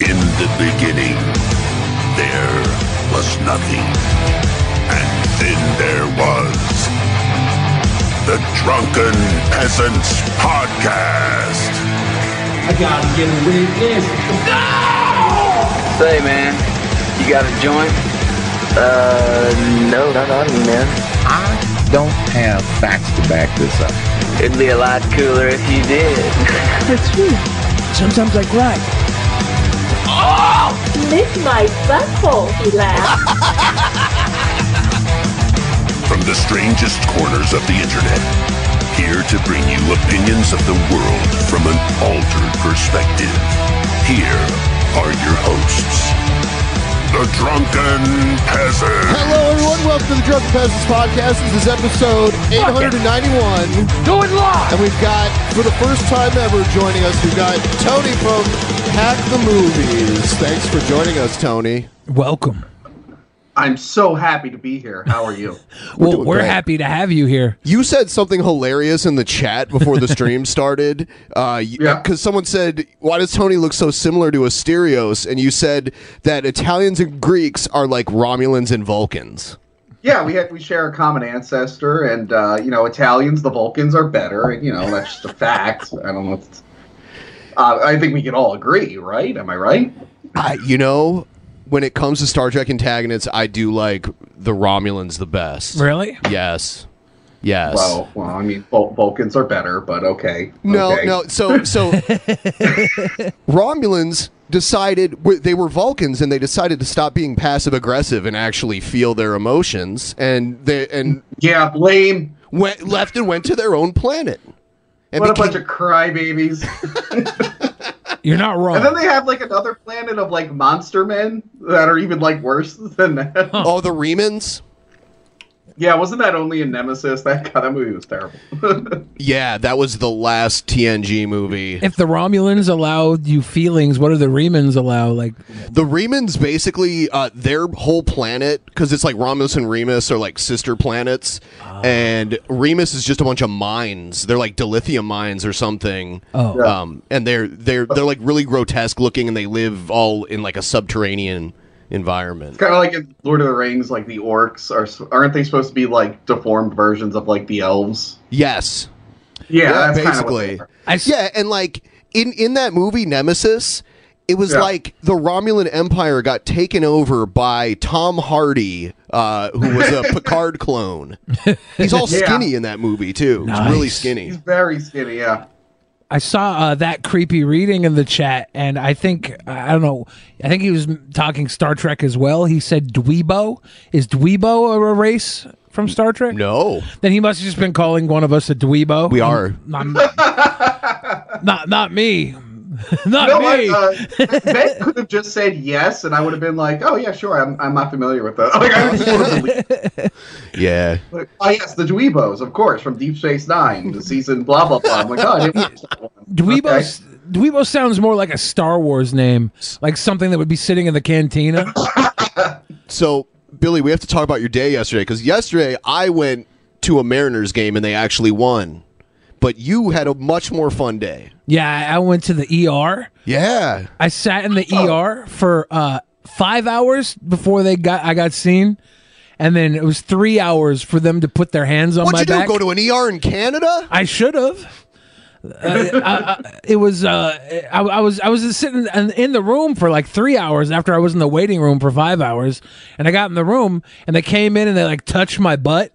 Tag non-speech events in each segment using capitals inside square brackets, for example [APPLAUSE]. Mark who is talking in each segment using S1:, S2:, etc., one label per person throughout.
S1: In the beginning, there was nothing. And then there was the Drunken Peasants Podcast.
S2: I gotta get a rid of this.
S3: Say, man, you got a joint? Uh, no, not on me, man.
S4: I don't have facts to back this up.
S3: It'd be a lot cooler if you did.
S5: [LAUGHS] That's true. Sometimes I cry.
S6: Lick Oh! my butthole, he
S3: [LAUGHS]
S6: laughed.
S1: From the strangest corners of the internet, here to bring you opinions of the world from an altered perspective. Here are your hosts, the Drunken Peasant.
S7: Hello, everyone. Welcome to the Drunken Peasants Podcast. This is episode 891. Do it live! And we've got, for the first time ever, joining us, we've got Tony from Hack the Movies. Thanks for joining us, Tony.
S8: Welcome.
S9: I'm so happy to be here. How are you?
S8: [LAUGHS] Well, we're,
S7: doing great.
S8: happy to have you here.
S7: You said something hilarious in the chat before
S8: [LAUGHS]
S7: the stream started. Because
S9: Yeah.
S7: someone said, Why does Tony look so similar to Asterios? And you said that Italians and Greeks are like Romulans and Vulcans.
S9: yeah, we had, we share a common ancestor, and uh, you know, Italians, the Vulcans are better, and you know, that's just a fact. I don't know. If it's, uh, I think we can all agree, right? Am I right?
S7: I, you know, when it comes to Star Trek antagonists, I do like the Romulans the best.
S8: Really?
S7: Yes. Yes.
S9: Well, well, I mean, Vul- Vulcans are better, but okay.
S7: No,
S9: okay.
S7: no. So,
S8: [LAUGHS]
S7: so Romulans decided w- they were Vulcans, and they decided to stop being passive aggressive and actually feel their emotions, and they and
S9: Yeah, lame.
S7: went left and went to their own planet. And
S9: What a
S7: became-
S9: bunch of
S8: [LAUGHS]
S9: crybabies.
S8: You're not wrong.
S9: and then they have like another planet of like monster men that are even like worse [LAUGHS] than that.
S7: all Oh, the Remans.
S9: Yeah, wasn't that only in Nemesis? That God, that movie was terrible. [LAUGHS]
S7: Yeah, that was the last TNG movie.
S8: if the Romulans allowed you feelings, what do the Remans allow? Like,
S7: The Remans basically uh, their whole planet because it's like Romulus and Remus are like sister planets,
S8: Ah.
S7: and Remus is just a bunch of mines. They're like dilithium mines or something.
S8: Oh.
S7: um, and they're they're they're like really grotesque looking, and they live all in like a subterranean environment.
S9: kind of like in Lord of the Rings, like the orcs are aren't they supposed to be like deformed versions of like the elves?
S7: Yes,
S9: Yeah, that's kinda what
S7: basically.
S9: they are.
S8: I s-
S7: yeah, and like in in that movie Nemesis, it was
S9: Yeah.
S7: like the Romulan Empire got taken over by Tom Hardy, uh, who was
S9: [LAUGHS]
S7: a Picard clone. He's
S8: [LAUGHS]
S7: all
S9: Yeah.
S7: skinny in that movie too. He's
S8: Nice.
S7: really
S9: He's
S7: skinny.
S9: very skinny. Yeah,
S8: I saw uh, that creepy reading in the chat, and I think I don't know. I think he was m- talking Star Trek as well. He said Dweebo. Is Dweebo a- a race from Star Trek?
S7: No,
S8: Then he must have just been calling one of us a Dweebo.
S7: we are.
S9: [LAUGHS]
S8: I'm- not not me. [LAUGHS] not
S9: no,
S8: me.
S9: I,
S8: [LAUGHS]
S9: uh, Ben could have just said yes, and I would have been like, "Oh yeah, sure, I'm, I'm not familiar with that." [LAUGHS] Like, I just would have believed.
S7: Yeah,
S9: Like, oh yes, the Dweebos, of course, from Deep Space Nine, the season blah blah blah. I'm like, oh, I didn't watch that one.
S8: Dweebo,
S9: Okay.
S8: s Dweebo sounds more like a Star Wars name, like something that would be sitting in the cantina.
S7: So, Billy, we have to talk about your day yesterday because yesterday I went to a Mariners game and they actually won. But you had a much more fun day.
S8: yeah, I- I went to the ER.
S7: Yeah. Oh.
S8: I sat in the ER for uh, five hours before they got I got seen, and then it was three hours for them to put their hands on
S7: What'd
S8: my
S7: you do?
S8: back.
S7: Go to an ER in E Canada?
S8: I should have. uh, uh, it was uh, I, I was I was sitting in, in the room for like three hours after I was in the waiting room for five hours, and I got in the room and they came in and they like touched my butt,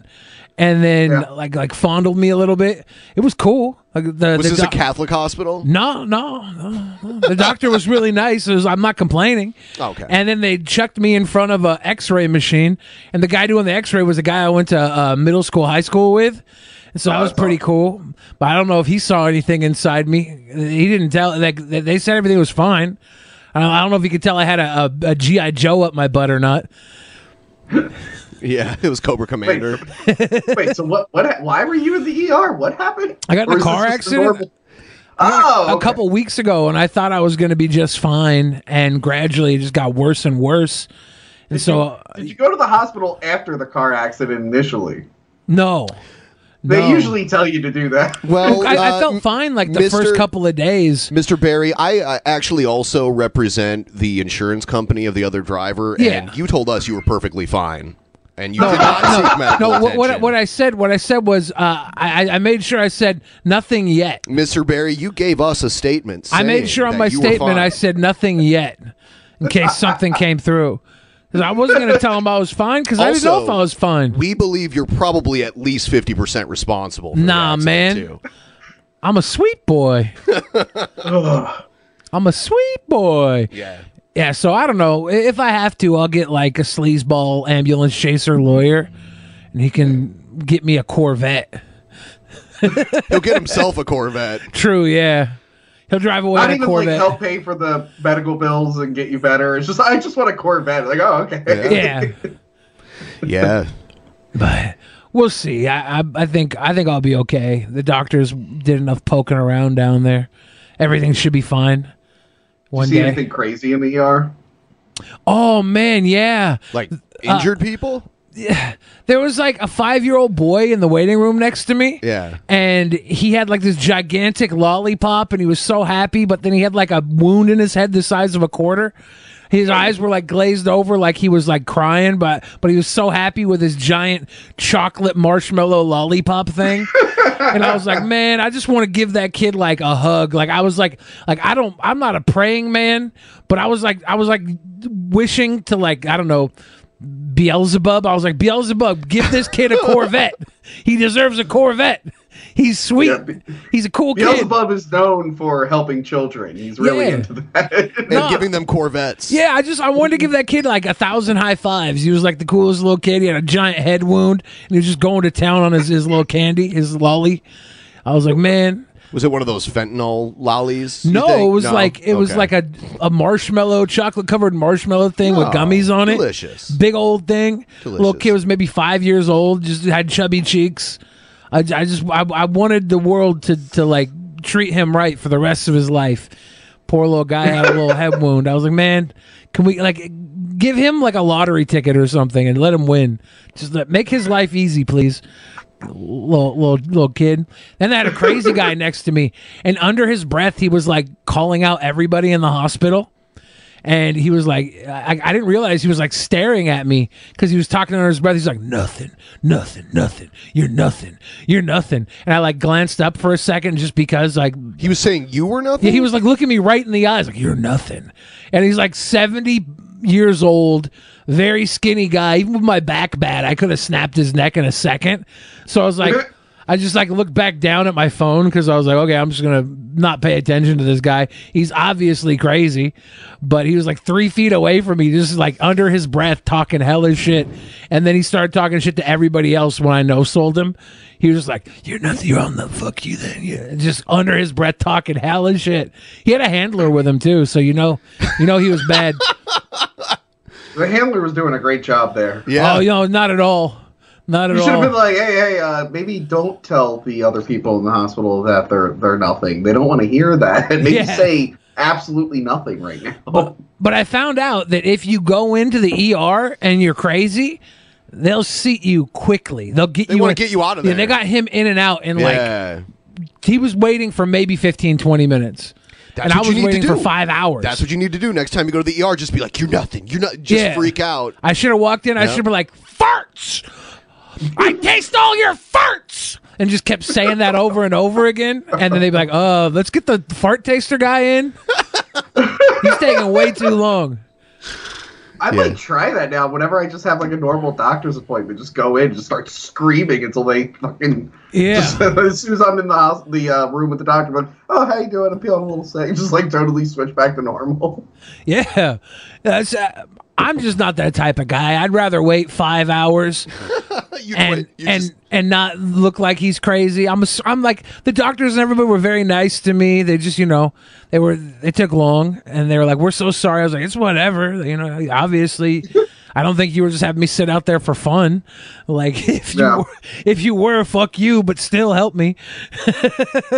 S8: and then like like fondled me a little bit. It was cool. Like the,
S7: Was
S8: the
S7: this a
S8: doc-
S7: Catholic
S8: [GASPS]
S7: hospital?
S8: No, no, no, no. The doctor was really nice. It was- I'm not complaining.
S7: Okay.
S8: And then they chucked me in front of a X-ray machine, and the guy doing the X-ray was a guy I went to uh, middle school, high school with. And so that was pretty cool. But I don't know if he saw anything inside me. He didn't tell. Like they- they said, everything was fine. I don't, I don't know if he could tell I had a, a, a GI Joe up my butt or not.
S7: Yeah, it was Cobra Commander.
S9: Wait, so what? What? ha- Why were you in the ER? What happened?
S8: I got in
S9: Or
S8: a
S9: is this
S8: car
S9: just a
S8: accident.
S9: normal-
S8: I got-
S9: Oh,
S8: a couple weeks ago, and I thought I was going to be just fine, and gradually it just got worse and worse. And so, uh,
S9: Did you go to the hospital after the car accident initially?
S8: no,
S9: They
S8: No.
S9: usually tell you to do that.
S7: Well,
S8: I, I
S7: uh,
S8: felt fine like the first couple. of days.
S7: Mr. Barry, I uh, actually also represent the insurance company of the other driver,
S8: Yeah.
S7: and you told us you were perfectly fine. And you
S8: No,
S7: did not
S8: no,
S7: seek medical
S8: no, what,
S7: attention.
S8: what, what I said, what I said was, uh, I, I- I made sure I said nothing yet.
S7: Mr. Barry, you gave us a statement.
S8: I
S7: saying
S8: made sure on
S7: that
S8: my
S7: you were
S8: statement
S7: fine.
S8: I said nothing yet, in case something came through. 'Cause I wasn't going to [LAUGHS] tell him I was fine because I didn't know if I
S7: Also,
S8: was fine.
S7: We believe you're probably at least 50% responsible. For the
S8: Nah, man.
S7: accident, too.
S8: I'm a
S7: [LAUGHS]
S8: sweet boy. I'm a sweet boy.
S7: Yeah.
S8: Yeah, so I don't know. I- If I have to, I'll get like a sleazeball ambulance chaser lawyer and he can get me a Corvette.
S7: He'll get
S8: [LAUGHS]
S7: himself a Corvette.
S8: True, yeah. He'll drive away
S9: Not
S8: in a
S9: even like
S8: Corvette.
S9: help pay for the medical bills and get you better. It's just I just want a Corvette. Like oh okay. [LAUGHS]
S8: yeah.
S7: Yeah.
S8: But we'll see. I, I I think I think I'll be okay. The doctors did enough poking around down there. Everything should be fine. One
S9: Did you see
S8: day.
S9: anything crazy in the ER?
S8: Oh man, yeah. Uh,
S7: Like
S9: injured
S7: people?
S8: Yeah. There was like a 5-year-old boy in the waiting room next to me.
S7: Yeah.
S8: And he had like this gigantic lollipop and he was so happy, but then he had like a wound in his head the size of a quarter. His eyes were like glazed over like he was like crying, but but he was so happy with his giant chocolate marshmallow lollipop thing. and I was like, man, I just want to give that kid like a hug. Like I was like, like I don't, I'm not a praying man, but I was like, I was like wishing to like, I don't know, Beelzebub. I was like, Beelzebub, give this kid a Corvette. he deserves a Corvette. He's sweet. He's a cool kid.
S9: Beelzebub is known for helping children. He's really
S8: Yeah.
S9: into that. and
S7: giving them Corvettes.
S8: Yeah, I just I wanted to give that kid like a thousand high fives. He was like the coolest little kid. He had a giant head wound, and he was just going to town on his, his little candy, his lolly. I was like, man,
S7: Was it one of those fentanyl lollies? you
S8: No,
S7: think?
S8: it was
S7: No?
S8: like it was
S7: Okay.
S8: like a a marshmallow, chocolate covered marshmallow thing with
S7: Oh,
S8: gummies on it.
S7: delicious.
S8: big old thing. Little
S7: Delicious.
S8: kid was maybe five years old, just had chubby cheeks. I, I just I, I wanted the world to to like treat him right for the rest of his life. Poor little guy had a
S7: [LAUGHS]
S8: little head wound. I was like, man, can we like give him like a lottery ticket or something and let him win? Just let, make his life easy, please little little little kid. Then I had a
S7: [LAUGHS]
S8: crazy guy next to me, and under his breath, he was like calling out everybody in the hospital. And he was like, I, I didn't realize he was like staring at me because he was talking under his breath. He's like, nothing, nothing, nothing. You're nothing. You're nothing. And I like glanced up for a second just because like
S7: he was saying you were nothing.
S8: Yeah, he was like looking me right in the eyes like you're nothing. And he's like 70 years old, very skinny guy. Even with my back bad, I could have snapped his neck in a second. So I was like, I just like looked back down at my phone because I was like, okay, I'm just gonna not pay attention to this guy. He's obviously crazy, but he was like three feet away from me, just like under his breath, talking hellish shit. And then he started talking shit to everybody else when I no sold him. He was just like, "You're nothing. You're on the fuck you then." Yeah, just under his breath, talking hellish shit. He had a handler with him too, so you know, you know he was
S9: [LAUGHS]
S8: bad.
S9: The handler was doing a great job there.
S8: Oh, you know, not at all. Not at
S9: You
S8: all.
S9: should have been like, hey, hey, uh, maybe don't tell the other people in the hospital that they're they're nothing. They don't want to hear that. [LAUGHS] maybe
S8: Yeah.
S9: say absolutely nothing right now.
S8: But I found out that if you go into the ER and you're crazy, they'll seat you quickly. They'll get
S7: They
S8: you.
S7: wanna
S8: in-
S7: get you out of
S8: Yeah, they
S7: there.
S8: got him in and out in
S7: Yeah.
S8: like he was waiting for maybe 15, 20 minutes,
S7: That's
S8: and
S7: what
S8: I was
S7: you need
S8: waiting
S7: to do.
S8: for five hours.
S7: That's what you need to do next time you go to the ER. Just be like, you're nothing. You're not. Just
S8: Yeah.
S7: freak out.
S8: I should have walked in. I
S7: Yeah.
S8: should have been like, farts. I taste all your farts. and just kept saying that over and over again. And then they'd be like, "Uh, let's get the fart taster guy in. He's taking way too long."
S9: I would like try that now. Whenever I just have like a normal doctor's appointment, just go in, and just start screaming until they fucking
S8: Yeah.
S9: just- [LAUGHS] as soon as I'm in the house, the uh, room with the doctor, but oh, how you doing? I'm feeling a little sick. [LAUGHS] Just like totally switch back to normal.
S8: Yeah, that's. Uh, I'm just not that type of guy. I'd rather wait five hours and and and not look like he's crazy. I'm a, I'm like the doctors and everybody were very nice to me. They just you know they were they took long and they were like we're so sorry. I was like it's whatever. You know obviously. I don't think you were just having me sit out there for fun. Like [LAUGHS] if you
S9: No.
S8: were, if you were, fuck you, but still help me. [LAUGHS]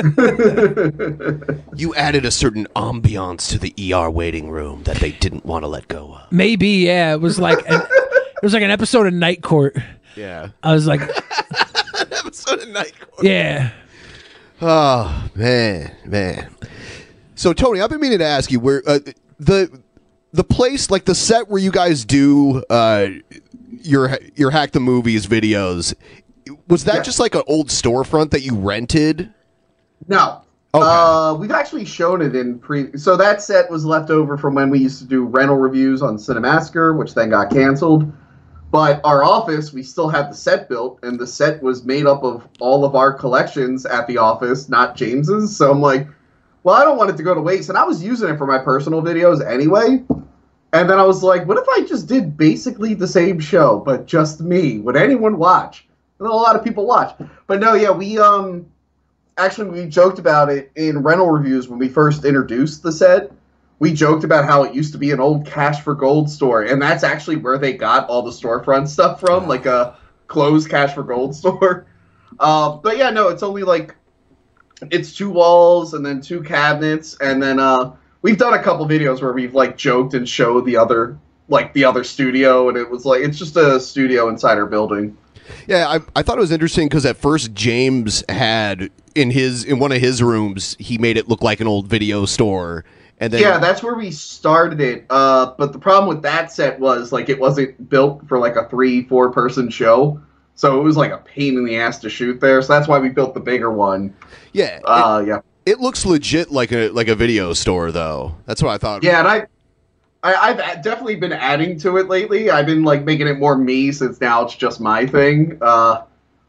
S7: You added a certain ambiance to the ER waiting room that they didn't want to let go of.
S8: Maybe yeah, it was like
S7: [LAUGHS]
S8: an, it was like an episode of Night Court.
S7: Yeah.
S8: I was like
S7: [LAUGHS] episode of Night Court.
S8: Yeah.
S7: Oh man, man. So Tony, I've been meaning to ask you where uh, the the place, like the set where you guys do uh, your your hack the movies videos, was that just like an old storefront that you rented?
S9: No. Uh, we've actually shown it in pre. So that set was left over from when we used to do rental reviews on Cinemasker, which then got canceled. But our office, we still had the set built, and the set was made up of all of our collections at the office, not James's. So I'm like, well, I don't want it to go to waste. And I was using it for my personal videos anyway. And then I was like, what if I just did basically the same show, but just me? Would anyone watch? And a lot of people watch. But no, yeah, we um actually we joked about it in rental reviews when we first introduced the set. We joked about how it used to be an old cash for gold store, and that's actually where they got all the storefront stuff from, like a closed cash for gold [LAUGHS] store. Uh, but yeah, no, it's only like it's two walls and then two cabinets, and then uh, we've done a couple videos where we've like joked and showed the other like the other studio, and it was like it's just a studio inside our building.
S7: Yeah, I, I thought it was interesting because at first James had in his in one of his rooms he made it look like an old video store, and then
S9: yeah, that's where we started it. Uh, but the problem with that set was like it wasn't built for like a three, four person show, so it was like a pain in the ass to shoot there. So that's why we built the bigger one.
S7: Yeah.
S9: Uh, yeah.
S7: It looks legit like a like a video store though. That's what I thought.
S9: Yeah, and I, I I've a- definitely been adding to it lately. I've been like making it more me since now it's just my thing. Uh,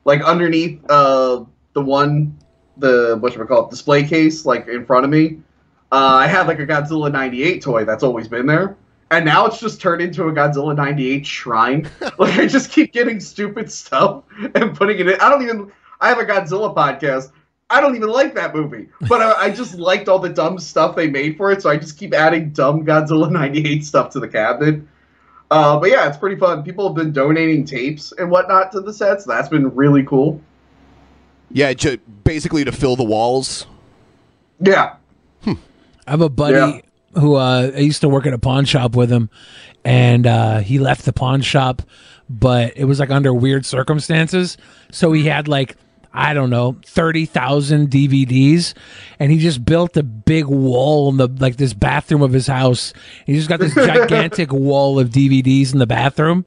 S9: like underneath uh the one the what should call it display case like in front of me, uh, I had like a Godzilla '98 toy that's always been there. And now it's just turned into a Godzilla '98 shrine. like I just keep getting stupid stuff and putting it in. I don't even. I have a Godzilla podcast. I don't even like that movie, but I, I just liked all the dumb stuff they made for it. So I just keep adding dumb Godzilla [LAUGHS] '98 stuff to the cabinet. Uh, but yeah, it's pretty fun. People have been donating tapes and whatnot to the sets. That's been really cool.
S7: Yeah, ju- basically to fill the walls.
S9: Yeah.
S8: I have a buddy who uh, I used to work at a pawn shop with him, and uh, he left the pawn shop, but it was like under weird circumstances. So he had like I don't know thirty thousand DVDs, and he just built a big wall in the like this bathroom of his house. He just got this gigantic wall of DVDs in the bathroom.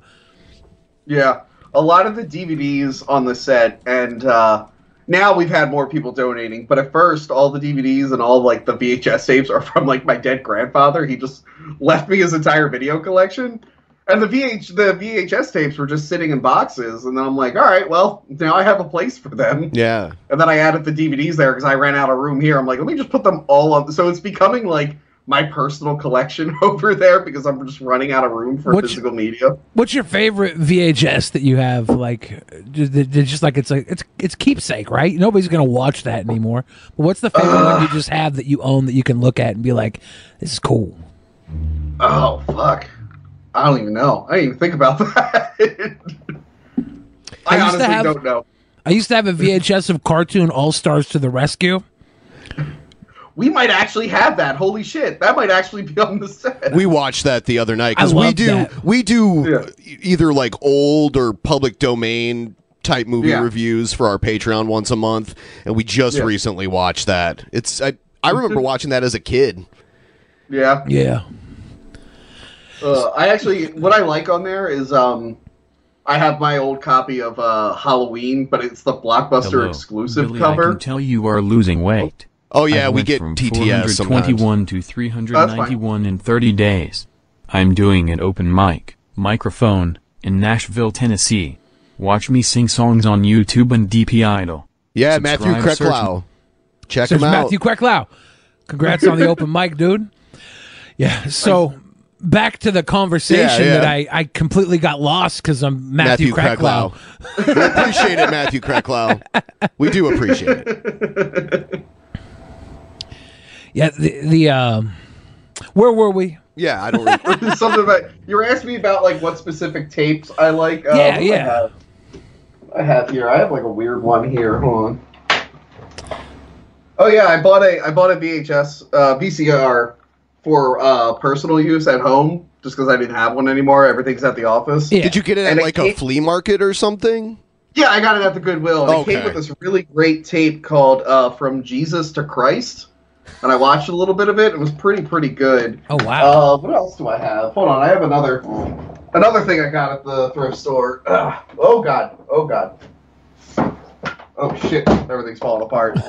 S9: Yeah, a lot of the DVDs on the set, and uh, now we've had more people donating. But at first, all the DVDs and all like the VHS tapes are from like my dead grandfather. He just left me his entire video collection, and the VH the VHS tapes were just sitting in boxes. And then I'm like, all right, well now I have a place for them.
S7: Yeah.
S9: And then I added the DVDs there because I ran out of room here. I'm like, let me just put them all on. So it's becoming like my personal collection [LAUGHS] over there because I'm just running out of room for
S8: What's-
S9: physical media.
S8: What's your favorite VHS that you have? Like, just, just like it's like it's it's keepsake, right? Nobody's gonna watch that anymore. But what's the favorite one you just have that you own that you can look at and be like, "This is cool."
S9: Oh fuck! I don't even know. I didn't even think about [LAUGHS] that. I,
S8: used to
S9: honestly
S8: have-
S9: don't know.
S8: I used to have a VHS of Cartoon All Stars to the Rescue.
S9: We might actually have that. Holy shit! That might actually be on the set.
S7: We watched that the other night
S9: I
S7: because we
S9: love
S7: do
S9: that.
S7: we do e- either like old or public domain type movie
S9: Yeah.
S7: reviews for our Patreon once a month, and we just
S9: Yeah.
S7: recently watched that. It's I I remember watching that as a kid.
S9: Yeah.
S8: Yeah.
S9: Uh, I actually, what I like on there is, um, I have my old copy of uh, Halloween, but it's the blockbuster
S10: Hello,
S9: exclusive
S10: Billy, I
S9: cover.
S10: can tell you are losing weight.
S7: Oh, yeah,
S10: I
S7: we
S10: went
S7: get
S10: from
S7: TTS
S10: 421 to 391 in 30 days. I'm doing an open mic, microphone, in Nashville, Tennessee. Watch me sing songs on YouTube and DP Idol.
S7: Yeah,
S10: Subscribe,
S7: Matthew
S10: search-
S7: Kreklau. Check
S8: Says
S7: him out.
S8: Matthew Quacklow. Congrats on the open mic, dude. Yeah. So back to the conversation
S7: Yeah, yeah.
S8: that I, I completely got lost because I'm Matthew, Cracklow.
S7: we appreciate it, Matthew Kreklau. We do appreciate it.
S8: [LAUGHS]
S9: [LAUGHS]
S8: Yeah. The, the um, where were we?
S7: Yeah, I don't.
S9: [LAUGHS] Something about you were asking me about like what specific tapes I like. Uh,
S8: Yeah,
S9: what do I
S8: yeah.
S9: have? I have here. I have like a weird one here. Hold on. Oh yeah, I bought a I bought a VHS uh, VCR for uh, personal use at home just because I didn't have one anymore. Everything's at the office.
S7: Did you get it at
S9: And
S7: like a
S9: came-
S7: flea market or something?
S9: Yeah, I got it at the Goodwill. And It came
S7: Okay.
S9: with this really great tape called uh, "From Jesus to Christ," and I watched a little bit of it. It was pretty pretty good.
S8: Oh wow!
S9: Uh, what else do I have? Hold on, I have another another thing I got at the thrift store. Ugh. Oh god! Oh god! Oh shit! Everything's falling
S8: [LAUGHS]
S9: apart.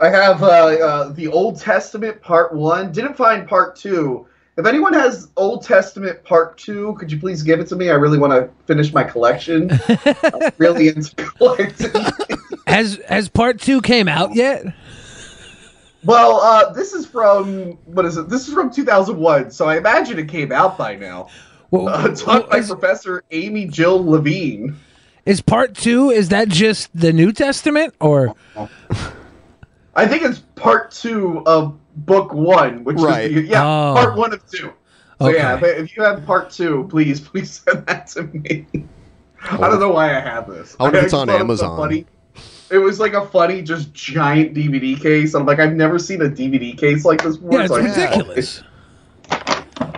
S9: I have uh, uh, the Old Testament Part One. Didn't find Part Two. If anyone has Old Testament Part Two, could you please give it to me? I really want to finish my
S8: [LAUGHS]
S9: collection. I'm really into [LAUGHS] collecting.
S8: Has has part two came out yet?
S9: Well, uh, this is from what is it? This is from 2001, so I imagine it came out by now.
S8: Well,
S9: uh, taught by Professor Amy Jill Levine.
S8: Is part two? Is that just the New Testament or?
S9: [LAUGHS] I think it's part two of book one, which
S8: Right.
S9: is the, yeah,
S8: Oh.
S9: part one of two. So yeah, if,
S8: Okay.
S9: if you have part two, please [LAUGHS] please send that to me. I don't know why I have this.
S7: I wonder if it's
S9: just
S7: on
S9: thought it was a
S7: Amazon.
S9: funny- it was like a funny, just giant DVD case. I'm like, I've never seen a DVD case like this before.
S8: Yeah, it's
S9: so I-
S8: ridiculous.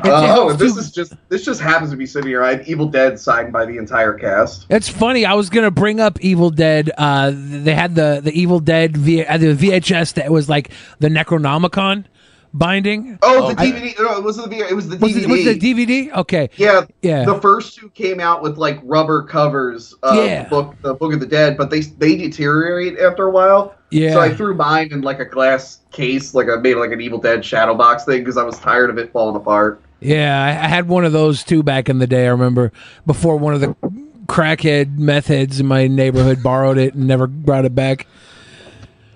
S9: Uh, oh,
S8: it's
S9: this
S8: too-
S9: is just this just happens to be sitting here. I have Evil Dead signed by the entire cast.
S8: It's funny. I was gonna bring up Evil Dead. Uh, they had the the Evil Dead v- uh, the VHS that was like the Necronomicon binding.
S9: Oh, the
S8: I-
S9: DVD. No, it wasn't the video. It was the DVD.
S8: was it was the DVD? Okay.
S9: Yeah,
S8: Yeah.
S9: The first two came out with like rubber covers of
S8: Yeah.
S9: the book, the Book of the Dead, but they they deteriorate after a while.
S8: Yeah.
S9: So I threw mine in like a glass case, like I made like an Evil Dead shadow box thing because I was tired of it falling apart.
S8: Yeah, I, I had one of those too back in the day. I remember before one of the crackhead meth heads in my neighborhood borrowed it and never brought it back.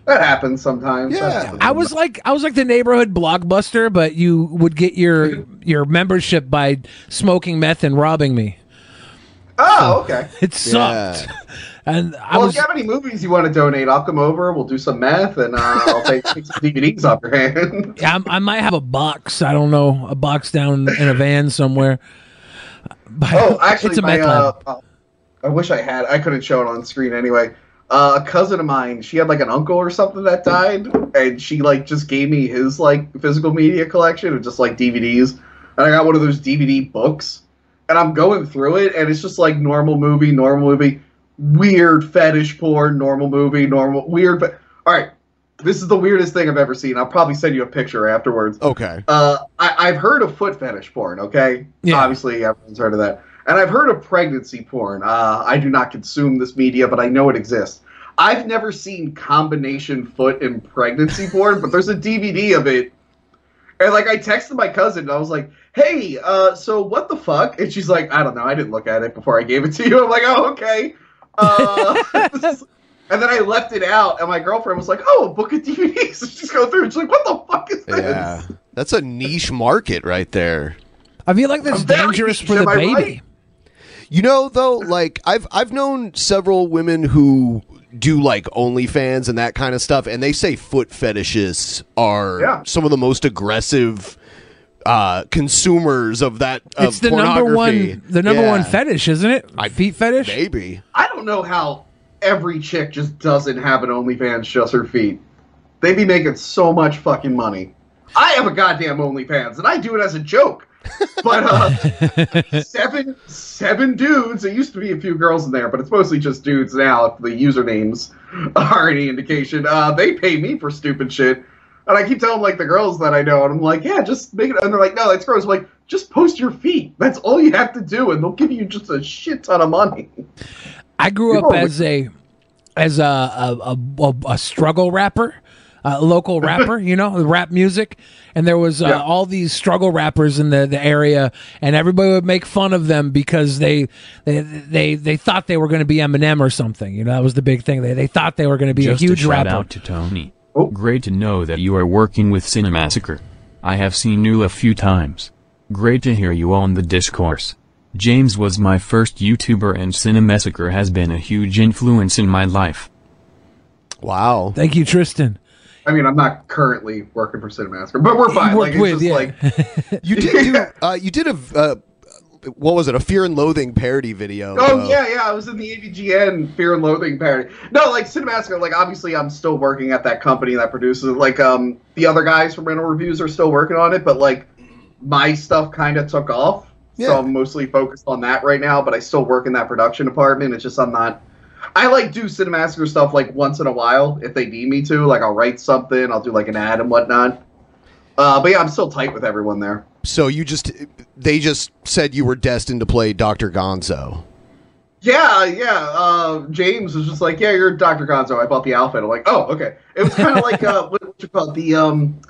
S9: That happens sometimes. Yeah.
S8: I was like I was like the neighborhood blockbuster, but you would get your your membership by smoking meth and robbing me.
S9: Oh, okay.
S8: It sucked. [LAUGHS] And I
S9: well,
S8: was
S9: if you have any movies you want to donate, I'll come over. We'll do some math, and uh, I'll take, take some DVDs off your hand. [LAUGHS]
S8: Yeah, I'm, I might have a box. I don't know, a box down in a van somewhere. But
S9: Oh, actually,
S8: [LAUGHS] it's a
S9: my,
S8: meth lab.
S9: uh, uh, I wish I had. I couldn't show it on screen anyway. Uh, a cousin of mine, she had like an uncle or something that died, and she like just gave me his like physical media collection of just like DVDs, and I got one of those DVD books, and I'm going through it, and it's just like normal movie, normal movie, weird fetish porn, normal movie, normal weird. But all right, this is the weirdest thing I've ever seen. I'll probably send you a picture afterwards.
S7: Okay.
S9: Uh, I, I've heard of foot fetish porn. Okay, obviously everyone's heard of that, and I've heard of pregnancy porn. Uh, I do not consume this media, but I know it exists. I've never seen combination foot and pregnancy porn, but there's a DVD of it. And like, I texted my cousin, and I was like, "Hey, uh, so what the fuck?" And she's like, "I don't know. I didn't look at it before I gave it to you." I'm like, "Oh, okay." Uh, [LAUGHS] and then I left it out, and my girlfriend was like, "Oh, a book of DVDs." [LAUGHS] So she's going through, and she's like, "What the fuck is this?"
S7: Yeah, that's a niche market right there.
S8: I feel like that's dangerous for the
S7: Am I
S8: baby.
S7: right? You know, though, like I've I've known several women who do like OnlyFans and that kind of stuff, and they say foot fetishes are
S8: Yeah.
S7: some of the most aggressive uh consumers of that. Of
S8: It's the number
S7: pornography.
S8: one, the number one
S7: Yeah.
S8: fetish, isn't it? Feet fetish.
S7: Maybe.
S9: I don't know how every chick just doesn't have an OnlyFans just her feet. They be making so much fucking money. I have a goddamn OnlyFans, and I do it as a joke. But uh, seven seven dudes. It used to be a few girls in there, but it's mostly just dudes now. If the usernames are any indication, uh, they pay me for stupid shit. And I keep telling like the girls that I know, and I'm like, yeah, just make it. And they're like, no, that's gross. I'm like, just post your feet. That's all you have to do, and they'll give you just a shit ton of money.
S8: I grew up as a as a a, a, a, a struggle rapper,
S7: [LAUGHS]
S8: a local rapper, you know, rap music, and there was uh,
S11: Yeah.
S8: all these struggle rappers in the, the area, and everybody would make fun of them because they they they, they thought they were going to be Eminem or something. You know, that was the big thing. They they thought they were going to be
S10: Just
S8: a huge
S10: shout
S8: rapper.
S10: out to Tony. Great to know that you are working with Cinemassacre. I have seen you a few times. Great to hear you on the discourse. James was my first YouTuber and Cinemassacre has been a huge influence in my life.
S7: Wow.
S8: Thank you, Tristan.
S9: I mean, I'm not currently working for Cinemaster, but we're fine. Like, it's just like
S7: you did do, uh, you did a uh, what was it a Fear and Loathing parody video?
S9: Oh
S7: uh,
S9: yeah, yeah. I was in the AVGN Fear and Loathing parody. No, like Cinemassacre. Like obviously, I'm still working at that company that produces. it. Like um, the other guys from Rental Reviews are still working on it, but like my stuff kind of took off. So I'm mostly focused on that right now. But I still work in that production department. It's just I'm not. I like do Cinemassacre stuff like once in a while if they need me to. Like I'll write something. I'll do like an ad and whatnot. Uh, but yeah, I'm still tight with everyone there.
S7: So you just they just said you were destined to play Doctor Gonzo.
S9: Yeah, yeah. Uh, James was just like, "Yeah, you're Doctor Gonzo." I bought the outfit. I'm like, "Oh, okay." It was kind of like uh, what, what you call it? the um,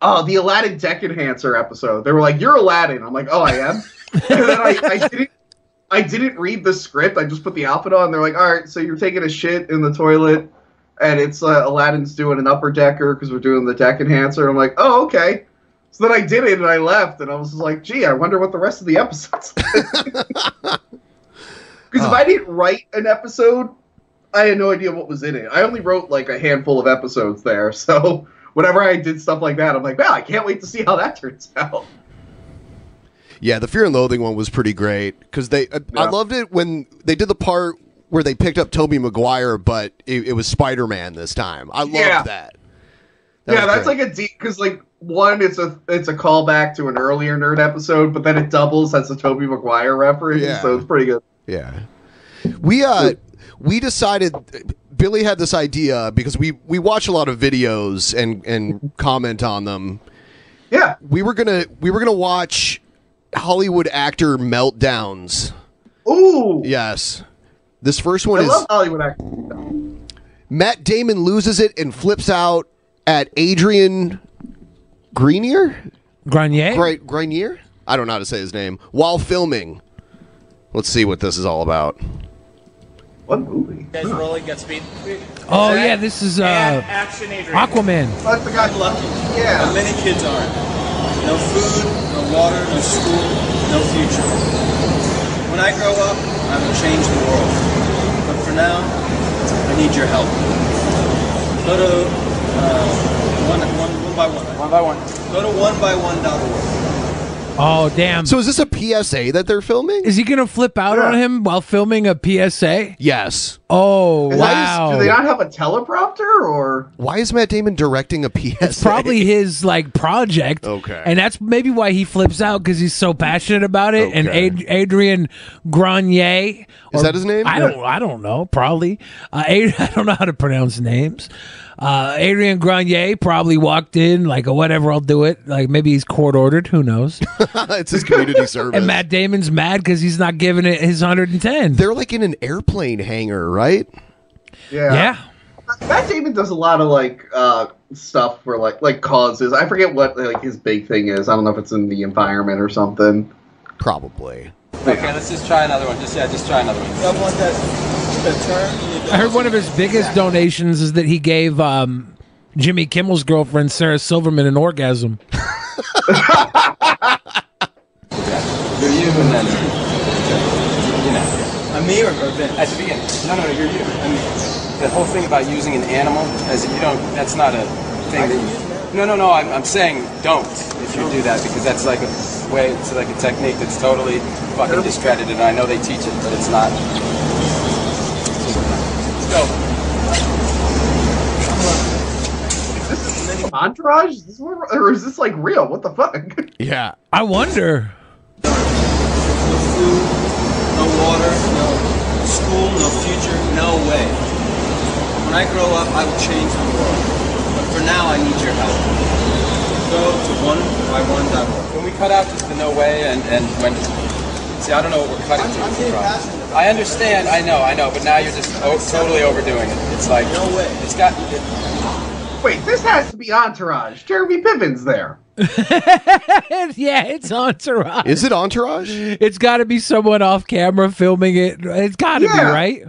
S9: uh, the Aladdin Deck Enhancer episode. They were like, "You're Aladdin." I'm like, "Oh, I am." and then I, I didn't, I didn't read the script. I just put the outfit on. They're like, "All right, so you're taking a shit in the toilet, and it's uh, Aladdin's doing an upper decker because we're doing the deck enhancer." I'm like, "Oh, okay." So then I did it and I left, and I was like, "Gee, I wonder what the rest of the episode's." Because if I didn't write an episode, I had no idea what was in it. I only wrote like a handful of episodes there, [LAUGHS] so whenever I did stuff like that, I'm like, wow, I can't wait to see how that turns [LAUGHS] out.
S7: Yeah, the Fear and Loathing one was pretty great because they. Uh, I loved it when they did the part where they picked up Toby Maguire, but it, it was Spider Man this time. I loved
S9: Yeah.
S7: that.
S9: yeah, that's like a deep because like one, it's a it's a callback to an earlier nerd episode, but then it doubles as a Toby Maguire reference,
S7: Yeah.
S9: so it's pretty good.
S7: Yeah. We uh we decided Billy had this idea because we we watch a lot of videos and and comment on them.
S9: Yeah.
S7: We were going to we were going to watch Hollywood actor meltdowns.
S9: Ooh.
S7: Yes. This first one
S9: I
S7: is
S9: love Hollywood actors.
S7: Matt Damon loses it and flips out at Adrian Greenier?
S8: Grenier?
S7: Gre- Grenier? I don't know how to say his name. While filming. Let's see what this is all about. [LAUGHS]
S9: What movie?
S12: guys rolling, Godspeed.
S8: Oh yeah, this is uh,
S12: Action Adrian.
S8: Aquaman.
S9: Let the guy lucky. Yeah.
S12: How many kids are? No food, no water, no school, no future. When I grow up, I will change the world. But for now, I need your help. Go to uh, one, one, one by one. One by one. Go to onebyone.org.
S8: Oh damn! So
S7: is this a PSA that they're filming?
S8: Is he gonna flip out on him while filming a PSA?
S7: Yes.
S8: Oh
S9: Is that-
S8: wow!
S9: do they not have a teleprompter or?
S7: Why is Matt Damon directing a PSA?
S8: It's probably his like project.
S7: Okay.
S8: And that's maybe why he flips out because he's so passionate about it. And Ad- Adrian Grenier
S7: Is that his name?
S8: I don't. I don't know. Probably. Uh, Ad- [LAUGHS] I don't know how to pronounce names. Uh, Adrian Grenier probably walked in like whatever. I'll do it. Like maybe he's court ordered. Who knows? [LAUGHS]
S7: it's his community service.
S8: and Matt Damon's mad because he's not giving it his hundred and ten.
S7: They're like in an airplane hangar, right?
S9: Yeah. Matt Damon does a lot of like uh, stuff for like like causes. I forget what like his big thing is. I don't know if it's in the environment or something.
S7: Probably.
S12: Okay, let's just try another one. Just yeah, just try another one. Y'all want that the turn?
S8: I heard one of his biggest donations is that he gave um, Jimmy Kimmel's girlfriend Sarah Silverman
S7: [LAUGHS]
S8: an orgasm.
S12: You're you and then you know. I'm me or, or Ben? At the beginning. No, no, no, you're you. I mean, the whole thing about using an animal as if you don't, that's not a thing that you. No, no, no, I'm, I'm saying don't if you do that because that's like a way, it's like a technique that's totally fucking discredited and I know they teach it, but it's not. Let's go.
S9: Entourage? Is this where- or is this like real? What the fuck? [LAUGHS]
S7: Yeah.
S8: I wonder. [LAUGHS]
S12: no water, no school, no future, no way. When I grow up, I will change the world.
S3: but for now, I need your help. Go to one by one dot org. When we cut out just the no way and, and when. See, I don't know what we're cutting to. is the problem. I understand, I know, I know, but now you're just o- totally overdoing it. It's like. No way. It's got.
S9: Wait, this has to be Entourage. Jeremy Piven's there.
S8: yeah, it's Entourage.
S7: Is it Entourage?
S8: It's got to be someone off camera filming it. It's got to
S7: Yeah.
S8: be right.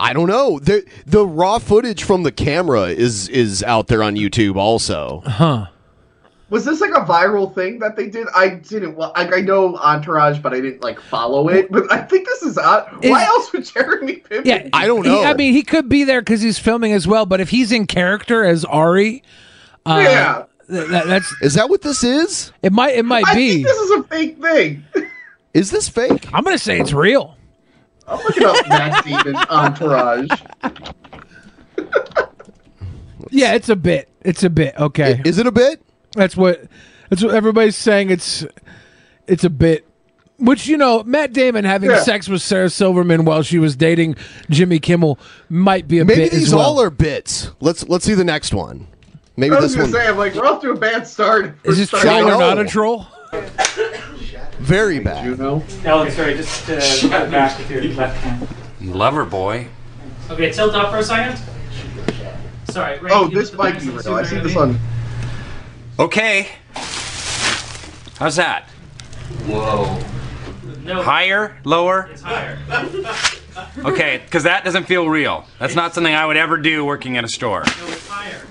S7: I don't know. The the raw footage from the camera is is out there on YouTube also.
S8: Huh.
S9: Was this like a viral thing that they did? I didn't. Well, I, I know Entourage, but I didn't like follow it. But I think this is. Uh, why
S8: Is-
S9: else would Jeremy Piven?
S8: Yeah, he- I mean, he could be there because he's filming as well. But if he's in character as Ari, uh,
S9: Yeah.
S8: th- that- that's
S7: is that what this is?
S8: It might. It might
S9: I
S8: be.
S9: think this is a fake thing.
S7: [LAUGHS] Is this fake?
S8: I'm gonna say it's real.
S9: I'm looking up Matt Demon's Entourage.
S8: [LAUGHS] Yeah, it's a bit. It's a bit. Okay.
S7: Is it a bit?
S8: That's what. That's what everybody's saying. It's. It's a bit. Which you know, Matt Damon having
S7: Yeah.
S8: sex with Sarah Silverman while she was dating Jimmy Kimmel might be a
S7: Maybe
S8: bit. as
S7: these
S8: well.
S7: all are bits. Let's let's see the next one. Maybe
S9: I
S7: this
S9: was gonna
S7: one
S9: say, I'm like, we're off to a bad start.
S7: Is
S9: [LAUGHS]
S7: this
S9: We're starting
S7: troll or
S9: off-
S7: not a
S8: troll?
S7: very bad.
S13: Ellen, sorry, just uh, cut back with your left hand.
S14: Lover boy.
S13: Okay, tilt up for a second. Sorry. Ray,
S9: Oh,
S13: can you
S9: this
S13: put the
S9: might
S13: next
S9: be
S13: one
S9: real. I
S13: sooner,
S9: see this
S13: maybe?
S9: on.
S14: Okay. How's that? Whoa. Higher? Lower?
S13: It's higher. [LAUGHS]
S14: Okay, because that doesn't feel real. That's not something I would ever do working at a store.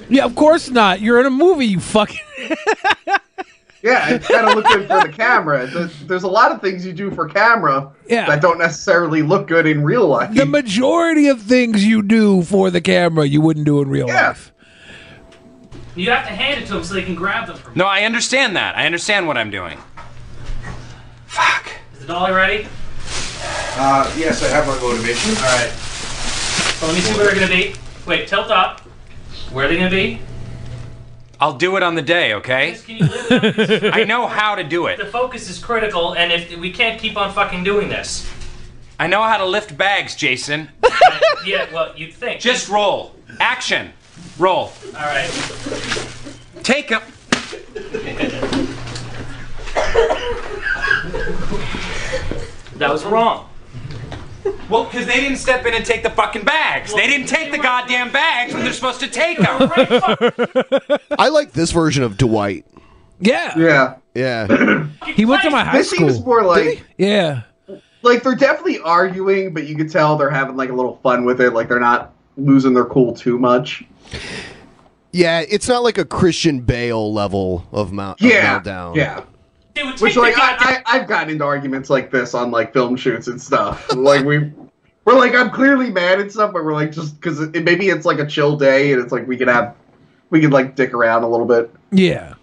S8: Yeah, of course not. You're in a movie. You fucking.
S9: Yeah, it's kind of looking for the camera. There's, there's a lot of things you do for camera that don't necessarily look good in real
S7: [LAUGHS]
S9: life.
S8: The majority of things you do for the camera, you wouldn't do in real life.
S13: You have to hand it to them so they can grab them. From
S14: No, I understand that. I understand what I'm doing.
S13: Is the dolly ready?
S14: Uh, yes, I have my motivation.
S13: All right. So let me see where they're gonna be. Wait, tilt up. Where are they gonna be?
S14: I'll do it on the day, okay? [LAUGHS] I know how to do it.
S13: The focus is critical, and if we can't keep on fucking doing this,
S14: I know how to lift bags, Jason.
S13: yeah, well, you'd think.
S14: Just roll. Action. Roll.
S13: All right.
S14: Take up.
S13: That was wrong.
S14: Well, because they didn't step in and take the fucking bags. They didn't take the goddamn bags when they're supposed to take them.
S7: I like this version of Dwight.
S8: Yeah.
S9: Yeah. [CLEARS THROAT]
S7: Yeah.
S8: he went to my
S9: this seems more like
S8: yeah,
S9: like they're definitely arguing, but you could tell they're having like a little fun with it. Like they're not losing their cool too much.
S7: Yeah, it's not like a Christian Bale level of, mount,
S9: Yeah,
S7: of meltdown.
S9: yeah. Which like I, I I've gotten into arguments like this on like film shoots and stuff. like we. We're like I'm clearly mad and stuff, but we're like just because it, maybe it's like a chill day and it's like we can have we can like dick around a little bit.
S8: Yeah.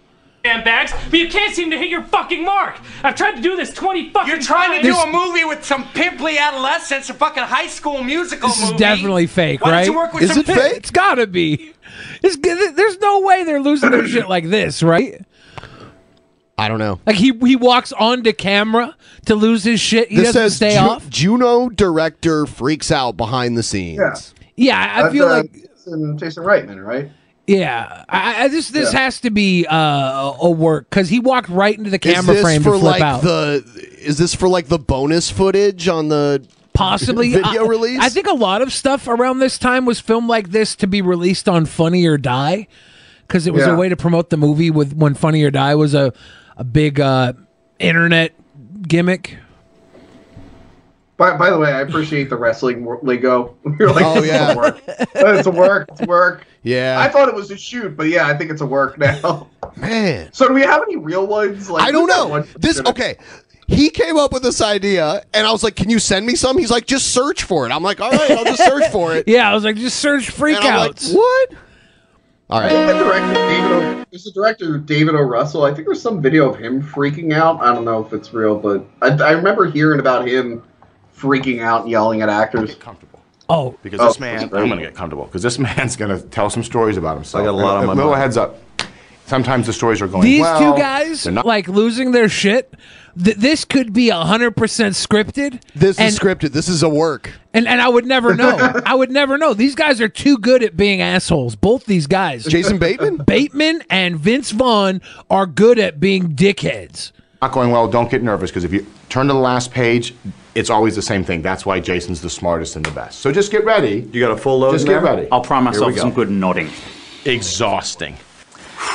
S13: Damn bags, but you can't seem to hit your fucking mark. I've tried to do this 20 fucking You're
S14: trying to do a movie with some pimply adolescents, a fucking high school musical
S8: this is
S14: movie.
S8: definitely fake,
S14: Why
S8: right?
S14: don't you work with some pimp-
S8: It's gotta be. It's, there's no way they're losing their shit like this, right?
S7: I don't know.
S8: Like he he walks onto camera to lose his shit. He
S7: this
S8: doesn't
S7: says
S8: stay
S7: Ju-
S8: off.
S7: Juno director freaks out behind the scenes.
S9: Yeah.
S8: Yeah, I- I
S9: That's,
S8: feel
S9: uh,
S8: like-
S9: Jason, Jason Reitman, right?
S8: Yeah, I, I this this
S9: Yeah.
S8: has to be uh, a a work because he walked right into the camera
S7: is this
S8: frame
S7: for
S8: to flip
S7: like
S8: out.
S7: the is this for like the bonus footage on the
S8: Possibly
S7: video
S8: I,
S7: release?
S8: I think a lot of stuff around this time was filmed like this to be released on Funny or Die because it was
S7: Yeah.
S8: a way to promote the movie with when Funny or Die was a a big uh, internet gimmick.
S9: By, by the way, I appreciate the wrestling wor- lingo. [LAUGHS] You're like,
S8: Oh,
S9: "This is
S8: yeah.
S9: a work. it's a work. It's a
S8: [LAUGHS]
S9: work.
S7: Yeah.
S9: I thought it was a shoot, but yeah, I think it's a work now.
S7: Man.
S9: So do we have any real ones? Like
S7: I don't
S9: we got
S7: know.
S9: one-
S7: This okay. He came up with this idea, and I was like, "Can you send me some?" He's like, "Just search for it." I'm like, "All right, I'll just search for it."
S8: [LAUGHS] Yeah, I was like, just search
S7: And I'm like,
S8: freakouts.
S7: what? All
S9: I
S7: right.
S9: think the director David o, there's the director David O. Russell. I think there's some video of him freaking out. I don't know if it's real, but I, I remember hearing about him freaking out and yelling at actors.
S8: Oh,
S15: because
S9: Oh,
S15: this
S9: that's
S15: man, [LAUGHS]
S9: great.
S15: I'm going to get comfortable because this man's going to tell some stories about himself.
S16: I got a lot on my
S15: Little
S16: mind.
S15: heads up. Sometimes the stories are going
S8: These
S15: well.
S8: two guys,
S15: they're not-
S8: like losing their shit. Th- this could be hundred percent scripted.
S7: This is scripted. This is a work.
S8: And and I would
S7: [LAUGHS]
S8: never know. I would never know. These guys are too good at being assholes. Both these guys,
S7: Jason Bateman,
S8: Bateman, and Vince Vaughn, are good at being dickheads.
S15: not going well, don't get nervous because if you turn to the last page, it's always the same thing. That's why Jason's the smartest and the best. So just get ready.
S17: You got a full load.
S15: Just
S17: in
S15: get
S17: there?
S15: ready.
S17: I'll prime
S15: Here we
S17: myself with
S15: go.
S17: some good nodding. Exhausting.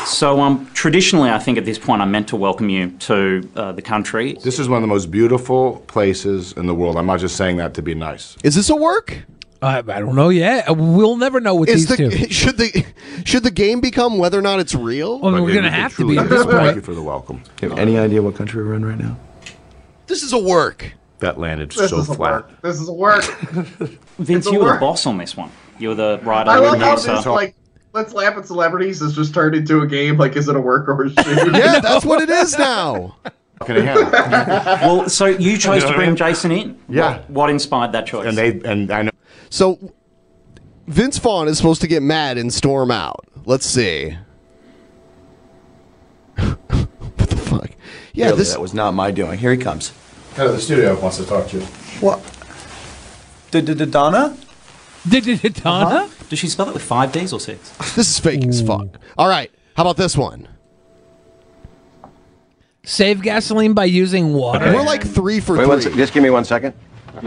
S17: So, um, traditionally, I think at this point, I'm meant to welcome you to uh, the country.
S15: This is one of the most beautiful places in the world. I'm not just saying that to be nice.
S7: Is this a work?
S8: Uh, I, I don't know yet. We'll never know what
S7: Is
S8: these
S7: the, [LAUGHS]
S8: two.
S7: Should the should the game become whether or not it's real?
S8: Well, I mean, we're gonna have to be
S15: [LAUGHS]
S8: at this
S15: Thank
S8: point.
S15: you for the welcome.
S17: Do you have any idea what country we're in right now?
S7: This is a work.
S15: That landed
S9: This
S15: so
S9: is a
S15: flat.
S9: work. This is
S17: [LAUGHS]
S9: a work.
S17: Vince,
S9: It's a
S17: you were the
S9: work.
S17: boss on this one. You were the writer.
S9: I
S17: you were
S9: love
S17: the
S9: how
S17: producer.
S9: this like let's laugh at celebrities has just turned into a game. Like, is it a work or a
S7: [LAUGHS]
S9: shoot?
S7: yeah, that's what it is
S17: [LAUGHS]
S7: now.
S17: well, so
S9: [LAUGHS]
S17: you chose to bring Jason in.
S7: Yeah.
S17: What, what inspired that choice? And
S15: they and I know.
S7: So Vince Vaughn is supposed to get mad and storm out. Let's see. [LAUGHS] Yeah,
S18: Clearly
S7: this-
S18: that was not my doing. Here he comes.
S15: Head of the studio wants to talk to you.
S18: What? Did did- did Donna?
S8: Did did Donna?
S17: Does she spell it with five D's or six?
S7: [LAUGHS] This is fake as fuck. All right, how about this one?
S8: Save gasoline by using water.
S7: We're like three for
S18: Wait,
S7: three.
S18: one sec- just give me one second.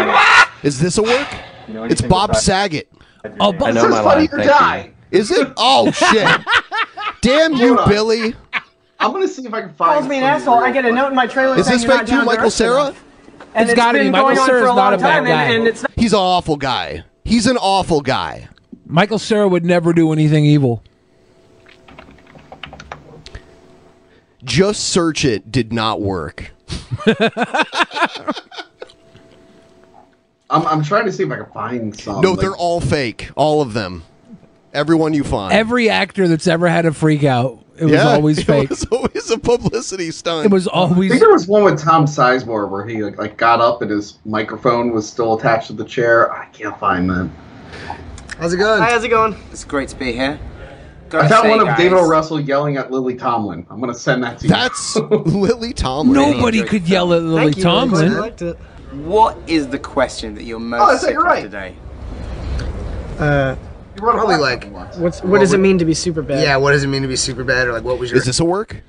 S7: [LAUGHS] Is this a work? it's
S18: anything
S7: Bob
S18: about-
S7: Saget.
S8: Oh,
S18: I know my line. Thank you.
S7: Is it? Oh
S19: [LAUGHS]
S7: shit! Damn you,
S18: Hold on.
S7: Billy.
S9: I'm gonna see if I can find.
S16: Calls me an asshole. I get a note in my trailer
S7: Is
S16: saying
S7: this
S16: you're
S7: fake
S16: not
S7: too,
S16: down to
S7: Michael
S16: earth
S7: Sarah?
S16: enough. And it's been going on for a long time, and- And it's
S7: He's an awful guy. He's an awful guy.
S8: Michael Cera would never do anything evil.
S7: Just search it did not
S13: [LAUGHS]
S7: work.
S9: I'm, I'm trying to see if I can find some.
S7: no,
S9: like-
S7: they're all fake. All of them. Everyone you find.
S8: Every actor that's ever had a freak out, it was
S7: Yeah, [LAUGHS]
S8: always
S7: it
S8: fake.
S7: was always a publicity stunt.
S8: It was
S9: I
S8: always.
S9: think there was one with Tom Sizemore where he like, like got up and his microphone was still attached to the chair. I can't find that.
S13: How's it going? Hi, how's it going?
S12: It's great to be here.
S9: I found one of David O. Russell yelling at Lily Tomlin. I'm gonna send that to you. [LAUGHS] That's
S7: Lily Tomlin.
S8: Nobody could yell at Lily
S13: Thank you, I really
S8: Tomlin.
S13: liked it.
S12: What is the question that you're most
S13: Oh, I said
S12: sick
S13: you're
S12: of
S13: right.
S12: today?
S13: Uh, probably like, what's, what does it mean to be super bad? Yeah, what does it mean to be super bad? Or like, what was your
S7: Is this a work?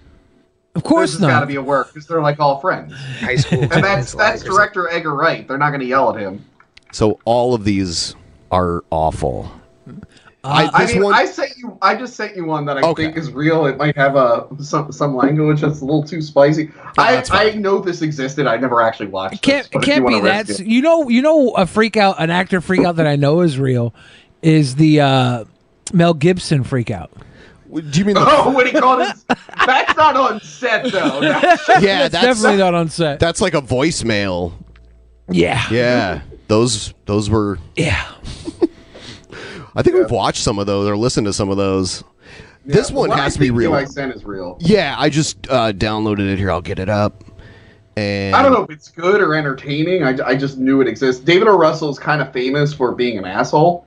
S8: Of
S9: course not. Got to be a work because they're like all friends.
S13: high school?
S9: And that's that's director Edgar Wright. They're not gonna yell at him.
S7: So all of these are awful.
S9: Uh, I,
S7: I, this
S9: mean,
S7: one,
S9: I sent you. I just sent you one that I think is real. It might have a some some language that's a little too spicy. I I know this existed. I never actually watched.
S8: It can't
S9: this, but
S8: it
S9: if you
S8: can't
S9: wanna
S8: be that.
S9: risk
S8: s-
S9: it-
S8: You know, you know, a freak out, an actor freak out that I know is real, is the uh, Mel Gibson freak out.
S7: do you
S9: [LAUGHS]
S7: mean?
S9: Oh, when he called
S7: [LAUGHS]
S9: his. That's not on set though.
S7: yeah, that's [LAUGHS]
S8: definitely not on set.
S7: That's like a voicemail.
S8: Yeah.
S7: Yeah. Those those were
S8: Yeah.
S7: [LAUGHS] I think we've watched some of those or listened to some of those. this
S9: Yeah,
S7: one
S9: what I
S7: has to be
S9: think
S7: real.
S9: I sent is real.
S7: Yeah, I just uh, downloaded it here. I'll get it up. And
S9: I don't know if it's good or entertaining. I, I just knew it exists. David O. Russell is kind of famous for being an asshole.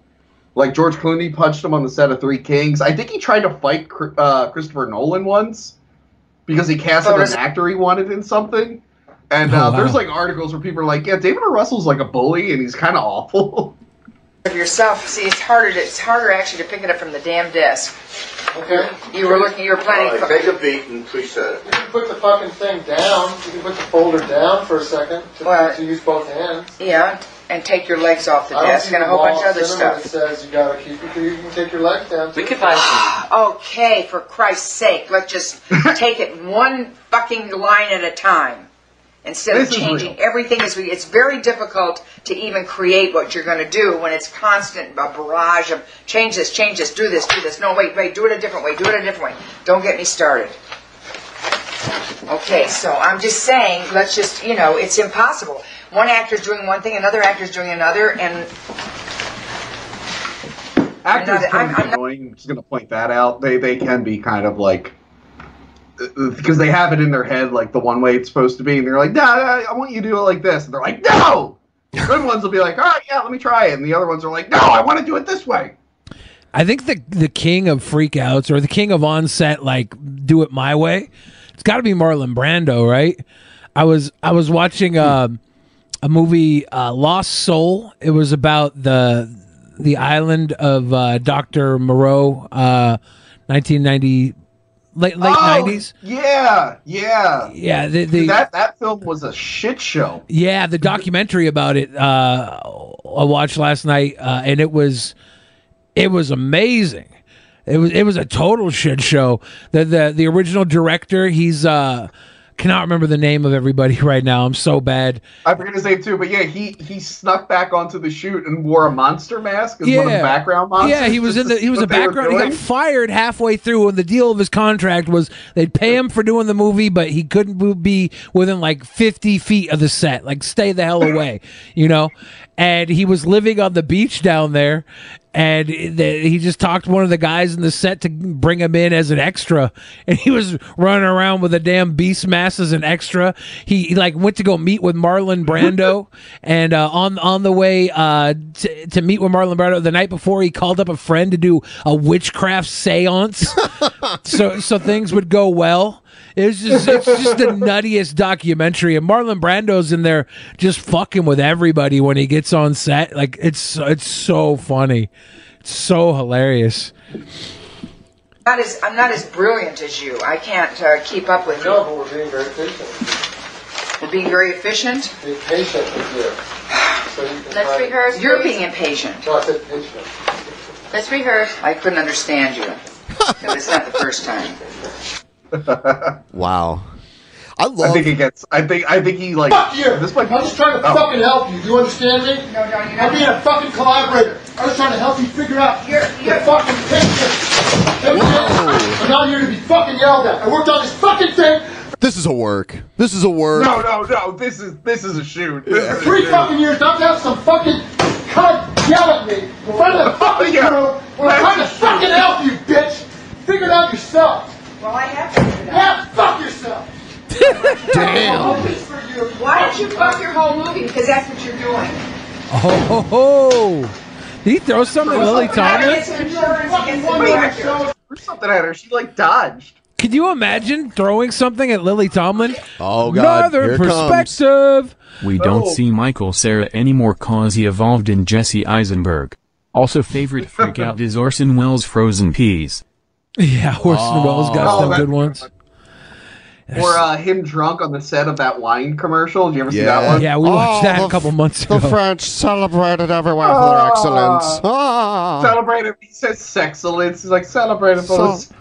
S9: Like George Clooney punched him on the set of Three Kings. I think he tried to fight Cr- uh, Christopher Nolan once because he casted an actor he wanted in something. And uh,
S8: Oh, wow.
S9: there's like articles where people are like, "Yeah, David O. Russell's like a bully and he's kind of awful."
S19: of yourself. See, it's harder. To, it's harder actually to pick it up from the damn desk. Okay. You were looking. You were planning.
S20: Alright, take a beat and preset it.
S21: You can put the fucking thing down. You can put the folder down for a second to, to use both hands.
S19: yeah, and take your legs off the
S21: I don't
S19: desk
S21: see
S19: and a
S21: the
S19: whole
S21: law
S19: bunch of other
S21: cinema
S19: stuff.
S21: That says you gotta keep it. You can take your leg down. We
S19: could buy okay, for Christ's sake, let's
S9: [LAUGHS]
S19: just take it one fucking line at a time instead
S9: This
S19: of
S9: is
S19: changing everything as we. It's very difficult to even create what you're going to do when it's constant a barrage of change this, change this, do this, do this. No, wait, wait, do it a different way, do it a different way. Don't get me started. Okay, so I'm just saying, let's just, you know, it's impossible. One actor's doing one thing, another actor's doing another, and
S9: Actors
S19: Another-
S9: can be annoying. I'm just gonna point that out. They they can be kind of like because they have it in their head like the one way it's supposed to be, and they're like, "Nah, nah, I want you to do it like this," and they're like,
S8: [LAUGHS]
S9: "No." Good ones will be like, "All right, yeah, let me try it," and the other ones are like, "No, I want to do it this way."
S8: I think the the king of freakouts or the king of onset, like do it my way. It's got to be Marlon Brando, right? I was I was watching um a movie uh, Lost Soul. It was about the the island of uh, Doctor Moreau, uh, nineteen ninety late late nineties.
S9: Oh, Yeah, yeah,
S8: Yeah, the-
S9: Dude,
S8: the-
S9: that that film was a shit show.
S8: Yeah, the documentary about it uh, I watched last night, uh, and it was it was amazing. It was it was a total shit show. The the the original director, he's uh, cannot remember the name of everybody [LAUGHS] right now. I'm so bad.
S9: I forget his name too, but yeah, he he snuck back onto the shoot and wore a monster mask as one of the background monsters.
S8: Yeah, he was in the he was a
S9: What they were
S8: background. He got
S9: doing.
S8: fired halfway through, and the deal of his contract was they'd pay him for doing the movie, but he couldn't bo- be within like fifty feet of the set. Like, stay the hell away, you know. And he was living on the beach down there, and the, he just talked one of the guys in the set to bring him in as an extra, and he was running around with a damn beast mask as an extra. He, he, like went to go meet with Marlon Brando, and uh, on on the way uh, to to meet with Marlon Brando the night before, he called up a friend to do a witchcraft séance, so so things would go well. It was just it's just the nuttiest documentary, and Marlon Brando's in there just fucking with everybody when he gets on set. Like it's it's so funny, it's so hilarious.
S19: Not as, I'm not as brilliant as you. I can't uh, keep up with
S21: No,
S19: you.
S21: but we're being very patient.
S19: You're being very efficient.
S21: Be patient with you. So you can
S19: Let's
S21: find-
S19: rehearse, You're please. being impatient.
S21: No, I said patient.
S19: Let's rehearse. I couldn't understand you. No, it's not the first time.
S7: Wow. I love.
S9: I think he gets. I think. I think he like.
S21: Fuck you!
S9: This might.
S21: I'm just trying to
S9: Oh.
S21: fucking help you. Do you understand me? No, no, you're I'm being a fucking collaborator. I'm just trying to help you figure out the Ah, fucking picture. That's it. I'm not here to be fucking yelled at. I worked on this fucking thing
S7: This is a work. This is a work.
S9: No, no, no. This is this is a shoot. This is a
S21: three
S9: shoot.
S21: fucking years. Not to have some fucking cunt yell at me in
S9: [LAUGHS]
S21: front of the fucking
S9: Oh, Yeah.
S21: crew. When I'm trying to fucking help you, bitch. Figure it out yourself.
S19: Well, I have to figure it
S21: out. Yeah, fuck yourself.
S7: Damn.
S19: Why don't you fuck your whole movie? Because that's what you're doing.
S8: Oh, ho, ho. did he throw something at Lily Thomas?
S9: Or something at her. She like dodged.
S8: Could you imagine throwing something at Lily Tomlin?
S7: Oh
S10: God,
S8: Another
S10: here it comes.
S8: perspective.
S10: We don't
S8: Oh.
S10: see Michael Sarah anymore cause he evolved in Jesse Eisenberg. Also favorite freakout is Orson Welles' Frozen Peas.
S8: Yeah, Orson Welles got
S9: Oh,
S8: some
S9: that-
S8: good ones.
S9: Or uh, him drunk on the set of that wine commercial. Did you ever see that one?
S8: Yeah, we watched
S7: Oh,
S8: that a couple months ago.
S7: celebrated everyone
S9: for
S21: Ah.
S9: their Ah. [LAUGHS]
S8: excellence.
S9: Celebrate it. He says sexcellence. He's like, celebrate it.
S7: So- [LAUGHS]
S9: folks.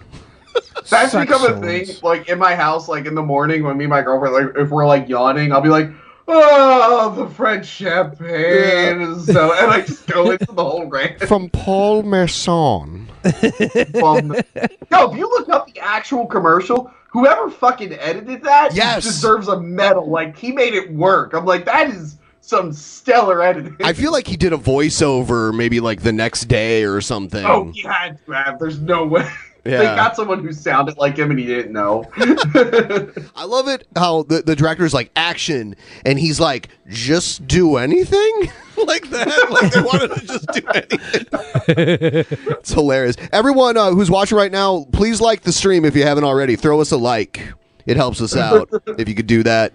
S9: That's become a thing.
S7: Sexcellence.
S9: Like in my house, like in the morning when me and my girlfriend, like if we're like yawning, I'll be like, oh, the French champagne. is So and I just go into the whole rant.
S7: From Paul Merson.
S9: From-
S7: [LAUGHS]
S9: no, if you look up the actual commercial, whoever fucking edited that
S7: Yes.
S9: deserves a medal. Like he made it work. I'm like, that is some stellar editing.
S7: [LAUGHS] I feel like he did a voiceover maybe like the next day or something.
S9: Oh, he had to have. There's no way. They
S7: Yeah.
S9: got someone who sounded like him and he didn't know.
S7: I love it how the, the director's like action and he's like just do anything [LAUGHS] like that. Like they wanted to just do anything. [LAUGHS] it's hilarious. Everyone uh, who's watching right now, please like the stream if you haven't already. Throw us a like. It helps us out if you could do that.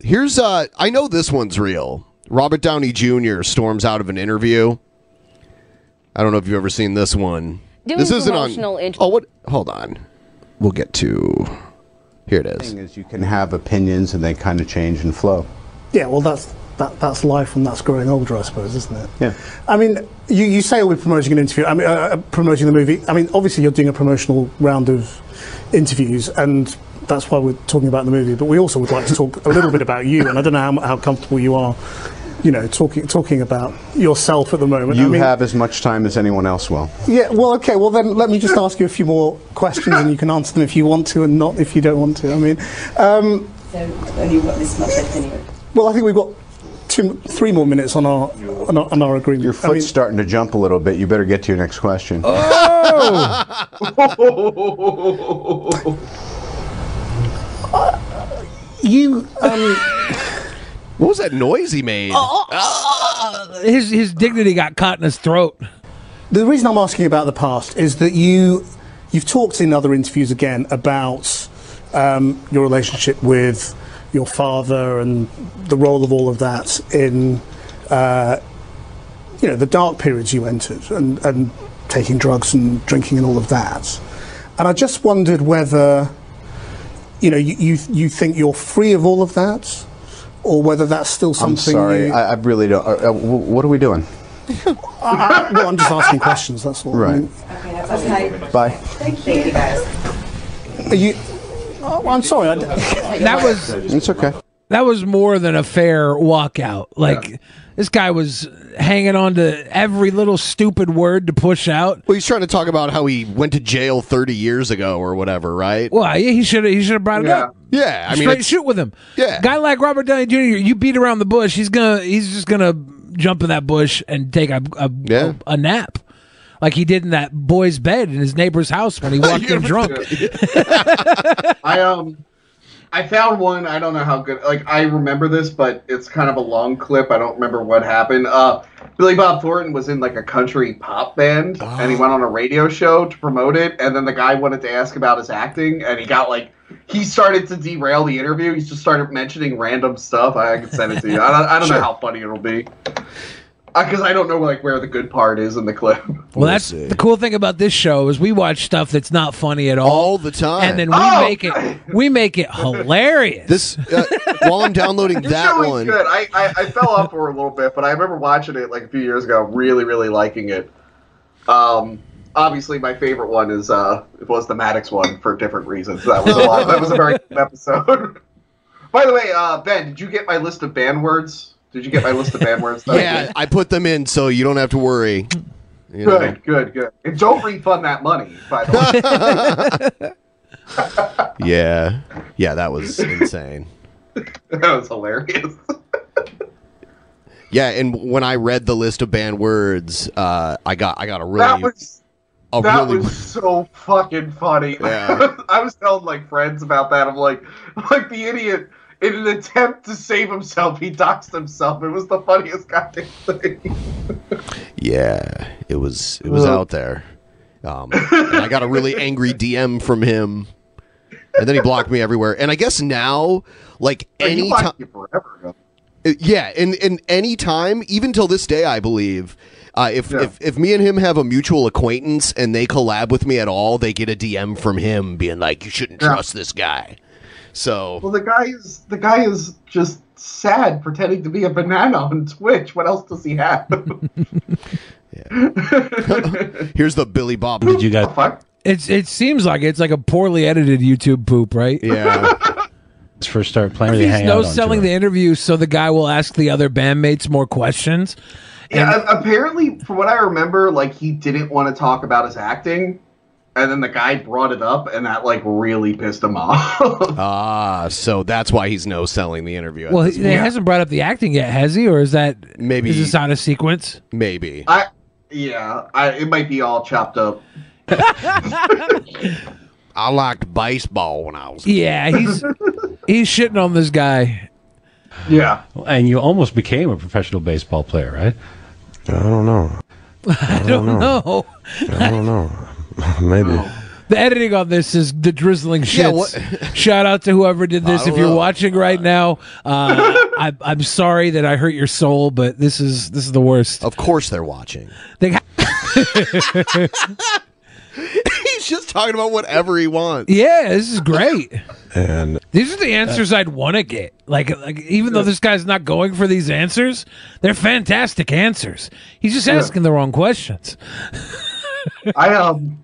S7: Here's uh I know this one's real. Robert Downey Jr. storms out of an interview. I don't know if you've ever seen this one.
S22: Doing
S7: this isn't on
S22: promotional int-
S7: Oh what hold on. We'll get to here it is.
S23: thing is you can have opinions and they kind of change and flow.
S24: Yeah, well, that's that, that's life and that's growing older, I suppose, isn't it?
S23: Yeah.
S24: I mean, you, you say we're promoting an interview. I mean, uh, uh, promoting the movie. I mean, obviously you're doing a promotional round of interviews, and that's why we're talking about the movie. But we also would like to talk a little bit about you, and I don't know how, how comfortable you are, you know, talking talking about yourself at the moment.
S23: You
S24: I mean,
S23: have as much time as anyone else will.
S24: Yeah. Well, okay. Well, then let me just ask you a few more questions, and you can answer them if you want to, and not if you don't want to. I mean, um,
S25: And you've got this much left anyway.
S24: well, I think we've got. Two, three more minutes on our on our, on our agreement.
S23: Your
S24: I
S23: foot's
S24: mean-
S23: starting to jump a little bit. You better get to your next question.
S7: Oh,
S21: [LAUGHS]
S24: You. Um,
S7: [LAUGHS] what
S3: Oh,
S21: Oh.
S7: was that noise he made?
S8: His his dignity got caught in his throat.
S24: The reason I'm asking about the past is that you you've talked in other interviews again about um, your relationship with your father and the role of all of that in uh, you know the dark periods you entered and, and taking drugs and drinking and all of that. And I just wondered whether you know you you, you think you're free of all of that, or whether that's still something.
S23: I'm sorry.
S24: You,
S23: I, I really don't. Uh, uh, w- what are we doing?
S24: I- I- well, I'm just asking questions. That's all. I
S23: Right.
S24: mean,
S23: Bye.
S25: Thank you guys.
S24: Are you? Oh, I'm sorry. I d-
S8: That was
S23: It's okay.
S8: that was more than a fair walkout. Like this guy was hanging on to every little stupid word to push out.
S7: Well, he's trying to talk about how he went to jail 30 years ago or whatever, right?
S8: Well, yeah, he should have he should have brought it
S7: Yeah.
S8: up.
S7: Yeah, I mean,
S8: straight
S7: it's-
S8: shoot with him.
S7: Yeah.
S8: guy like Robert Downey Jr. You beat around the bush. He's gonna he's just gonna jump in that bush and take a a,
S7: Yeah.
S8: a, a nap, like he did in that boy's bed in his neighbor's
S9: [LAUGHS]
S8: house when he walked in drunk. [LAUGHS]
S9: I um I found one, I don't know how good like I remember this, but it's kind of a long clip. I don't remember what happened. Uh Billy Bob Thornton was in like a country pop band
S8: Ah.
S9: and he went on a radio show to promote it and then the guy wanted to ask about his acting and he got like he started to derail the interview. He just started mentioning random stuff. I, I can send it to you. I don't, I don't
S8: Sure.
S9: know how funny it'll be. Because I don't know like where the good part is in the clip.
S8: Well, that's the cool thing about this show is we watch stuff that's not funny at all, all
S7: the time,
S8: and then we
S9: Oh!
S8: make it we make it hilarious.
S7: This uh, while I'm
S9: [LAUGHS]
S7: downloading
S9: Your show is good. I, I, I fell off for a little bit, but I remember watching it like a few years ago, really, really liking it. Um, obviously, my favorite one is uh, it was the Maddox one for different reasons. That was a lot. that was a very good episode. [LAUGHS] By the way, uh, Ben, did you get my list of band words? Did you get my list of band words? that I
S7: yeah, I put them in so you don't have to worry.
S9: did?
S7: You know.
S9: Good, good, good. And don't refund that money, by the way. [LAUGHS]
S7: Yeah. Yeah, that was insane.
S9: that was hilarious.
S7: Yeah, and when I read the list of banned words, uh, I got I got a really
S9: That was
S7: a
S9: that
S7: really
S9: was so fucking funny. [LAUGHS]
S7: Yeah.
S9: I was telling like friends about that. I'm like, [LAUGHS] like the idiot in an attempt to save himself, he doxed himself. It was the funniest [LAUGHS] goddamn thing.
S7: yeah, it was it was
S9: Ugh.
S7: out there. Um, and I got a really angry DM from him, and then he blocked me everywhere. And I guess now, like
S9: he
S7: any
S9: blocked
S7: time,
S9: you forever. ago.
S7: Uh, Yeah, and and any time, even till this day, I believe, uh, if, if if me and him have a mutual acquaintance and they collab with me at all, they get a DM from him being like, "You shouldn't trust this guy." So
S9: Well, the guy is the guy is just sad, pretending to be a banana on Twitch. What else does he
S7: [LAUGHS]
S9: have? [LAUGHS]
S7: here's the Billy Bob. Did you guys?
S8: It's it seems like it's like a poorly edited YouTube poop, right? [LAUGHS]
S7: Yeah.
S22: Let's first start playing.
S8: He's
S22: hang out
S8: no
S22: on
S8: selling the interview, so the guy will ask the other bandmates more questions.
S9: Yeah, a- apparently, from what I remember, like he didn't want to talk about his acting, and then the guy brought it up, and that like really pissed him off.
S7: Ah, so that's why he's no selling the interview. at
S8: Well,
S7: this
S8: he, he
S7: point.
S8: hasn't brought up the acting yet, has he? Or is that
S7: maybe
S8: is this out of sequence?
S7: Maybe.
S9: I yeah, I, it might be all chopped
S8: [LAUGHS]
S9: up.
S7: I liked baseball when I was.
S8: Yeah, he's he's shitting on this guy.
S9: Yeah.
S22: And you almost became a professional baseball player, right?
S26: I
S8: [LAUGHS]
S26: don't know. I
S8: don't know.
S26: I don't know. [LAUGHS] Maybe.
S8: The editing on this is the drizzling shits. [LAUGHS] Shout out to whoever did this. If you're watching right now, uh, I, I'm sorry that I hurt your soul, but this is this is the worst.
S7: Of course, they're watching.
S8: They
S7: [LAUGHS] he's just talking about whatever he wants.
S8: [LAUGHS] yeah, this is great.
S26: And
S8: These are
S22: Uh,
S8: the answers I'd want to get. Like, like even though this guy's not going for these answers, they're fantastic answers. He's just
S9: Yeah.
S8: asking the wrong questions.
S9: I um,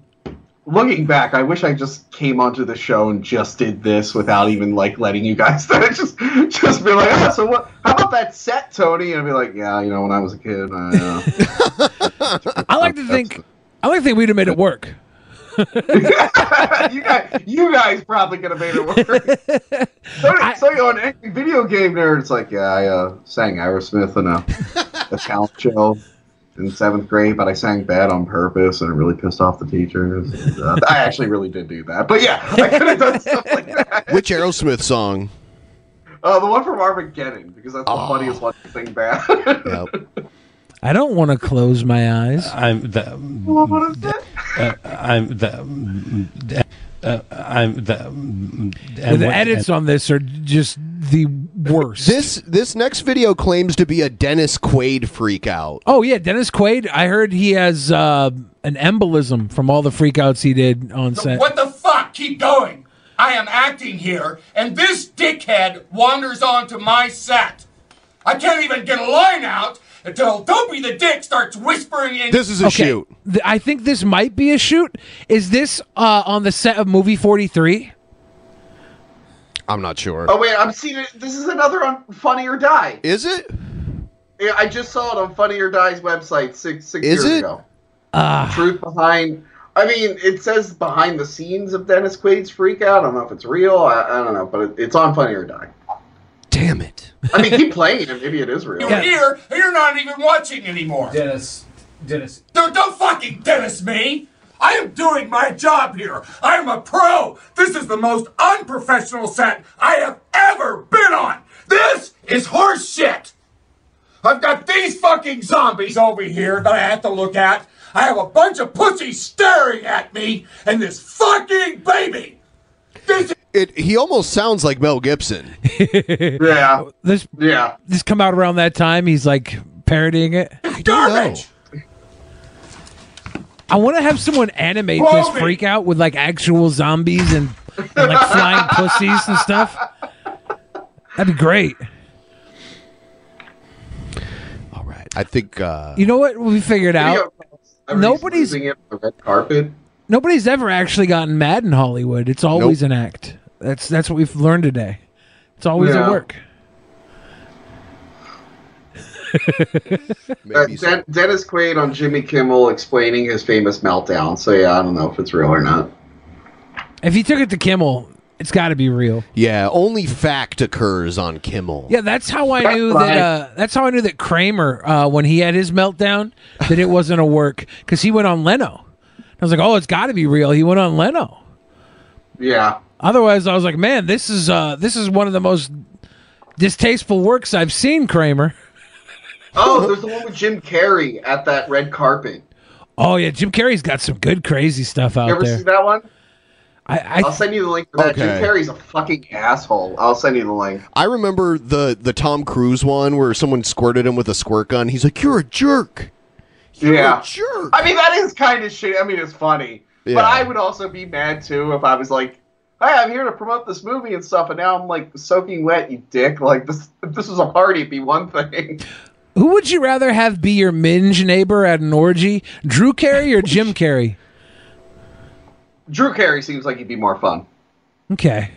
S9: looking back, I wish I just came onto the show and just did this without even like letting you guys. [LAUGHS] just just be like, "Ah, so what? How about that set, Tony? And I'd be like, yeah, you know, when I was a kid, I, uh,
S8: [LAUGHS] I like to think, I like to think we'd have made
S9: [LAUGHS]
S8: it work.
S9: [LAUGHS] you guys, you guys probably could have made it work. so, so you're an angry video game nerd. It's like, yeah, I uh, sang Aerosmith in a, a talent show in seventh grade, but I sang bad on purpose, and it really pissed off the teachers. And, uh, I actually really did do that, but yeah, I could have done stuff like
S7: [LAUGHS]
S9: that.
S7: Which Aerosmith song?
S9: [LAUGHS] Uh, the one from Armageddon, because that's the funniest one to sing bad.
S7: Oh. Yep.
S8: I don't want to close my eyes.
S22: [LAUGHS] I'm the.
S9: Oh,
S22: Uh, I'm the. Uh, I'm the. and
S8: the
S22: what-
S8: edits on this are just the worst.
S7: This this next video claims to be a Dennis Quaid freakout.
S8: Oh yeah, Dennis Quaid. I heard he has uh, an embolism from all the freakouts he did on set.
S1: What the fuck? Keep going. I am acting here, and this dickhead wanders onto my set. I can't even get a line out until Dopey the Dick starts whispering in.
S8: Okay, th- I think this might be a shoot. Is this uh, on the set of movie forty three?
S7: I'm not sure.
S9: Oh wait, I'm seeing it. This is another on Funny or Die.
S7: Is it?
S9: Yeah, I just saw it on Funny or Die's website six six
S7: Is
S9: years
S7: it?
S9: ago.
S8: Ah.
S13: [LAUGHS]
S9: Truth behind. I mean, it says behind the scenes of Dennis Quaid's freak out. I don't know if it's real. I, I don't know, but it, it's on Funny or Die.
S7: Damn it!
S9: I mean, keep playing it. Maybe it is real.
S1: You're here, and you're not even watching anymore. Dennis, Dennis. Don't, don't fucking Dennis me. I am doing my job here. I am a pro. This is the most unprofessional set I have ever been on. This is horse shit. I've got these fucking zombies over here that I have to look at. I have a bunch of pussies staring at me, and this fucking baby.
S7: It he almost sounds like Mel Gibson.
S9: [LAUGHS] yeah.
S8: This
S9: yeah.
S8: This come out around that time. He's like parodying it.
S1: Garbage.
S8: I want to have someone animate this
S1: Roman.
S8: freak out with like actual zombies and, and like flying pussies and stuff. That'd be great.
S7: I think uh
S8: You know what? We figured out. Nobody's
S9: Using it on the red carpet.
S8: nobody's ever actually gotten mad in Hollywood. It's always an act. That's that's what we've learned today. It's always
S9: Yeah.
S8: a work.
S9: Uh, Den- Dennis Quaid on Jimmy Kimmel explaining his famous meltdown. So yeah, I don't know if it's real or not.
S8: If he took it to Kimmel, it's got to be real.
S7: Yeah, only fact occurs on Kimmel.
S8: Yeah, that's how I
S7: That's
S8: knew
S7: right.
S8: that. Uh, that's how I knew that Kramer, uh, when he had his meltdown, that it wasn't a work because he went on Leno. I was like, oh, it's got to be real. He went on Leno.
S9: Yeah.
S8: Otherwise, I was like, man, this is uh, this is one of the most distasteful works I've seen, Kramer.
S7: [LAUGHS]
S9: Oh, there's the one with Jim Carrey at that red carpet.
S8: Oh yeah, Jim Carrey's got some good crazy stuff out
S9: you ever
S8: there.
S9: see that one?
S8: I, I
S9: will send you the link for that. Jim
S7: Okay.
S9: Carrey's a fucking asshole. I'll send you the link.
S7: I remember the the Tom Cruise one where someone squirted him with a squirt gun. He's like, "You're a jerk."
S9: Yeah.
S7: Sure.
S9: I mean, that is kind of shit. I mean, it's funny.
S7: Yeah.
S9: But I would also be mad too if I was like, "Hey, I'm here to promote this movie and stuff," and now I'm like soaking wet, you dick. Like this, if this was a party, it'd be one thing. [LAUGHS]
S8: Who would you rather have be your minge neighbor at an orgy, Drew Carey
S9: [LAUGHS]
S8: or Jim Carrey?
S9: Drew Carey seems like he'd be more fun.
S8: Okay.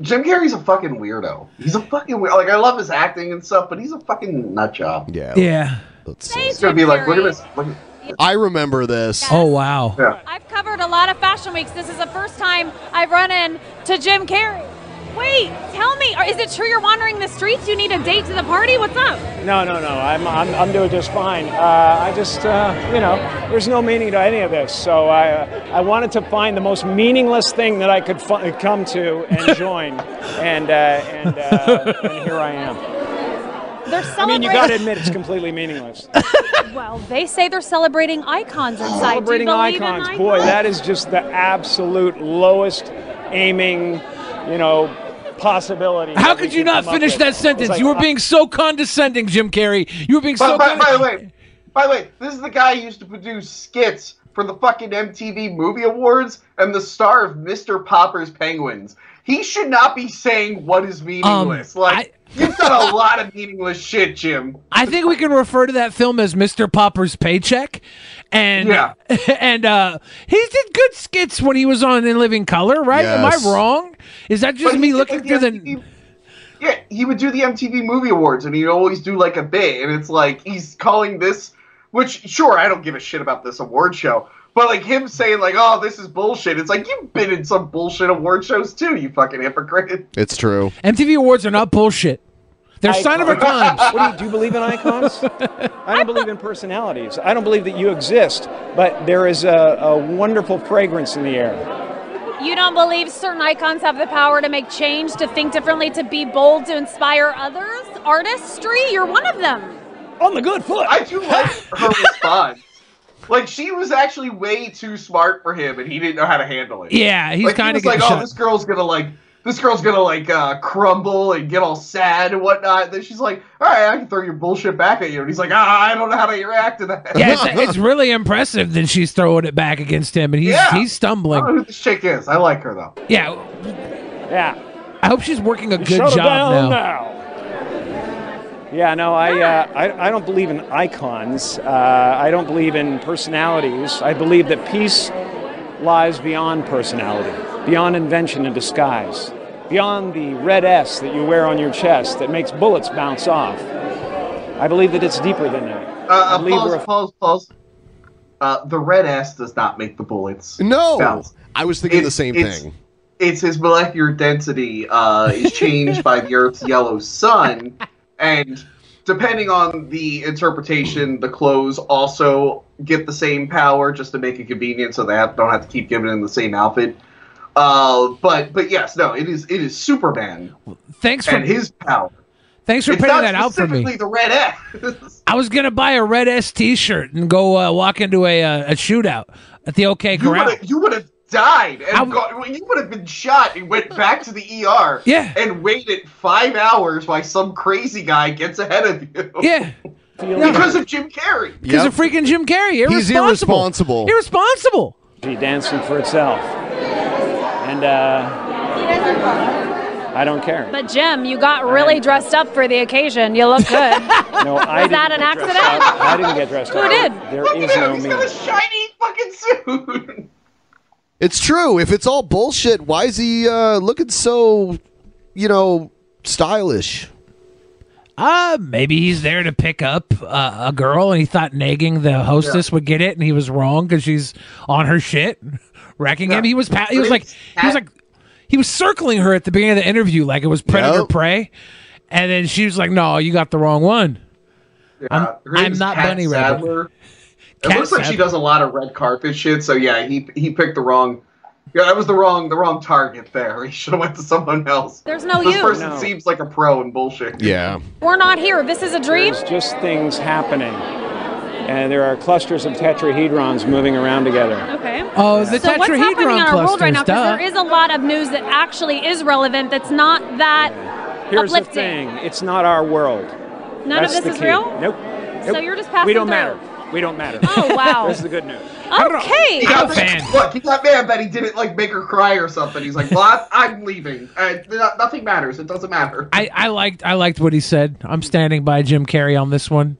S9: Jim Carrey's a fucking weirdo. He's a fucking weirdo. Like I love his acting and stuff, but he's a fucking nut job.
S7: Yeah.
S8: Yeah.
S9: It's gonna be like, look at this. Look at
S7: I remember this.
S8: Oh wow.
S27: I've covered a lot of fashion weeks. This is the first time I've run in to Jim Carrey. Wait, tell me, are- is it true you're wandering the streets? You need a date to the party? What's up?
S14: No, no, no. I'm, I'm, I'm doing just fine. Uh, I just, uh, you know, there's no meaning to any of this. So I, uh, I wanted to find the most meaningless thing that I could fi- come to
S8: [LAUGHS]
S14: and join, and uh, and, uh, and here I am.
S27: They're
S14: I
S27: celebrating.
S14: mean, you got to admit it's
S8: [LAUGHS]
S14: completely meaningless.
S27: Well, they say they're celebrating icons inside. Do you
S14: Celebrating
S27: believe in
S14: icons, boy,
S27: icons?
S14: that is just the absolute lowest aiming, you know, possibility.
S8: How
S14: that we
S8: could you
S14: could
S8: not
S14: come up
S8: finish
S14: with.
S8: that
S14: It's
S8: sentence?
S14: like,
S8: you were
S14: I-
S8: being so condescending, Jim Carrey. You were being so.
S9: by, by, by
S8: condescending.
S9: the way, by the way, this is the guy who used to produce skits for the fucking MTV Movie Awards and the star of Mr. Popper's Penguins. He should not be saying what
S8: Um,
S9: is meaningless. like you've done a lot of meaningless shit, Jim.
S8: I think we can refer to that film as Mr. Popper's Paycheck, and
S9: Yeah.
S8: [LAUGHS] and uh, he did good skits when he was on In Living Color, right?
S9: Yes.
S8: Am I wrong? Is that just
S9: But
S8: me
S9: he did
S8: looking
S9: the
S8: through the?
S9: MTV Yeah, he would do the MTV Movie Awards, and he'd always do like a bit, and it's like he's calling this, which sure I don't give a shit about this award show, but like him saying like, "Oh, this is bullshit." It's like you've been in some bullshit award shows too, you fucking hypocrite.
S7: It's true.
S8: MTV Awards are
S7: [LAUGHS]
S8: not bullshit. They're sign of our times.
S14: What do you do? You believe in icons? I don't believe in personalities. I don't believe that you exist, but there is a, a wonderful fragrance in the air.
S27: You don't believe certain icons have the power to make change, to think differently, to be bold, to inspire others? Artistry, you're one of them.
S14: on the good foot.
S9: I do like her
S8: [LAUGHS]
S9: response. Like she was actually way too smart for him, and he didn't know how to handle it.
S8: Yeah, he's
S9: Like, he
S8: kinda
S9: was like,
S8: getting
S9: oh,
S8: shot."
S9: this girl's gonna like, this girl's gonna like uh, crumble and get all sad and whatnot. And then she's like, all right, I can throw your bullshit back at you, and he's like, ah, I don't know how to react to that.
S8: Yeah,
S9: [LAUGHS]
S8: it's, it's really impressive that she's throwing it back against him, and he's
S9: Yeah.
S8: he's stumbling.
S9: I don't know who Oh, this chick is. I like her though.
S8: Yeah,
S14: Yeah.
S8: I hope she's working a good
S14: Shut
S8: job
S14: it down
S8: now.
S14: Yeah, no, I, uh, I, I don't believe in icons. Uh, I don't believe in personalities. I believe that peace lies beyond personality, beyond invention and disguise, beyond the red S that you wear on your chest that makes bullets bounce off. I believe that it's deeper than
S9: Uh,
S14: that.
S9: uh,
S14: believe we're
S9: pause, pause, pause. Uh, the red ass does not make the bullets.
S7: No,
S9: bounce.
S7: I was thinking the
S9: It's-
S7: same
S9: it's-
S7: thing.
S9: It's his molecular density uh, is changed by
S7: [LAUGHS]
S9: the Earth's yellow sun, and depending on the interpretation, the clothes also get the same power just to make it convenient, so they have, don't have to keep giving him the same outfit. Uh, but but yes, no, it is it is Superman.
S8: Thanks for
S9: and his power.
S8: Thanks for
S9: It's
S8: putting
S9: not
S8: that out for me.
S9: specifically the red S.
S8: I was gonna buy a red S T-shirt and go uh, walk into a uh, a shootout at the OK
S9: You
S8: Corral.
S9: would have you would have died and gone, you would have been shot and went back to the ER.
S8: Yeah.
S9: And waited five hours while some crazy guy gets ahead of you.
S8: Yeah.
S9: because of Jim Carrey.
S8: Because of freaking Jim Carrey, irresponsible.
S7: irresponsible.
S8: Irresponsible.
S14: She dancing for itself. And uh, I don't care.
S27: But Jim, you got really dressed up for the occasion. You look good.
S14: [LAUGHS] No, I
S27: Was
S14: didn't
S27: that an
S14: get dressed
S27: accident?
S14: up. I didn't get dressed
S27: Who
S14: up.
S27: did?
S14: There is no me.
S9: shiny fucking suit.
S7: It's true. If it's all bullshit, why is he uh, looking so, you know, stylish?
S8: Uh, maybe he's there to pick up uh, a girl, and he thought nagging the hostess would get it, and he was wrong because she's on her shit, [LAUGHS] wrecking him. He was pa- he was like he was like he was circling her at the beginning of the interview like it was predator prey, and then she was like, "No, you got the wrong one." I'm-
S9: Her name's
S8: not
S9: Kat
S8: Bunny Rabbit.
S9: Sadler. It
S8: Kat
S9: looks like she
S8: Sadler.
S9: does a lot of red carpet shit. So yeah, he he picked the wrong. Yeah, that was the wrong the wrong target there. [LAUGHS] He should have went to someone else.
S27: There's no
S9: this
S27: you.
S9: person
S27: No.
S9: seems like a pro in bullshit.
S7: Yeah.
S27: We're not here. This is a dream.
S14: There's just things happening. And there are clusters of tetrahedrons moving around together.
S27: Okay.
S8: Oh, the
S27: so what's happening
S8: tetrahedron
S27: in our world right now?
S14: clusters, duh.
S27: Because there is a lot of news that actually is relevant. That's not that
S14: Here's the
S27: uplifting.
S14: thing it's not our world.
S27: None
S14: That's
S27: of this
S14: the
S27: is
S14: key.
S27: real?
S14: Nope.
S27: So
S14: Nope.
S27: you're just passing
S14: We don't
S27: through.
S14: matter. We don't matter.
S27: Oh, wow.
S14: [LAUGHS] this is the good news.
S27: Okay.
S9: He got mad- Look, he got mad that he didn't like make her cry or something. He's like, "Well, I, I'm leaving. Uh, no- nothing matters. It doesn't matter."
S8: I, I liked I liked what he said. I'm standing by Jim Carrey on this one.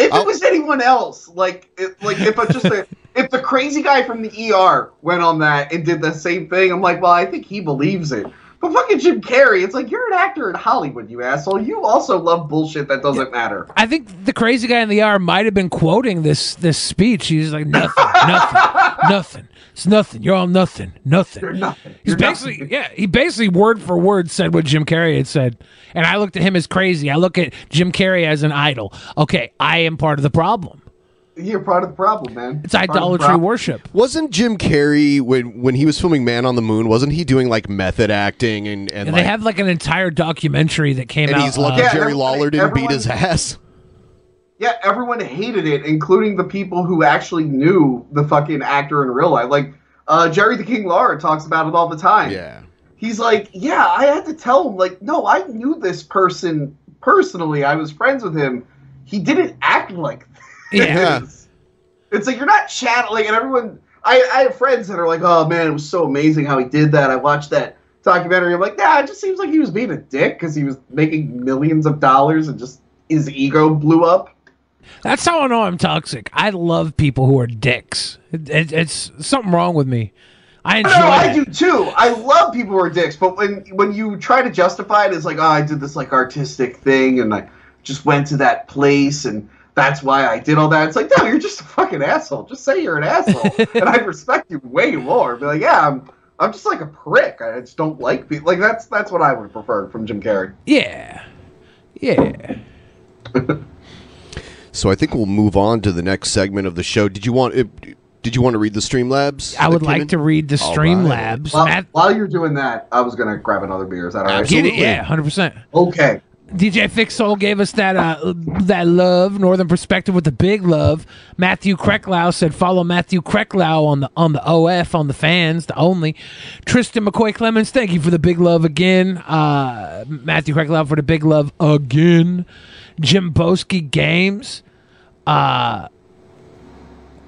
S9: If it was anyone else, like, it, like if it just a, if the crazy guy from the ER went on that and did the same thing, I'm like, well, I think he believes it. But fucking Jim Carrey, it's like you're an actor in Hollywood, you asshole. You also love bullshit that doesn't matter.
S8: I think the crazy guy in the R might have been quoting this this speech. He's
S9: [LAUGHS]
S8: like nothing, nothing, nothing. It's nothing. You're all nothing, nothing. You're nothing. He's basically yeah. He basically word for word said what Jim Carrey had said, and I looked at him as crazy. I look at Jim Carrey as an idol. Okay, I am part of the problem.
S9: You're part of the problem, man.
S8: It's
S9: Part of the
S8: idolatry
S9: problem.
S8: worship.
S7: Wasn't Jim Carrey when when he was filming Man on the Moon? Wasn't he doing like method acting and and,
S8: And
S7: like,
S8: they have like an entire documentary that came
S7: and
S8: out.
S7: he's lucky
S8: uh,
S7: Jerry Lawler didn't beat
S9: everyone-
S7: his ass.
S9: Yeah, everyone hated it, including the people who actually knew the fucking actor in real life. Like uh, Jerry the King Lawler talks about it all the time.
S7: Yeah.
S9: He's like, yeah, I had to tell him, like, no, I knew this person personally. I was friends with him. He didn't act like this.
S7: [LAUGHS] Yeah.
S9: It's like you're not channeling, and everyone. I, I have friends that are like, oh man, it was so amazing how he did that. I watched that documentary. I'm like, nah, it just seems like he was being a dick because he was making millions of dollars and just his ego blew up.
S8: That's how I know I'm toxic. I love people who are dicks. It, it, it's something wrong with me. I enjoy.
S9: No, I
S8: it.
S9: do too. I love people who are dicks, but when when you try to justify it, it's like, oh, I did this like artistic thing, and I just went to that place, and that's why I did all that. It's like, no, you're just a fucking asshole. Just say you're an asshole, and
S8: [LAUGHS]
S9: I respect you way more. Be like, yeah, I'm I'm just like a prick. I just don't like people. Like that's that's what I would prefer from Jim Carrey.
S8: Yeah. Yeah.
S7: So I think we'll move on to the next segment of the show. Did you want uh, did you want to read the Streamlabs?
S8: I
S7: that
S8: would
S7: came
S8: like
S7: in?
S8: to read the
S7: All
S8: Streamlabs.
S9: While, while you're doing that, I was gonna grab another beer. Is that all right?
S8: Get it? Yeah, hundred percent.
S9: Okay.
S8: DJ Fix Soul gave us that uh, that love, Northern Perspective with the big love. Matthew Krecklau said, "Follow Matthew Krecklau on the on the OF on the fans, the only." Tristan McCoy Clemens, thank you for the big love again. Uh, Matthew Krecklau for the big love again. Jim Boski Games uh,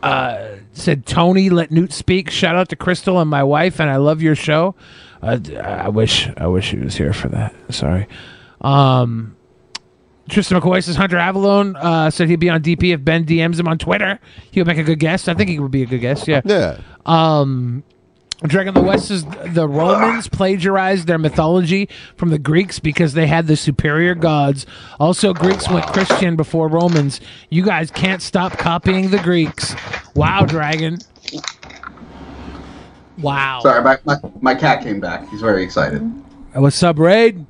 S8: uh, said, "Tony, let Newt speak." Shout out to Crystal and my wife, and I love your show. Uh, d- I wish I wish he was here for that. Sorry. Um, Tristan McCoy says Hunter Avalon uh, said he'd be on DP if Ben DMs him on Twitter. He would make a good guest. I think he would be a good guest. Yeah.
S7: Yeah.
S8: Um, Dragon of the West says the Romans plagiarized their mythology from the Greeks because they had the superior gods. Also, Greeks went Christian before Romans. You guys can't stop copying the Greeks. Wow, Dragon. Wow.
S9: Sorry, my, my, my cat came back. He's very excited.
S8: What's up, Raid?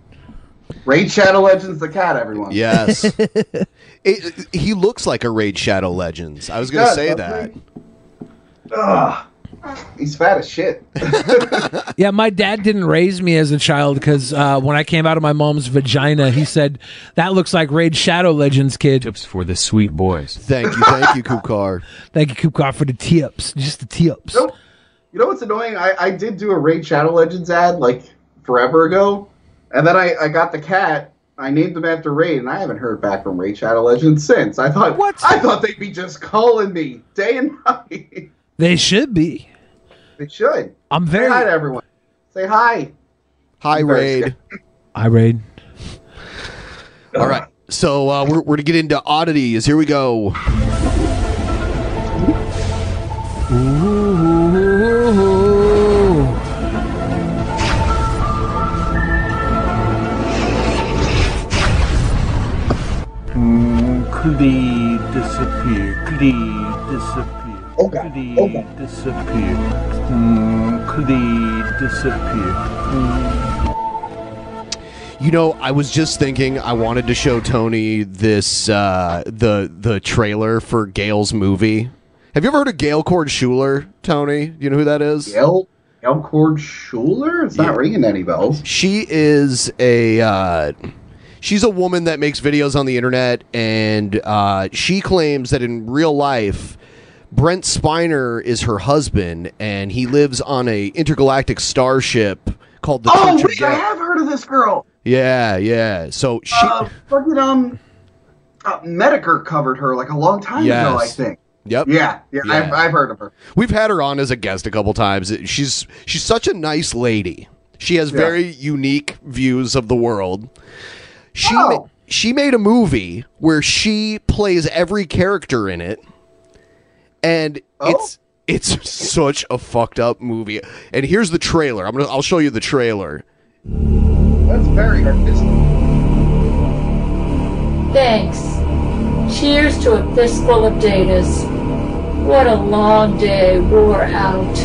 S9: Raid Shadow Legends the cat, everyone. [LAUGHS]
S7: Yes. It- it- he looks like a Raid Shadow Legends. I was going to
S9: Yeah,
S7: say that.
S9: that's Ugh. He's fat as shit.
S8: yeah, my dad didn't raise me as a child because uh, when I came out of my mom's vagina, he said, "That looks like Raid Shadow Legends, kid."
S10: Tips for the sweet boys.
S7: Thank you, thank you, Kukar.
S8: [LAUGHS] thank you, Kukar, for the tips. Just the tips.
S9: Nope. You know what's annoying? I, I did do a Raid Shadow Legends ad like forever ago, and then I, I got the cat. I named them after Raid, and I haven't heard back from Raid Shadow Legends since. I thought what? I thought they'd be just calling me day and [LAUGHS] night.
S8: They should be.
S9: they should.
S8: I'm very-
S9: Say hi to everyone. Say hi.
S7: Hi, Raid.
S8: Hi, Raid.
S7: All right. So uh, we're, we're to get into oddities. Here we go.
S6: Hmm, Clee disappear. Clee disappear. Oh god. Clee disappear. Mm, Clee disappear.
S7: You know, I was just thinking I wanted to show Tony this uh, the the trailer for Gail's movie. Have you ever heard of Gail Cord Schuler, Tony? Do You know who that is?
S9: Gail Gail Cord Schuler? It's not ringing any bells.
S7: She is a uh, she's a woman that makes videos on the internet, and uh, she claims that in real life. Brent Spiner is her husband, and he lives on a intergalactic starship called the
S9: Oh
S7: Trinity
S9: wait, I
S7: Galaxy.
S9: have heard of this girl.
S7: Yeah, yeah. So she,
S9: Uh, fucking um, uh, Medicare covered her like a long time ago, I
S7: Yes.
S9: think.
S7: Yep.
S9: Yeah, yeah, I've,
S7: Yeah.
S9: I've heard of her.
S7: we've had her on as a guest a couple times. She's she's such a nice lady. She has
S9: Yeah.
S7: very unique views of the world. She ma- she made a movie where she plays every character in it, and it's it's such a fucked up movie. And here's the trailer. I'm gonna I'll show you the trailer.
S9: That's very artistic.
S3: Thanks. Cheers to a fistful of datas. What a long day wore out.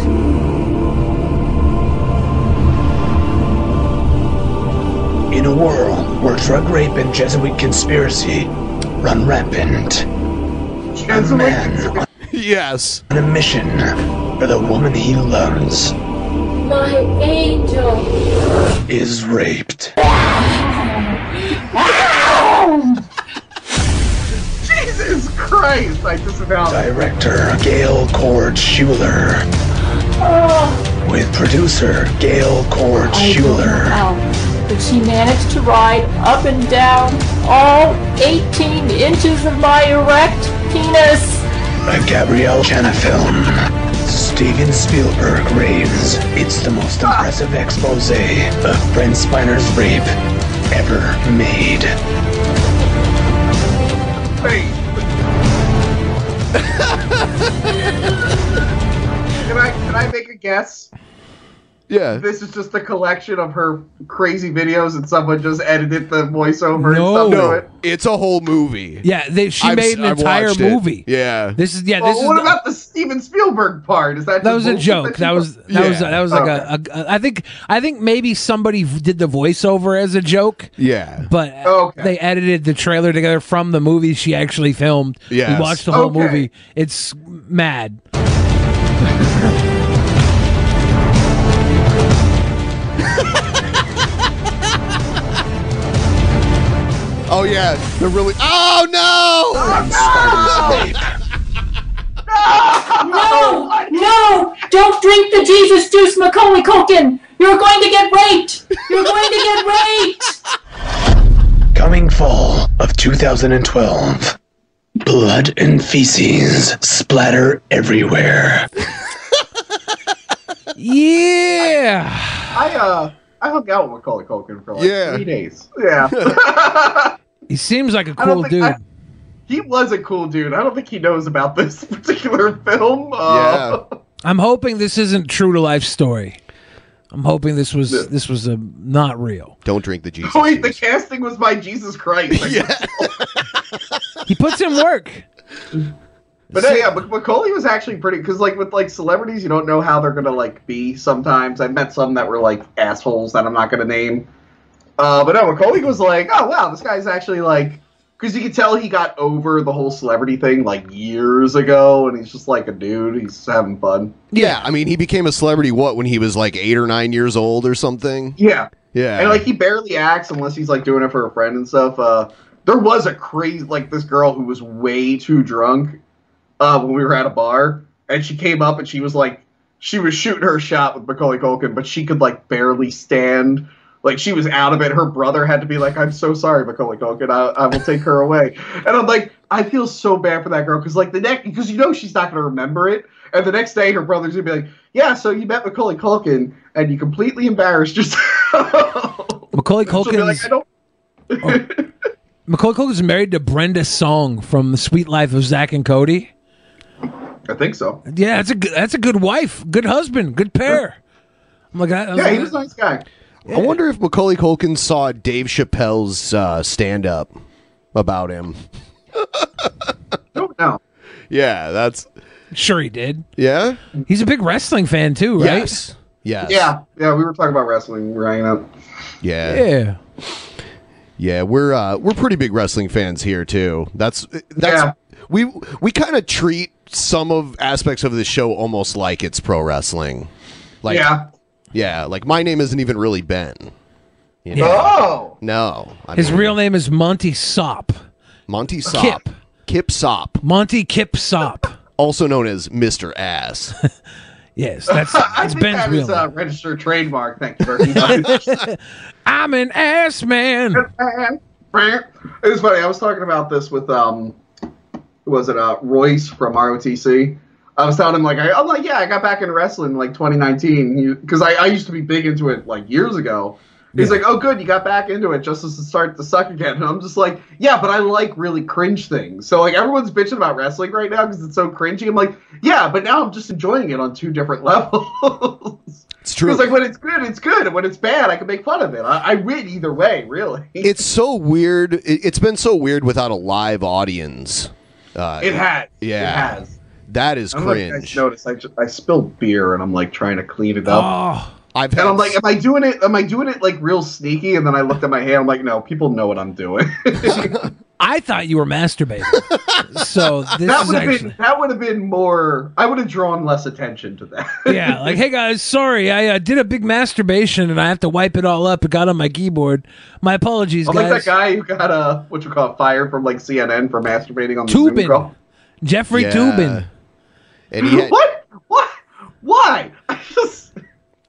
S11: In a world where drug rape and Jesuit conspiracy run rampant, a man
S7: [LAUGHS] yes
S11: on a mission for the woman he loves
S3: My angel.
S11: is raped.
S9: [LAUGHS] Jesus Christ! I disavowed.
S11: Director Gail Cord Schuler
S3: Oh,
S11: with producer Gail Cord
S3: I don't know
S11: Schuler.
S3: how, but she managed to ride up and down all 18 inches of my erect penis.
S11: A Gabrielle Chana film. Steven Spielberg raves it's the most impressive expose of Brent Spiner's rape ever made.
S9: [LAUGHS] Can I can I make a guess?
S7: Yeah.
S9: This is just a collection of her crazy videos, and someone just edited the voiceover and stuff
S7: no,
S9: to it.
S7: it's a whole movie.
S8: Yeah, they, she
S7: I've
S8: made
S7: s-
S8: an
S7: I've
S8: entire
S7: watched it.
S8: movie.
S7: Yeah,
S8: This is yeah.
S9: Well,
S8: this is
S9: what about the Steven Spielberg part? Is that
S8: that
S9: just
S8: was a
S9: bullshit
S8: joke.
S9: she
S8: That
S9: put-
S8: was that was that was like a, a, a. I think I think maybe somebody v- did the voiceover as a joke.
S7: Yeah.
S8: but uh, they edited the trailer together from the movie she actually filmed.
S7: Yes.
S8: we watched the whole
S7: Okay.
S8: movie. It's mad.
S7: Oh yeah, they're really. Oh no!
S9: [LAUGHS]
S3: No! No! Don't drink the Jesus juice, Macaulay Culkin! You're going to get raped! You're going to get raped!
S11: Coming fall of 2012. Blood and feces splatter everywhere.
S8: yeah.
S9: I uh, I hung out with Macaulay Culkin for like
S7: Yeah.
S9: three days.
S8: [LAUGHS]
S9: Yeah.
S8: he seems like a
S9: I don't
S8: cool
S9: think-
S8: dude.
S9: I- he was a cool dude. I don't think he knows about this [LAUGHS] particular film. Uh,
S8: I'm hoping this isn't true to life story. I'm hoping this was this was a not real.
S7: Don't drink the Jesus.
S9: [LAUGHS] Wait, the casting was by Jesus [LAUGHS] Christ. yeah.
S8: he puts in work.
S9: But no, yeah, Mac- Macaulay was actually pretty because like with like celebrities, you don't know how they're gonna like be. Sometimes I met some that were like assholes that I'm not gonna name. Uh, but no, Macaulay was like, oh wow, this guy's actually like because you could tell he got over the whole celebrity thing like years ago, and he's just like a dude. He's having fun.
S7: Yeah, I mean, he became a celebrity what when he was like eight or nine years old or something.
S9: Yeah.
S7: Yeah.
S9: And like he barely acts unless he's like doing it for a friend and stuff. Uh, there was a crazy like this girl who was way too drunk uh, when we were at a bar, and she came up and she was like, she was shooting her shot with Macaulay Culkin, but she could like barely stand. Like she was out of it. Her brother had to be like, "I'm so sorry, Macaulay Culkin. I, I will take her away." And I'm like, I feel so bad for that girl because like the next because you know she's not gonna remember it. And the next day, her brother's gonna be like, "Yeah, so you met Macaulay Culkin and you completely embarrassed yourself."
S8: Macaulay
S9: She'll be like,
S8: Culkin's
S9: "I don't
S8: Macaulay Culkin's married to Brenda Song from The Sweet Life of Zach and Cody.
S9: I think so.
S8: Yeah, that's a good that's a good wife, good husband, good pair. I'm like, I,
S9: Yeah, he was a nice guy.
S7: I wonder if Macaulay Culkin saw Dave Chappelle's uh, stand up about him.
S9: Don't know.
S7: Yeah, that's
S8: sure he did.
S7: Yeah,
S8: he's a big wrestling fan too, right?
S7: Yes. Yes.
S9: Yeah, yeah, we were talking about wrestling. We were hanging out.
S7: Yeah.
S8: Yeah.
S7: Yeah, we're uh, we're pretty big wrestling fans here too. That's that's we we kind of treat some of aspects of this show almost like it's pro wrestling. Like
S8: Yeah.
S7: Yeah, like my name isn't even really Ben. you know?
S9: Oh!
S8: No.
S7: No. I
S8: His
S7: mean,
S8: real name is Monty Sop.
S7: Monty Sop.
S8: Kip.
S7: Kip Sop.
S8: Monty Kip Sop.
S7: also known as Mr. Ass.
S8: [LAUGHS] yes, that's
S9: [LAUGHS] I
S8: that's
S9: think
S8: Ben's
S9: that
S8: real.
S9: is uh, registered trademark. Thank you very much.
S8: [LAUGHS] I'm an ass
S9: [LAUGHS]
S8: man.
S9: it was funny. I was talking about this with um, who was it uh Royce from ROTC? I was telling him like I, I'm like yeah, I got back into wrestling in, like 2019 because I, I used to be big into it like years ago. He's like, oh good, you got back into it just as it started to suck again. And I'm just like, yeah, but I like really cringe things. So like everyone's bitching about wrestling right now because it's so cringy. I'm like, yeah, but now I'm just enjoying it on two different [LAUGHS] levels.
S7: It's true.
S9: It's like when it's good, it's good, and when it's bad, I can make fun of it. I, I win either way, really.
S7: it's so weird. It, it's been so weird without a live audience. Uh,
S9: [LAUGHS] It has.
S7: Yeah.
S9: It has.
S7: That is
S9: I don't know if you
S7: cringe.
S9: guys noticed, I, ju- I spilled beer and I'm like trying to clean it up.
S8: Ah,
S7: I've
S9: and
S7: had
S9: I'm like, am I doing it? Am I doing it like real sneaky? And then I looked at my hand. I'm like, no, people know what I'm doing. [LAUGHS]
S8: I thought you were masturbating. so this
S9: that
S8: is
S9: would have
S8: actually
S9: been that would have been more. I would have drawn less attention to that. [LAUGHS]
S8: yeah, like hey guys, sorry, I uh, did a big masturbation and I have to wipe it all up. It got on my keyboard. My apologies,
S9: I'm like
S8: guys.
S9: that guy who got uh, what you call it, fired from like CNN for masturbating on the Zoom
S8: Tubin.
S9: call.
S8: Jeffrey
S7: Yeah.
S8: Tubin.
S7: And he had-
S9: [LAUGHS] what? What? Why?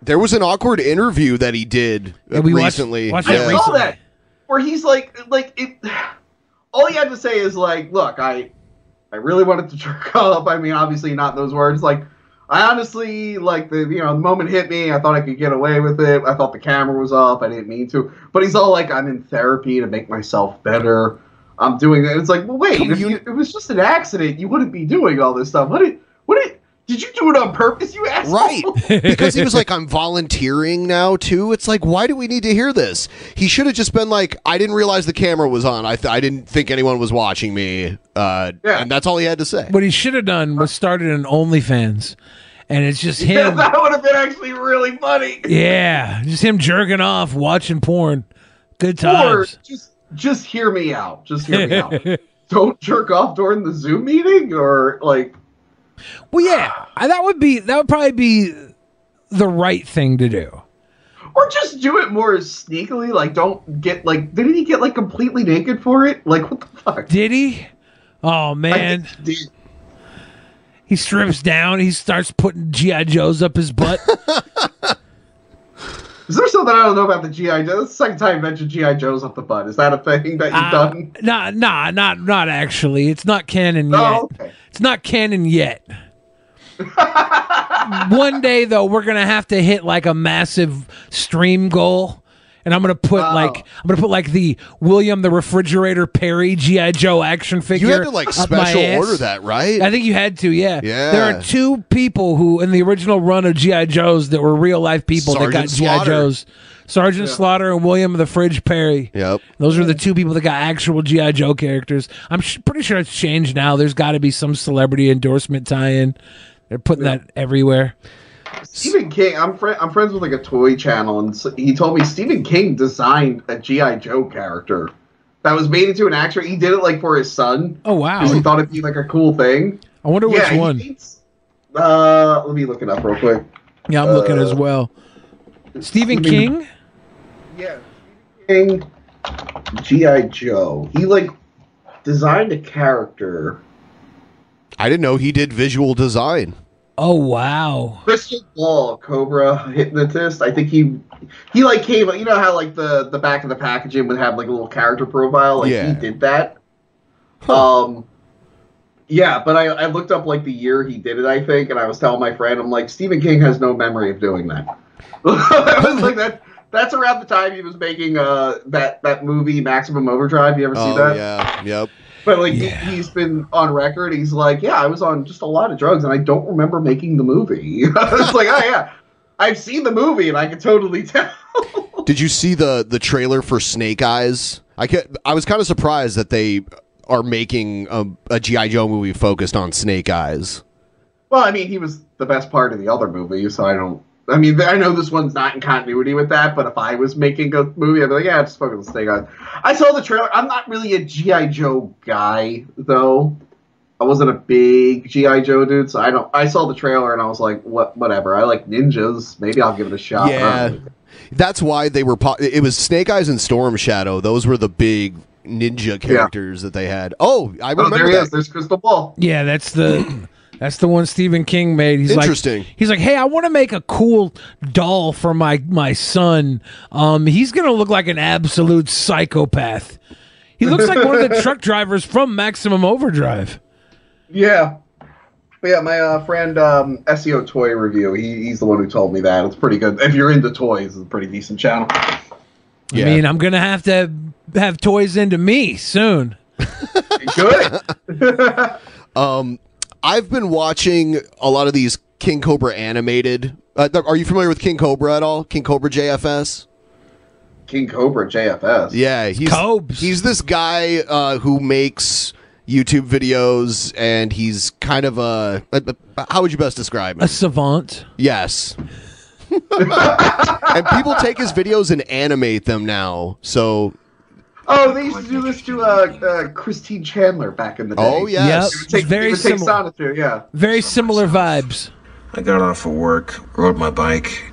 S7: There was an awkward interview that he did uh,
S8: we watched-
S7: recently.
S8: watched
S9: I saw that where he's like, like it. [SIGHS] All he had to say is like, look, I, I really wanted to [LAUGHS] jerk up. I mean, obviously not those words. Like, I honestly like the you know the moment hit me. I thought I could get away with it. I thought the camera was off. I didn't mean to. But he's all like, I'm in therapy to make myself better. I'm doing it. It's like, well, wait, if you, it was just an accident. You wouldn't be doing all this stuff. What did what did did you do it on purpose? You asshole.
S7: Right.
S9: [LAUGHS]
S7: because he was like, I'm volunteering now too. It's like, why do we need to hear this? He should have just been like, I didn't realize the camera was on. I, th- I didn't think anyone was watching me. Uh, And that's all he had to say.
S8: What he should have done was started an OnlyFans, and it's just
S9: Yeah, [LAUGHS]
S8: him.
S9: that would have been actually really funny.
S8: yeah, just him jerking off, watching porn. Good
S9: Or
S8: times.
S9: just just hear me out. Just hear me out.
S8: [LAUGHS]
S9: Don't jerk off during the Zoom meeting or like
S8: Well, yeah, I- that would be that would probably be the right thing to do.
S9: Or just do it more sneakily. Like, don't get like. Didn't he get like completely naked for it? Like, what the fuck?
S8: Did he?
S9: [LAUGHS]
S8: Oh man. He strips down. He starts putting GI Joes up his
S7: [LAUGHS]
S8: butt.
S9: Is there something I don't know about the GI Joe? That's the second time you mentioned GI Joes up the butt. Is that a thing that you've done?
S8: Uh,
S9: Oh,
S8: nah, nah, not not actually. It's not canon yet. It's not
S9: [LAUGHS]
S8: canon yet. One day though, we're gonna have to hit like a massive stream goal, and I'm gonna put
S9: Oh.
S8: like I'm gonna put like the William the Refrigerator Perry GI Joe action figure.
S7: You had to like
S8: up my
S7: special
S8: ass.
S7: order that, right?
S8: I think you had to, yeah.
S7: Yeah.
S8: There are two people who, in the original run of GI Joes, that were real life people
S7: Sergeant
S8: that got GI
S7: Slaughter.
S8: Joes. Sergeant Slaughter and William the Fridge Perry.
S7: Yep.
S8: Those are the two people that got actual GI Joe characters. I'm sh- pretty sure it's changed now. There's got to be some celebrity endorsement tie-in. They're putting that everywhere.
S9: Stephen King. I'm fri I'm friends with like a toy channel, and so he told me Stephen King designed a GI Joe character that was made into an actor. He did it like for his son.
S8: Oh wow!
S9: Because he thought it'd be like a cool thing.
S8: I wonder
S9: Yeah,
S8: which
S9: he
S8: one.
S9: thinks- uh, let me look it up real quick.
S8: Yeah, I'm looking
S9: uh,
S8: as well. Stephen
S9: I mean-
S8: King.
S9: Yeah, Stephen King, GI Joe. He like designed a character.
S7: I didn't know he did visual design.
S8: Oh wow!
S9: Crystal Ball, Cobra Hypnotist. I think he he like came. You know how like the the back of the packaging would have like a little character profile. Like
S7: Yeah.
S9: he did that. Um. Yeah, but I, I looked up like the year he did it, I think, and I was telling my friend, I'm like, Stephen King has no memory of doing that. [LAUGHS] I was like that. That's around the time he was making uh that that movie Maximum Overdrive. You ever see that?
S7: Oh, yeah, yep.
S9: But like he, he's been on record, he's like, yeah, I was on just a lot of drugs, and I don't remember making the movie. [LAUGHS] it's like, oh yeah, I've seen the movie, and I can totally tell. [LAUGHS]
S7: Did you see the the trailer for Snake Eyes? I ca I was kind of surprised that they are making a, a GI Joe movie focused on Snake Eyes.
S9: Well, I mean, he was the best part of the other movie, so I don't. I mean, I know this one's not in continuity with that, but if I was making a movie, I'd be like, yeah, I'm just fucking stay on. I saw the trailer. I'm not really a GI Joe guy, though. I wasn't a big GI Joe dude, so I don't. I saw the trailer and I was like, what? Whatever. I like ninjas. Maybe I'll give it a shot.
S7: yeah, that's why they were. Po- it was Snake Eyes and Storm Shadow. Those were the big ninja characters that they had. Oh, I
S9: Oh,
S7: remember
S9: there he
S7: that.
S9: is. There's Crystal Ball.
S8: Yeah, that's
S7: [CLEARS THROAT]
S8: the that's the one Stephen King made. He's
S7: Interesting.
S8: Like, he's like, hey, I want to make a cool doll for my my son. Um, he's gonna look like an absolute psychopath. He looks like one
S9: [LAUGHS]
S8: of the truck drivers from Maximum Overdrive.
S9: Yeah. But yeah, my uh, friend um, SEO Toy Review, he, he's the one who told me that. It's pretty good. If you're into toys, it's a pretty decent channel.
S8: I mean, I'm gonna have to have toys into me soon.
S7: [LAUGHS]
S9: [LAUGHS]
S7: Um, I've been watching a lot of these King Cobra animated. Uh, th- are you familiar with King Cobra at all? King Cobra JFS.
S9: King Cobra JFS.
S7: Yeah, he's he's this guy uh, who makes YouTube videos, and he's kind of a, a- a- how would you best describe him? [LAUGHS]
S8: A savant.
S7: Yes. and people take his videos and animate them now. So
S9: Oh, they used to do this to uh, uh, Christine Chandler back in the day.
S7: Oh, yes. Yep.
S9: It would take,
S8: Very
S9: it would take
S8: similar.
S9: Sonotube, yeah.
S8: Very similar vibes.
S28: I got off of work, rode my bike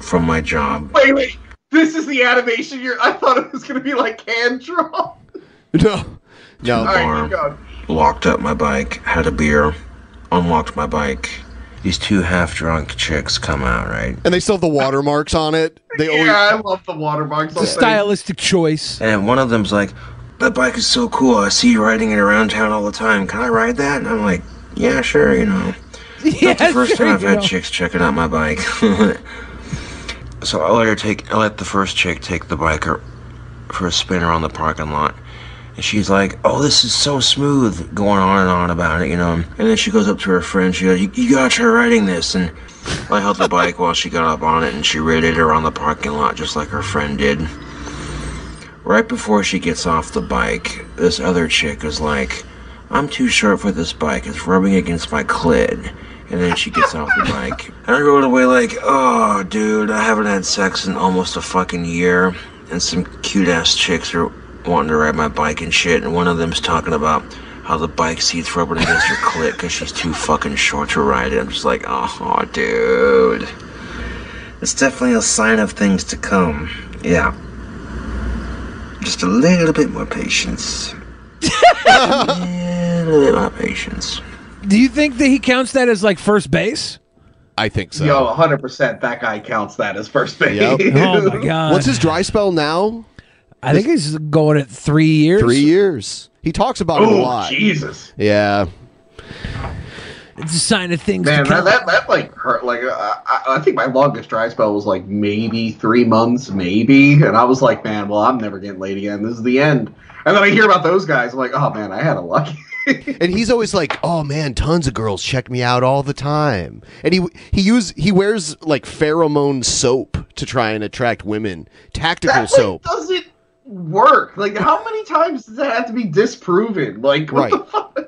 S28: from my
S8: [LAUGHS]
S28: job.
S9: Wait, wait. This is the animation you're. I thought it was going to be like hand draw.
S7: No.
S28: No.
S9: All right, keep going.
S28: Locked up my bike, had a beer, unlocked my bike. These two half drunk chicks come out, right?
S7: and they still have the watermarks on it. They always
S9: Yeah, I love the watermarks. on things.
S8: stylistic choice.
S28: And one of them's like, That bike is so cool. I see you
S8: [LAUGHS]
S28: riding it around town all the time. Can I ride that? And I'm like, Yeah, sure, you
S8: [LAUGHS]
S28: know. Not the first time I've had chicks checking out my bike. [LAUGHS] so I let her take, I let the first chick take the bike or- for a spin around the parking lot. And she's like, oh, this is so smooth, going on and on about it, you know. And then she goes up to her friend, she goes, you, you gotta try riding this. And I held the bike while she got up on it, and she rid it around the parking lot just like her friend did. Right before she gets off the bike, this other chick is like, I'm too short for this bike. It's rubbing against my clit. And then she gets off the
S8: [LAUGHS]
S28: bike. And I rode away like, oh, dude, I haven't had sex in almost a fucking year. And some cute ass chicks are wanting to ride my bike and shit. And one of them's talking about how the bike seat's rubbing against her clit because she's too fucking short to ride it. I'm just like, oh, dude. It's definitely a sign of things to come. Yeah. Just a little bit more patience. a little bit more patience.
S8: Do you think that he counts that as like first base?
S7: I think so.
S9: Yo, 100% that guy counts that as first base. [LAUGHS]
S8: oh my god.
S7: What's his dry spell now?
S8: I think he's going at three years.
S7: Three years. He talks about it a
S9: Oh,
S7: lot.
S9: Jesus.
S7: Yeah.
S8: It's a sign of things.
S9: Man,
S8: to come.
S9: that, that, that like hurt. Like uh, I, I think my longest dry spell was like maybe three months, maybe, and I was like, man, well, I'm never getting laid again. This is the end. And then I hear about those guys. I'm like, oh man, I had a lucky. [LAUGHS]
S7: and he's always like, "Oh man, tons of girls check me out all the time." And he he use he wears like pheromone soap to try and attract women, tactical
S9: That like,
S7: soap.
S9: doesn't work. Like, how many times does that have to be disproven? Like, what the [LAUGHS] fuck?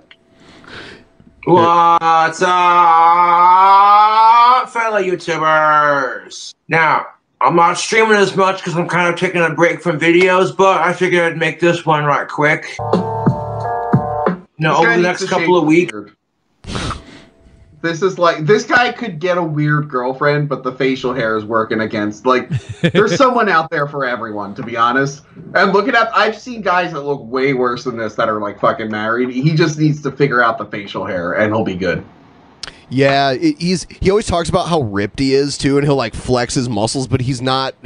S28: What's up, fellow YouTubers? Now, I'm not streaming as much because I'm kind of taking a break from videos, but I figured I'd make this one right quick. Now,
S9: This guy
S28: over the
S9: needs
S28: next
S9: to
S28: couple of
S9: shave
S28: weeks.
S9: This is like this guy could get a weird girlfriend, but the facial hair is working against. Like,
S28: [LAUGHS]
S9: there's someone out there for everyone, to be honest. And looking at, I've seen guys that look way worse than this that are like fucking married. He just needs to figure out the facial hair, and he'll be good.
S7: Yeah, it, he's he always talks about how ripped he is too, and he'll like flex his muscles, but he's not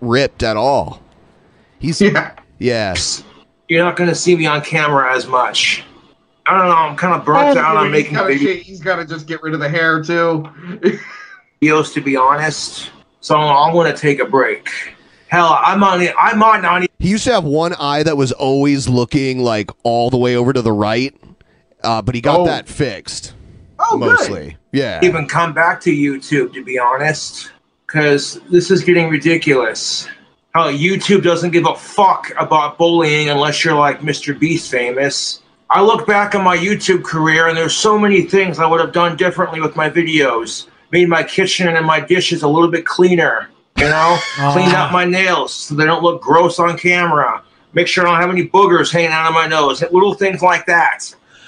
S7: ripped at all. He's
S9: yeah.
S28: You're not going to see me on camera as much. I don't know, I'm kind of burnt out on making
S9: gotta
S28: videos.
S9: shave- he's got to just get rid of the hair too. [LAUGHS]
S28: videos, to be honest. So I'm going to take a break. Hell, I'm on. the- I'm on. on
S7: He used to have one eye that was always looking like all the way over to the right, uh, but he got
S28: Oh.
S7: that fixed.
S28: Oh, good.
S7: mostly. Yeah.
S28: even come back to YouTube, to be honest, because this is getting ridiculous. How YouTube doesn't give a fuck about bullying unless you're like Mr. Beast famous. I look back on my YouTube career and there's so many things I would have done differently with my videos. Made my kitchen and my dishes a little bit cleaner, you know? Cleaned out my nails so they don't look gross on camera. Make sure I don't have any boogers hanging out of my nose. Little things like that.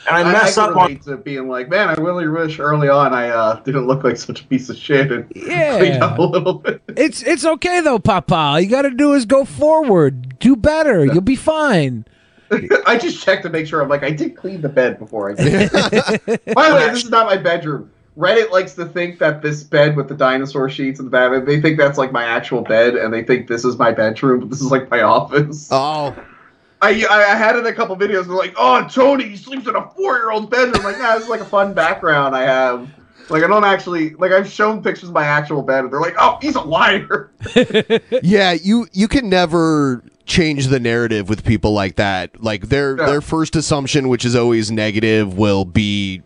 S28: And I mess
S9: can
S28: up on
S9: relate to being like, man, I really wish early on I uh, didn't look like such a piece of shit. And cleaned
S8: Yeah.
S9: up a little bit.
S8: It's it's okay though, Papa. All you got to do is go forward. Do better. You'll be fine.
S9: [LAUGHS] I just checked to make sure. I'm like, I did clean the bed before I did. [LAUGHS] By the way, this is not my bedroom. Reddit likes to think that this bed with the dinosaur sheets and the Batman, they think that's like my actual bed, and they think this is my bedroom, but this is like my office.
S7: Oh.
S9: I, I had it in a couple videos, and they're like, oh, Tony, he sleeps in a four year old's bedroom. I'm like, nah, this is like a fun background I have. Like, I don't actually, like, I've shown pictures of my actual bed, and they're like, oh, he's a liar.
S7: [LAUGHS] yeah, you you can never change the narrative with people like that. Like their their first assumption, which is always negative, will be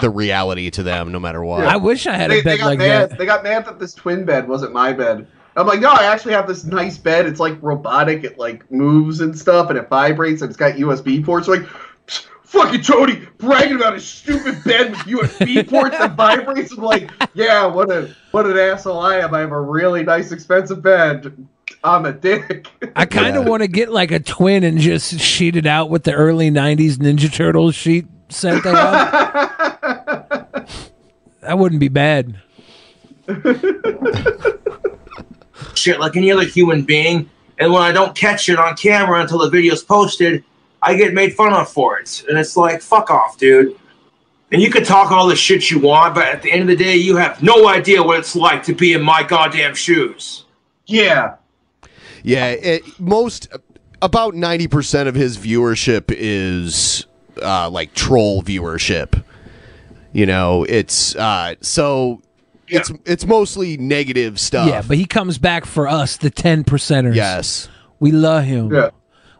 S7: the reality to them, no matter what.
S8: I wish I had
S9: they,
S8: a bed
S9: they got
S8: like
S9: mad.
S8: that.
S9: They got mad that this twin bed wasn't my bed. I'm like, no, I actually have this nice bed. It's like robotic. It like moves and stuff, and it vibrates, and it's got USB ports. Like, fucking Tony bragging about his stupid bed with
S8: [LAUGHS]
S9: USB ports that vibrates. I'm like, yeah, what a what an asshole I am. I have a really nice, expensive bed. I'm a dick.
S8: I kind of want to get like a twin and just sheet it out with the early '90s Ninja Turtles sheet set they have. [LAUGHS] that wouldn't be bad.
S28: shit like any other human being. And when I don't catch it on camera until the video's posted, I get made fun of for it. And it's like, fuck off, dude. And you can talk all the shit you want, but at the end of the day, you have no idea what it's like to be in my goddamn shoes.
S9: Yeah.
S7: Yeah, it, most about ninety percent of his viewership is uh, like troll viewership. You know, it's uh, so it's it's mostly negative stuff.
S8: Yeah, but he comes back for us, the ten percenters.
S7: Yes,
S8: we love him.
S7: Yeah.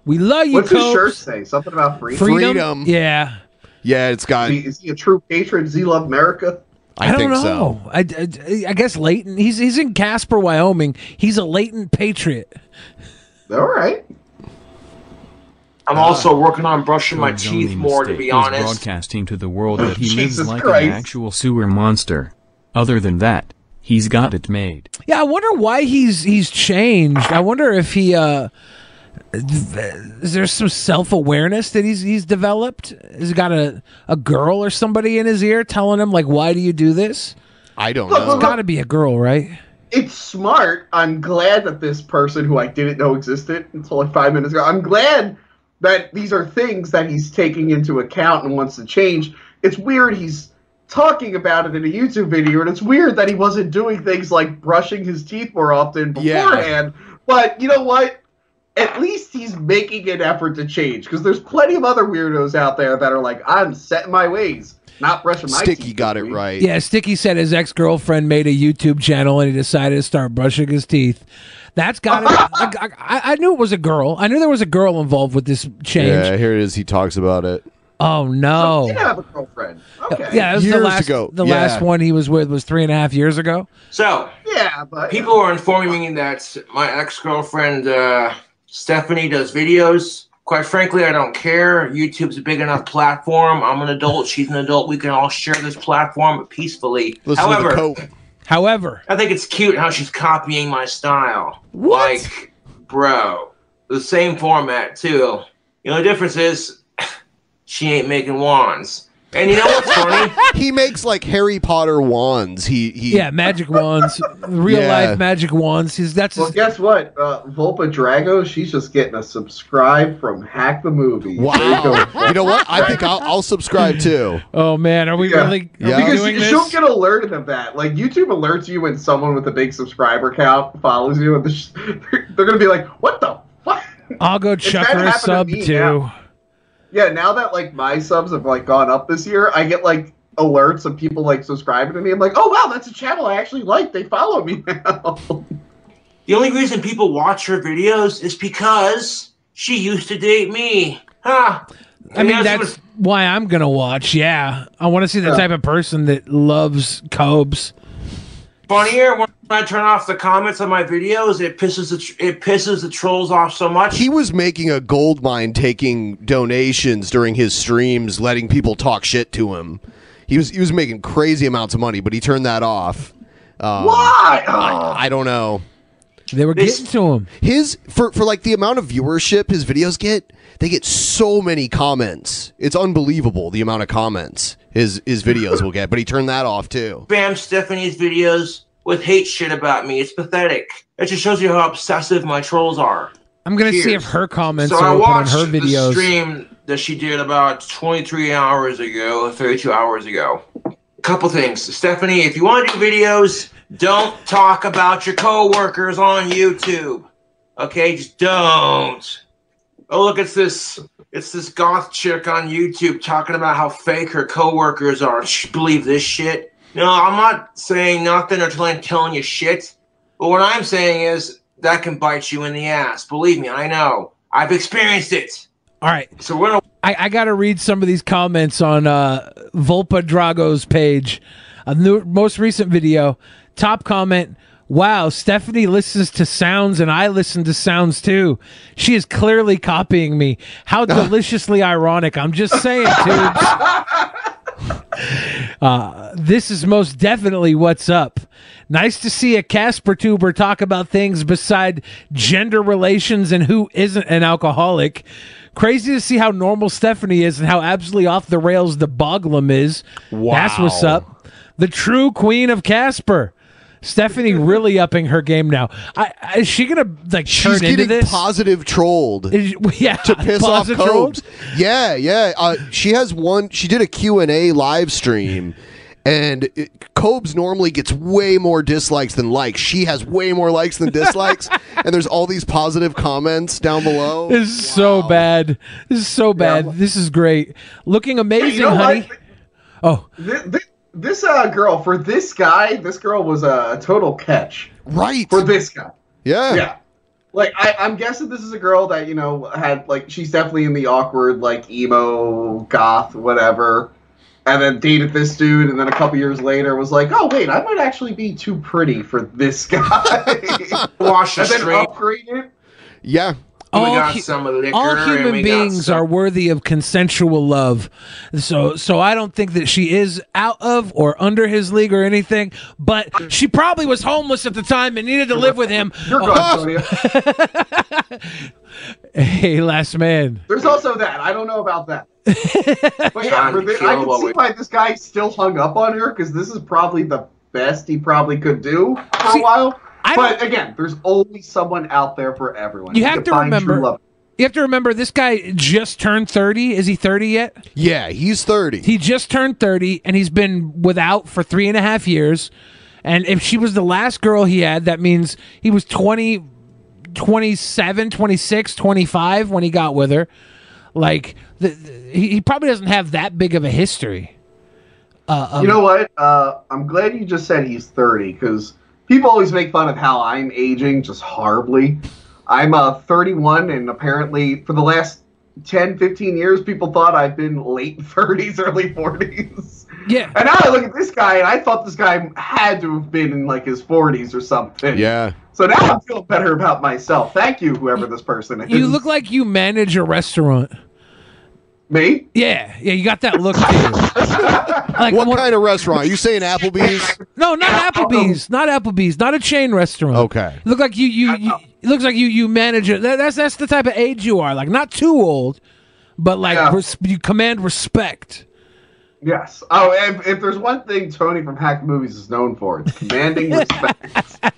S8: we love Oh, you.
S9: What's his
S8: Copes.
S9: shirt say? Something about freedom.
S8: Freedom? Yeah.
S7: Yeah, it's got.
S9: Is he, is he a true patron? Does he love America?
S8: I, don't know. I, I, I guess Leighton. He's he's in Casper, Wyoming. He's a latent patriot.
S9: All right. Ah.
S28: I'm also working on brushing my
S10: His
S28: teeth
S10: only
S28: more, to
S10: mistake
S28: be
S10: is
S28: honest.
S10: Broadcasting to the world that he
S28: [LAUGHS]
S10: lives
S28: Jesus
S10: like
S28: Christ.
S10: an actual sewer monster. Other than that, he's got it made.
S8: Yeah, I wonder why he's he's changed. I wonder if he uh is there some self awareness that he's he's developed? Has he got a a girl or somebody in his ear telling him like why do you do this?
S7: I don't
S9: Look, know. look,
S8: It's got to be a girl, right?
S9: it's smart. I'm glad that this person who I didn't know existed until like five minutes ago. I'm glad that these are things that he's taking into account and wants to change. It's weird he's talking about it in a YouTube video, and it's weird that he wasn't doing things like brushing his teeth more often
S7: Yeah.
S9: beforehand. But you know what? At least he's making an effort to change because there's plenty of other weirdos out there that are like, I'm set in my ways, not brushing my teeth.
S7: Sticky got it right.
S8: Yeah, Sticky said his ex girlfriend made a YouTube channel and he decided to start brushing his teeth. That's
S9: [LAUGHS]
S8: got it. I, I, I knew it was a girl. I knew there was a girl involved with this change.
S7: Yeah, here it is. He talks about it.
S8: Oh no!
S9: did have a girlfriend. Okay.
S8: Yeah, it was the
S7: Years
S8: last
S7: ago.
S8: the
S7: Yeah.
S8: last one he was with was three and a half years ago.
S28: So,
S9: yeah, but
S28: people are informing me that my ex girlfriend uh, Stephanie does videos. Quite frankly, I don't care. YouTube's a big enough platform. I'm an adult. She's an adult. We can all share this platform peacefully.
S8: Listen to the
S28: However,
S8: Pope. However,
S28: I think it's cute how she's copying my style. Like, bro, the same format too. You know, the difference is [LAUGHS] she ain't making wands. And you know what's funny?
S7: [LAUGHS] he makes like Harry Potter wands. He he.
S8: yeah, magic wands, real
S7: Yeah.
S8: life magic wands. He's that's
S9: Well, guess what? Uh, Volpa Drago, she's just getting a subscribe from Hack the Movie.
S7: Wow. you know what? I think I'll, I'll subscribe too.
S8: Oh man, are we really? Are
S7: Yeah.
S8: we
S9: Because
S8: doing
S9: you,
S8: this?
S9: she'll get alerted of that. Like YouTube alerts you when someone with a big subscriber count follows you, and they're- they're going to be like, "What the fuck?"
S8: I'll go chuck
S9: that
S8: her a
S9: happened to
S8: sub
S9: me
S8: too.
S9: now. Yeah, now that like my subs have like gone up this year, I get like alerts of people like subscribing to me. I'm like, "Oh wow, that's a channel I actually like. They follow me now." [LAUGHS]
S28: The only reason people watch her videos is because she used to date me. Huh.
S8: I mean,
S28: And
S8: that's why I'm gonna watch. Yeah, I want to see the
S28: Yeah.
S8: type of person that loves Cobes.
S28: funnier when I turn off the comments on my videos. It pisses the tr- it pisses the trolls off so much.
S7: He was making a gold mine taking donations during his streams, letting people talk shit to him. He was he was making crazy amounts of money, but he turned that off. Um,
S8: Why?
S7: I, I don't know.
S8: They were
S7: getting
S8: to him.
S7: His for for like the amount of viewership his videos get, they get so many comments. It's unbelievable the amount of comments his his videos will get. But he turned that off too.
S28: Spam Stephanie's videos with hate shit about me. It's pathetic. It just shows you how obsessive my trolls are.
S8: I'm gonna see
S28: Cheers.
S8: if her comments
S28: so I
S8: are open on
S28: watched
S8: her
S28: the
S8: videos.
S28: stream that she did about 23 hours ago, 32 hours ago. Couple things, Stephanie. If you want to do videos, don't talk about your coworkers on YouTube. Okay, just don't. Oh, look, it's this. It's this goth chick on YouTube talking about how fake her coworkers are. Shh, Believe this shit? No, I'm not saying nothing or telling telling you shit. But what I'm saying is that can bite you in the ass. Believe me, I know. I've experienced it.
S8: All right.
S28: So we're gonna
S8: I, I got to read some of these comments on uh, Volpa Drago's page. A new, most recent video, top comment. Wow, Stephanie listens to sounds and I listen to sounds too. She is clearly copying me. [LAUGHS] How deliciously ironic. I'm just saying, dudes. Uh, this is most definitely what's up. Nice to see a Casper tuber talk about things beside gender relations and who isn't an alcoholic. Crazy to see how normal Stephanie is and how absolutely off the rails the Boglum is. That's what's
S7: Wow.
S8: up. The true queen of Casper. Stephanie really upping her game now. I, I- is she gonna like
S7: She's
S8: turn into
S7: getting
S8: this?
S7: positive trolled.
S8: Is- [LAUGHS] yeah, [LAUGHS]
S7: to piss off
S8: positive trolled?
S7: Cobes. Yeah, yeah. Uh, she has one. She did a Q and A live stream, and it, Cobes normally gets way more dislikes than likes. She has way more likes than
S8: [LAUGHS]
S7: dislikes, and there's all these positive comments down below.
S8: This is so bad. This is so bad. This is great. Looking amazing,
S9: know what?
S8: honey. Oh,
S9: Thi- thi- this uh, girl for this guy, this girl was a total catch.
S7: Right
S9: for this guy.
S7: Yeah.
S9: Yeah. Like I, I'm guessing this is a girl that you know had like she's definitely in the awkward like emo goth whatever, and then dated this dude, and then a couple years later was like, oh wait, I might actually be too pretty for this guy.
S28: Wash
S9: [LAUGHS]
S28: the
S9: and then oh,
S28: stream.
S9: upgrade it.
S7: Yeah.
S28: we
S8: All
S28: got
S8: hu-
S28: some of the liquor.
S8: all
S28: and
S8: human
S28: we
S8: beings
S28: got
S8: are worthy of consensual love. So so I don't think that she is out of or under his league or anything, but she probably was homeless at the time and needed to live with him.
S9: You're good, Sonia.
S8: [LAUGHS] hey, last man.
S9: There's also that. I don't know about
S8: [LAUGHS]
S9: that. but yeah,
S28: John
S9: for thi- I
S28: Kilroy.
S9: can see why this guy still hung up on her because this is probably the best he probably could do for a while. but again, there's always someone out there for everyone.
S8: You have to
S9: find true
S8: remember.
S9: love.
S8: You have to remember this guy just turned 30. Is he 30 yet?
S7: Yeah, he's 30.
S8: He just turned 30 and he's been without for three and a half years. And if she was the last girl he had, that means he was 20, 27, 26, 25 when he got with her. Like, the, the- he, he probably doesn't have that big of a history. Uh, um,
S9: you know what? Uh, I'm glad you just said he's 30 because people always make fun of how I'm aging just horribly. I'm uh, 31, and apparently for the last 10, 15 years, people thought I've been late [LAUGHS] 30s, early 40s.
S8: Yeah.
S9: And now I look at this guy, and I thought this guy had to have been in like his 40s or something.
S7: Yeah.
S9: So now I feel better about myself. Thank you, whoever this person is.
S8: You look like you manage a restaurant.
S9: Me?
S8: Yeah, yeah. You got
S9: [LAUGHS]
S8: that look. To you. Like
S7: what kind of restaurant? Are you saying Applebee's?
S8: No, not Applebee's. Not Applebee's. Not a chain restaurant.
S7: Okay.
S8: Look like you you, you it looks like you you manage it. That- that's that's the type of age you are. Like not too old, but like res- you command respect.
S9: Yes. Oh, if, if there's one thing Tony from Hack Movies is known for, it's
S8: [LAUGHS]
S9: commanding respect.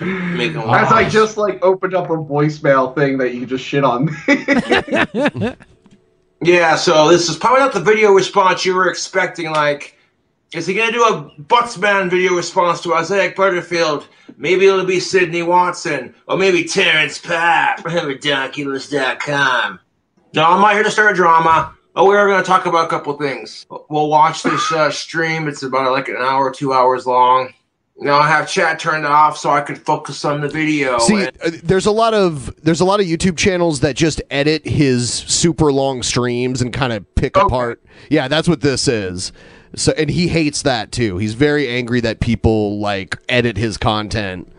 S28: Making
S9: As I just like opened up a voicemail thing that you just shit on [LAUGHS] me.
S28: Yeah, so this is probably not the video response you were expecting. Like, is he going to do a Bucksman video response to Isaiah Butterfield? Maybe it'll be Sidney Watson, or maybe Terrence Papp [LAUGHS] over at Doculus.com. No, I'm not here to start a drama. But we are going to talk about a couple things. We'll watch this uh, stream. It's about like an hour, two hours long. Now I have chat turned off so I can focus on the video.
S7: See,
S28: and-
S7: uh, there's a lot of there's a lot of YouTube channels that just edit his super long streams and kind of pick apart. Yeah, that's what this is. So, and he hates that too. He's very angry that people like edit his content.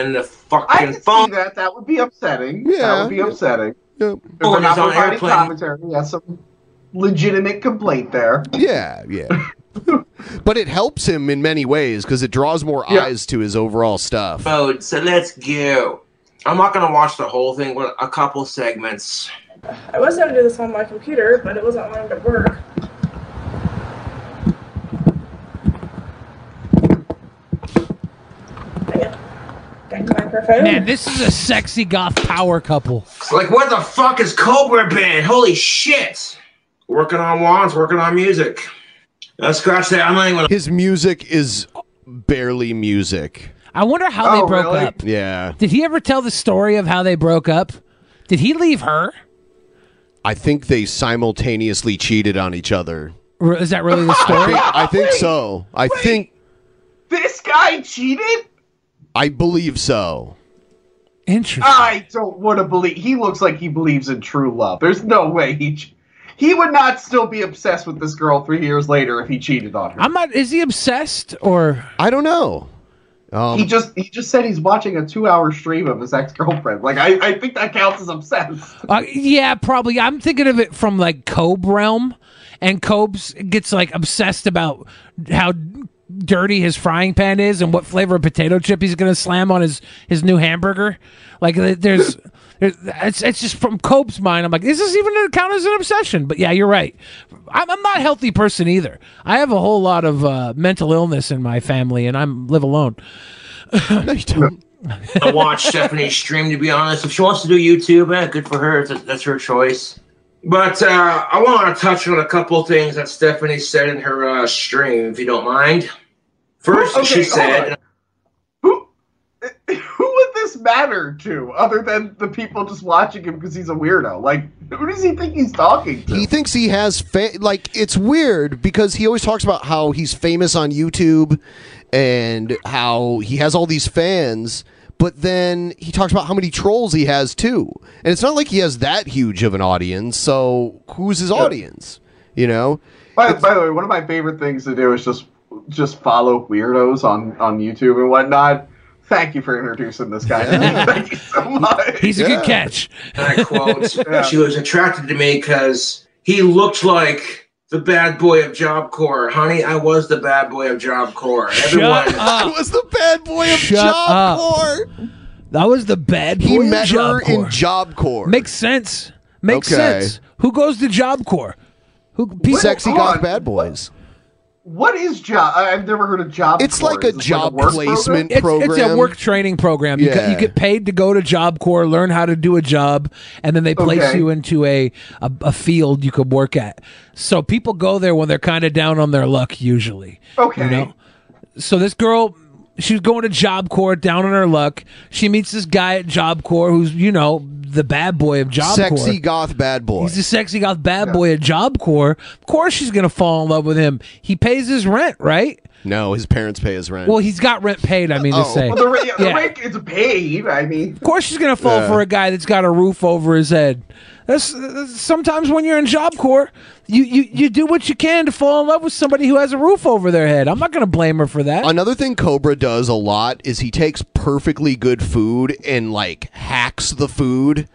S28: and the fucking phone.
S9: that that would be upsetting.
S7: Yeah.
S9: That would be upsetting.
S7: Yep.
S28: Oh,
S9: Oh,
S28: and he's
S9: not
S28: on
S9: providing
S28: airplane.
S9: commentary. That's some legitimate complaint there.
S7: Yeah, yeah. but it helps him in many ways because it draws more eyes to his overall stuff.
S28: mode, so let's go. I'm not gonna watch the whole thing, but a couple segments.
S15: I was gonna do this on my computer, but it wasn't wanting to work. Dang it. Dang microphone.
S8: Man, this is a sexy goth power couple.
S28: Like, what the fuck is Cobra Band? Holy shit! Working on wands, working on music. Let's scratch that. I'm not even.
S7: His music is barely music.
S8: I wonder how they broke up.
S7: Yeah.
S8: Did he ever tell the story of how they broke up? Did he leave her?
S7: I think they simultaneously cheated on each other.
S8: Or is that really the
S7: I [LAUGHS]
S8: story?
S7: think, I think so. I think
S9: This guy cheated?
S7: I believe so.
S8: Interesting.
S9: I don't want to believe. He looks like he believes in true love. There's no way he. Che- he would not still be obsessed with this girl three years later if he cheated on her.
S8: I'm not. Is he obsessed or?
S7: I don't know. Um,
S9: he just he just said he's watching a two hour stream of his ex girlfriend. Like I, I think that counts as obsessed.
S8: Uh, yeah, probably. I'm thinking of it from like Cobe realm, and Cobe's gets like obsessed about how dirty his frying pan is and what flavor of potato chip he's gonna slam on his his new hamburger. Like th- there's. there's- It's, it's just from Cope's mind. I'm like, is this even count as an obsession? But yeah, you're right. I'm, I'm not a healthy person either. I have a whole lot of uh, mental illness in my family, and I'm live alone.
S7: no, you don't.
S28: I
S8: [LAUGHS]
S28: watch Stephanie's stream to be honest. If she wants to do YouTube, eh, good for her. That's, that's her choice. But uh, I want to touch on a couple things that Stephanie said in her uh, stream, if you don't mind. First,
S9: Okay,
S28: she
S9: hold
S28: said,
S9: on. [LAUGHS] Who would this matter to other than the people just watching him because he's a weirdo? Like who does he think he's talking to?
S7: He thinks he has fa- like it's weird because he always talks about how he's famous on YouTube and how he has all these fans, but then he talks about how many trolls he has too. And it's not like he has that huge of an audience, so who's his audience? You know?
S9: By, by the way, one of my favorite things to do is just just follow weirdos on on YouTube and whatnot. Thank you for introducing this
S8: [LAUGHS]
S9: guy. to me. Thank you so much.
S8: He's a good catch.
S28: and
S7: [LAUGHS]
S28: I quote,
S9: Yeah.
S28: she was attracted to me because he looked like the bad boy of Job Corps. Honey, I was the bad boy of Job Corps. Everyone.
S7: [LAUGHS] I was the bad boy of
S8: Shut
S7: Job
S8: up.
S7: Corps.
S8: That was the bad boy.
S7: He
S8: of
S7: met
S8: Job
S7: her
S8: Corps.
S7: in Job Corps.
S8: Makes sense. Makes
S7: Okay.
S8: sense. Who goes to Job Corps? Who
S7: Sexy goth bad boys.
S9: What is job? I- I've never heard of job.
S7: It's
S9: corps.
S7: like a
S9: Is this
S7: job
S9: work
S7: placement
S9: program?
S7: program.
S8: It's a work training program. You, get,
S7: Yeah.
S8: you get paid to go to Job Corps, learn how to do a job, and then they place
S7: Okay.
S8: you into a, a a field you could work at. So people go there when they're kind of down on their luck, usually. Okay. You know? So this girl, she's going to Job Corps, down on her luck. She meets this guy at Job Corps, who's you know the bad boy of Job Corps.
S7: Sexy goth bad boy.
S8: He's a sexy goth bad boy at Job Corps. Of course, she's gonna fall in love with him. He pays his rent, right?
S7: No, his parents pay his rent.
S8: Well, he's got rent paid. I mean to
S7: Oh.
S8: say,
S7: Well,
S9: The, ra- yeah, the
S8: Yeah.
S9: rank is paid. I mean,
S8: Of course, she's gonna fall
S9: Yeah.
S8: for a guy that's got a roof over his head. That's, that's- sometimes when you're in Job Corps, you, you you do what you can to fall in love with somebody who has a roof over their head. I'm not gonna blame her for that.
S7: Another thing Cobra does a lot is he takes perfectly good food and like hacks the food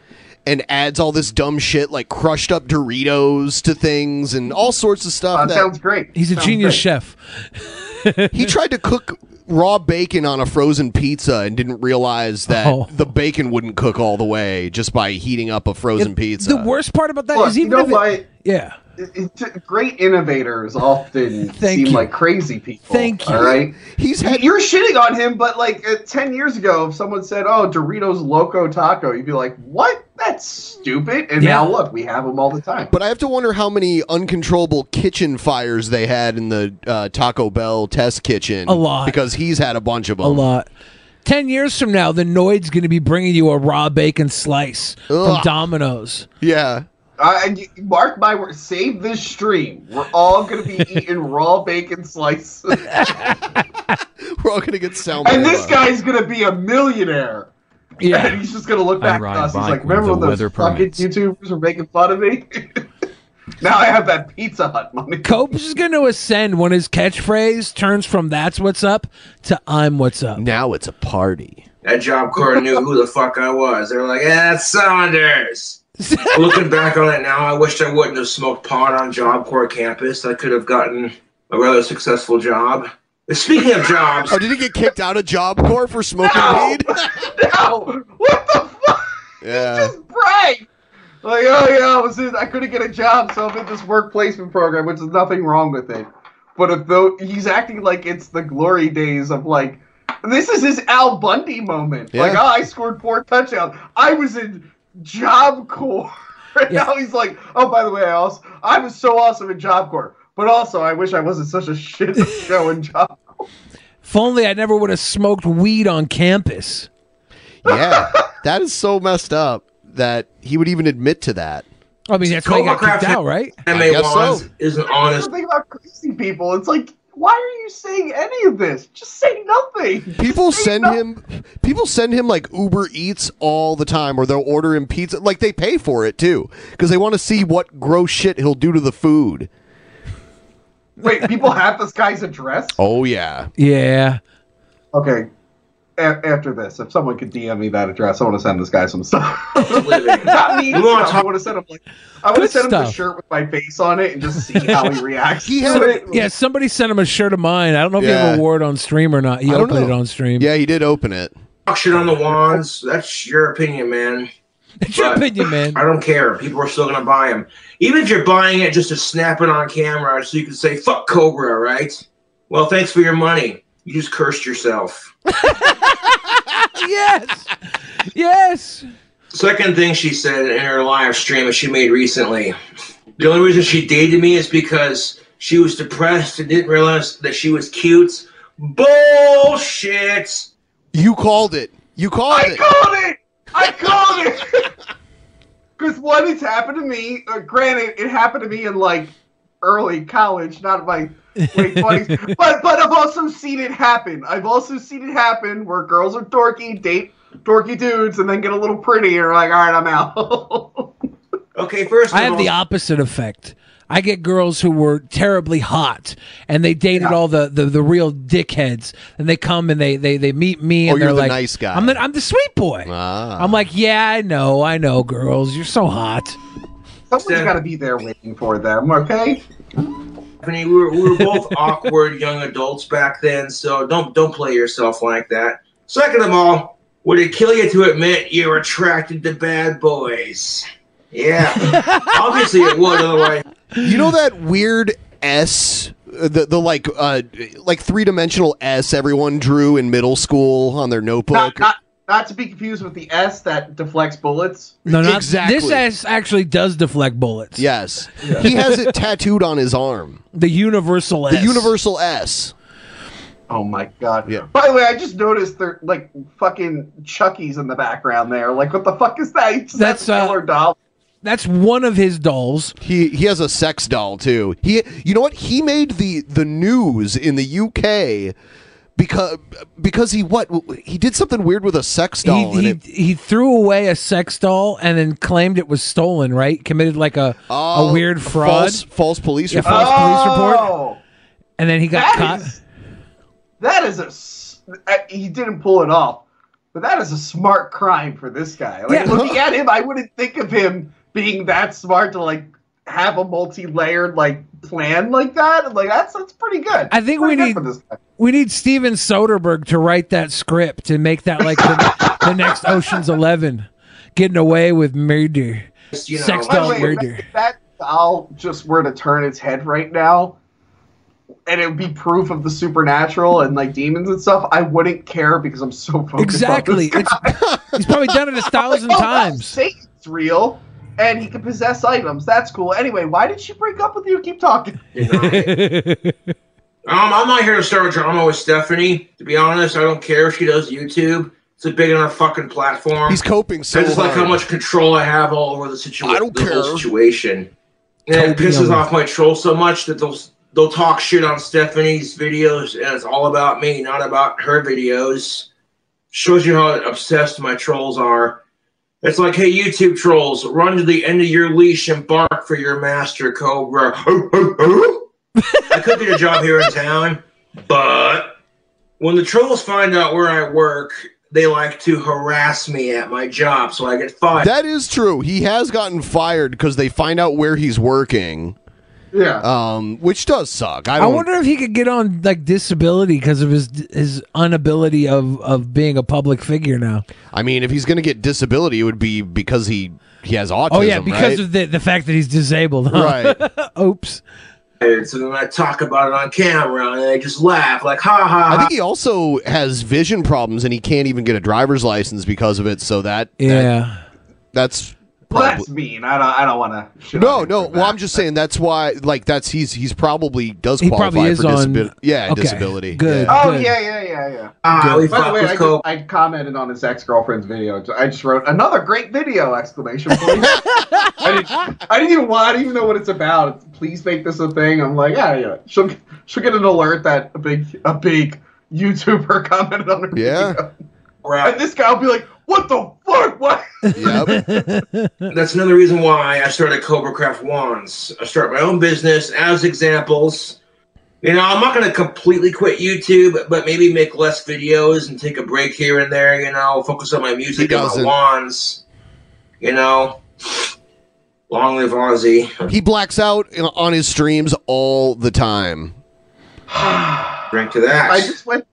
S7: and adds all this dumb shit like crushed up Doritos to things and all sorts of stuff.
S8: That sounds
S9: great.
S8: He's a Sounds genius great. chef.
S7: [LAUGHS] he tried to cook raw bacon on a frozen pizza and didn't realize that
S8: Oh.
S7: the bacon wouldn't cook all the way just by heating up a frozen pizza.
S8: The worst part about that is
S9: Look, you
S8: even
S9: know
S8: if it-
S9: why?
S8: yeah.
S9: It's, great innovators
S8: [LAUGHS]
S9: often seem
S7: you.
S9: like crazy people.
S7: Thank you.
S9: All right,
S7: he's
S9: you're shitting on him, but like uh, ten years ago, if someone said, "Oh, Doritos Loco Taco," you'd be like, "What? That's stupid." And now look, we have them all the time.
S7: But I have to wonder how many uncontrollable kitchen fires they had in the uh, Taco Bell test kitchen.
S8: A lot.
S7: Because he's had a bunch of them.
S8: a lot. Ten years from now, the Noid's gonna be bringing you a raw bacon slice from
S7: Ugh.
S8: Domino's.
S7: Yeah.
S9: I, Uh, and you- mark my word. Save this stream. We're all going
S7: [LAUGHS]
S9: to be eating raw bacon slices.
S7: We're all going to get salmonella.
S9: And this guy's going to be a millionaire.
S8: Yeah.
S9: And he's just going to look
S10: I
S9: back at
S10: ride
S9: us. He's
S10: bike
S9: like,
S10: when
S9: remember
S10: the
S9: when those
S10: weather
S9: fucking
S10: permits."
S9: YouTubers were making fun of me? [LAUGHS] now I have that Pizza Hut money.
S8: Copes is going to ascend when his catchphrase turns from "That's what's up" to "I'm what's up."
S7: Now it's a party.
S28: That Job Corps knew who the fuck I was. They were like, "Yeah, that's Saunders." Looking back on it now, I wished I wouldn't have smoked pot on Job Corps campus. I could have gotten a rather successful job. Speaking of jobs,
S7: Oh, did he get kicked out of Job Corps for smoking weed?
S9: no!
S7: Yeah.
S9: Right! Like, oh yeah, I, was in, I couldn't get a job, so I'm in this work placement program, which is nothing wrong with it. But if though he's acting like it's the glory days of like, this is his Al Bundy moment. Like,
S11: Yeah.
S9: oh, I scored four touchdowns. I was in Job Corps. [LAUGHS] And now he's like, oh, by the way, I also I was so awesome in Job Corps, but also I wish I wasn't such a shit show in
S28: [LAUGHS]
S9: Job.
S8: If only I never would have smoked weed on campus.
S7: yeah. That is so messed up that he would even admit to that.
S8: I mean, that's why he got kicked out, right?
S7: I guess so.
S28: is an
S9: That's the thing about crazy people. It's like, why are you saying any of this? Just say nothing.
S7: People send him people send him like Uber Eats all the time or they'll order him pizza like they pay for it too cuz they want to see what gross shit he'll do to the food.
S9: Wait, people have this guy's address?
S7: Oh yeah.
S8: Yeah.
S9: Okay. A- after this, if someone could DM me that address, I want to send this guy some stuff. [LAUGHS] Not me.
S28: We wanna
S9: stuff. I
S28: talk-
S9: want to send him like I want to
S8: Good
S9: send him the
S8: stuff.
S9: shirt with my face on it and just see how he reacts.
S7: He
S9: to it.
S8: yeah, somebody sent him a shirt of mine. I don't know if he
S7: Yeah.
S8: have a ward on stream or not. He
S7: I don't
S8: opened it
S7: know.
S8: on stream.
S7: Yeah, he did open it.
S28: Fuck shit on the wands. That's your opinion, man. That's your
S8: opinion, man.
S28: I don't care. People are still gonna buy them, even if you're buying it just to snap it on camera, so you can say "fuck Cobra," right? Well, thanks for your money. You just cursed yourself.
S8: [LAUGHS] yes. Yes.
S28: Second thing she said in her live stream that she made recently. The only reason she dated me is because she was depressed and didn't realize that she was cute. Bullshit.
S7: You called it. You called
S9: I called it. I called it. [LAUGHS] Because one, it's happened to me. Uh, granted, it happened to me in like early college, not my late
S8: [LAUGHS]
S9: twenties. but but I've also seen it happen. I've also seen it happen where girls are dorky, date dorky dudes, and then get a little pretty, and are like, all right, I'm out. [LAUGHS]
S28: Okay, first
S8: I have the opposite effect. I get girls who were terribly hot and they dated all the, the, the real dickheads and they come and they, they, they meet me and
S7: Oh,
S8: they're
S7: you're the
S8: like
S7: nice guy.
S8: I'm the I'm the sweet boy. I'm like, yeah, I know, I know, girls. You're so hot.
S9: Someone's got to be there waiting for them, okay?
S28: I mean, we were, we were both [LAUGHS] awkward young adults back then, so don't don't play yourself like that. Second of all, would it kill you to admit you're attracted to bad boys?
S7: [LAUGHS]
S28: Yeah, obviously it would. Otherwise, [LAUGHS]
S7: You know that weird S the the like uh like three dimensional S everyone drew in middle school on their notebook.
S9: Not, not, not to be confused with the S that deflects bullets.
S8: No, not
S7: Exactly.
S8: This ass actually does deflect bullets.
S7: Yes, He has it tattooed on his arm.
S8: The universal S.
S7: The universal S.
S9: Oh my god! Yeah. By the way, I just noticed they're like fucking Chucky's in the background there. Like, what the fuck is that? It's
S8: That's uh,
S9: Killer doll.
S8: That's one of his dolls.
S7: He he has a sex doll too. He you know what? He made the the news in the UK because because he what he did something weird with a sex doll.
S8: He,
S7: and
S8: he,
S7: it-
S8: he threw away a sex doll and then claimed it was stolen. Right? Committed like a
S7: Oh,
S8: a weird fraud,
S7: false- false police
S8: yeah,
S7: report.
S8: false police report.
S9: Oh,
S8: And then he got
S9: That
S8: caught.
S9: is- that is a. s- I- He didn't pull it off, but that is a smart crime for this guy. Like
S8: Yeah.
S9: looking at him, I wouldn't think of him being that smart to like have a multi-layered like plan like that. Like that's that's pretty good.
S8: I think
S9: Pretty
S8: we
S9: good
S8: need
S9: for this guy.
S8: we need Steven Soderbergh to write that script and make that like the, the next Ocean's Eleven, getting away with murder,
S9: You know,
S8: sex
S9: by the
S8: doll
S9: way,
S8: murder.
S9: If that doll just were to turn its head right now, and it would be proof of the supernatural and like demons and stuff, I wouldn't care because I'm so focused. on
S8: Exactly.
S9: this guy.
S8: It's, [LAUGHS] he's probably done it a
S9: [LAUGHS]
S8: thousand
S9: oh, wow,
S8: times.
S9: Satan's real, and he can possess items. That's cool. Anyway, why did she break up with you? Keep talking.
S28: Um, I'm not here to start a drama with Stephanie. To be honest, I don't care if she does YouTube. It's a big enough fucking platform.
S7: He's coping so
S28: I just like
S7: hard.
S28: how much control I have all over the situation. I don't the
S7: care.
S28: Whole situation. And it
S7: Coping
S28: pisses
S7: on-
S28: off my troll so much that they'll they'll talk shit on Stephanie's videos, and it's all about me, not about her videos. Shows you how obsessed my trolls are. It's like, hey, YouTube trolls, run to the end of your leash and bark for your master cobra. [LAUGHS] I could get a job here in town, but when the trolls find out where I work, they like to harass me at my job, so I get fired.
S7: That is true. He has gotten fired because they find out where he's working.
S9: Yeah.
S7: Um, which does suck. I
S8: I,
S7: don't.
S8: wonder if he could get on like disability because of his his inability of of being a public figure now.
S7: I mean, if he's going to get disability, it would be because he he has autism.
S8: oh yeah, because
S7: right?
S8: of the the fact that he's disabled. huh? Oops.
S28: And so then I talk about it on camera, and they just laugh like, ha ha.
S7: I think he also has vision problems and he can't even get a driver's license because of it. So that
S8: yeah,
S7: that's
S9: Well, that's mean. I don't. I don't want to.
S7: no, no. Well, I'm just saying that's why. Like that's he's he's probably does
S8: He
S7: qualify
S8: probably is
S7: for
S8: on-
S7: disability. Yeah,
S8: okay,
S7: disability.
S8: good.
S7: Yeah.
S9: Oh
S8: Good.
S9: yeah, yeah, yeah, yeah.
S28: Ah, we
S9: By
S28: fuck
S9: the way,
S28: with
S9: I, just,
S28: Coke.
S9: I commented on his ex-girlfriend's video. I just wrote another great video! Exclamation
S8: [LAUGHS]
S9: point. I, didn't, I didn't even. want- I didn't even know what it's about. It's, Please make this a thing. I'm like, yeah, yeah. She'll she'll get an alert that a big a big YouTuber [LAUGHS] commented on her
S7: Yeah.
S9: video. And this guy will be like, what the fuck? What?
S28: [LAUGHS] That's another reason why I started Cobra Craft Wands. I start my own business as examples. You know, I'm not going to completely quit YouTube, but maybe make less videos and take a break here and there. You know, focus on my music and my
S7: doesn't.
S28: wands. You know, long live Ozzy.
S7: He blacks out on his streams all the time.
S28: Drink to that.
S9: I just went.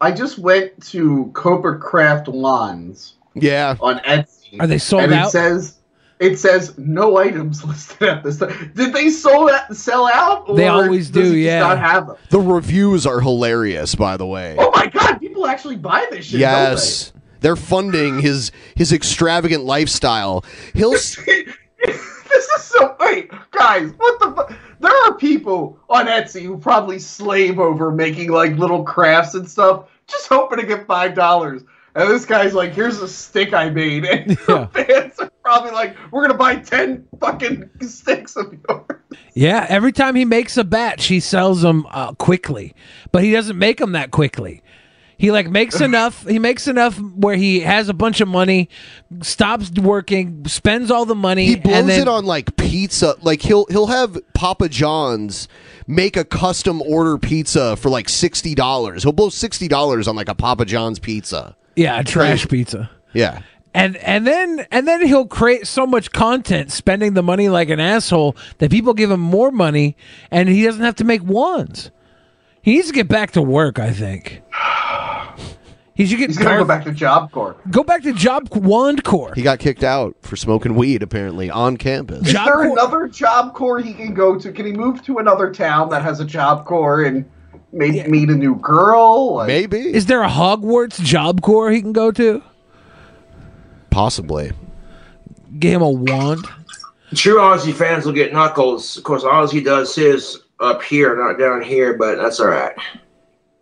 S9: I just went to Cobra Craft Wands.
S7: Yeah.
S9: On Etsy.
S8: Are they sold
S9: and
S8: out?
S9: It says. It says no items listed at this time. Did they sold out, sell out?
S7: They
S9: or
S7: always
S9: does
S7: do,
S9: he just
S7: yeah.
S9: Not have them.
S7: The reviews are hilarious, by the way.
S9: Oh my god! People actually buy this shit. [LAUGHS] don't
S7: yes, they're funding his his extravagant lifestyle. He'll s-
S9: they? This is so. Wait, guys, what the? Fu- there are people on Etsy who probably slave over making like little crafts and stuff, just hoping to get five dollars. And this guy's like, "Here's a stick I made," [LAUGHS] and the fans are probably like, "We're gonna buy ten fucking sticks of yours."
S8: Yeah, every time he makes a batch, he sells them uh, quickly, but he doesn't make them that quickly. He like makes enough. He makes enough where he has a bunch of money, stops working, spends all the money.
S7: he blows
S8: [LAUGHS] and then,
S7: it on like pizza. Like he'll he'll have Papa John's make a custom order pizza for like sixty dollars. He'll blow sixty dollars on like a Papa John's pizza.
S8: Yeah, a trash pizza.
S7: Yeah.
S8: And and then and then he'll create so much content, spending the money like an asshole that people give him more money, and he doesn't have to make ones. He needs to get back to work. I think. [SIGHS] He should get
S9: He's gonna go
S8: Garth-
S9: back to Job Corps.
S8: Go back to Job Wand Corps.
S7: He got kicked out for smoking weed apparently on campus.
S9: Is there another Job Corps he can go to? Can he move to another town that has a Job Corps and maybe meet a new girl? Like,
S7: maybe.
S8: Is there a Hogwarts Job Corps he can go to?
S7: Possibly.
S8: Get him a wand.
S28: True Aussie fans will get knuckles. Of course, Aussie does his up here, not down here, but that's all right.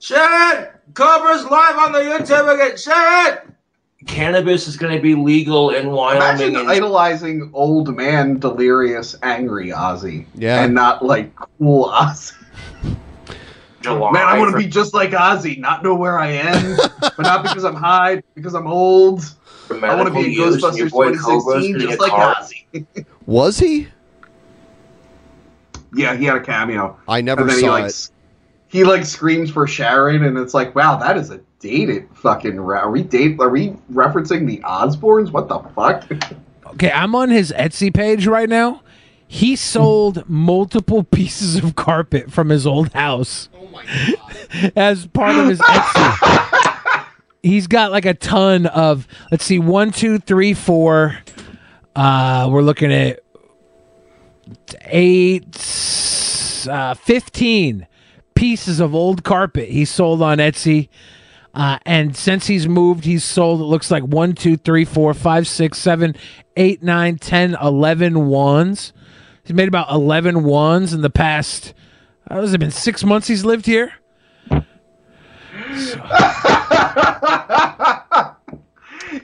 S28: Sharon! Cobra's live on the YouTube again. Sharon! Cannabis is going to be legal in Wyoming.
S9: Imagine idolizing old man, delirious, angry Ozzy.
S28: Yeah.
S9: And not like cool Ozzy.
S28: July
S9: Man, I want to
S28: for-
S9: be just like Ozzy, not know where I am, but not because I'm high, because I'm old. I want to
S28: medical
S9: be in
S28: use, and your
S9: Ghostbusters
S28: boy
S9: 2016
S28: Cobra's
S9: just
S28: gonna
S9: like
S28: get caught.
S9: Ozzy.
S7: Was he?
S9: Yeah, he had a cameo.
S7: I never
S9: And then
S7: saw
S9: he, like,
S7: it.
S9: s- He like screams for Sharon, and it's like, wow, that is a dated fucking. Re- are we date? Are we referencing the Osbournes? What the fuck? [LAUGHS]
S8: Okay, I'm on his Etsy page right now. He sold multiple [LAUGHS] pieces of carpet from his old house. [LAUGHS] As part of his Etsy. He's got like a ton of let's see, one, two, three, four. Uh we're looking at eight uh, 15 pieces of old carpet he sold on Etsy. Uh, and since he's moved, he's sold, it looks like one, two, three, four, five, six, seven, eight, nine, ten, eleven wands. He's made about 11 wands in the past, uh, has it been six months he's lived here?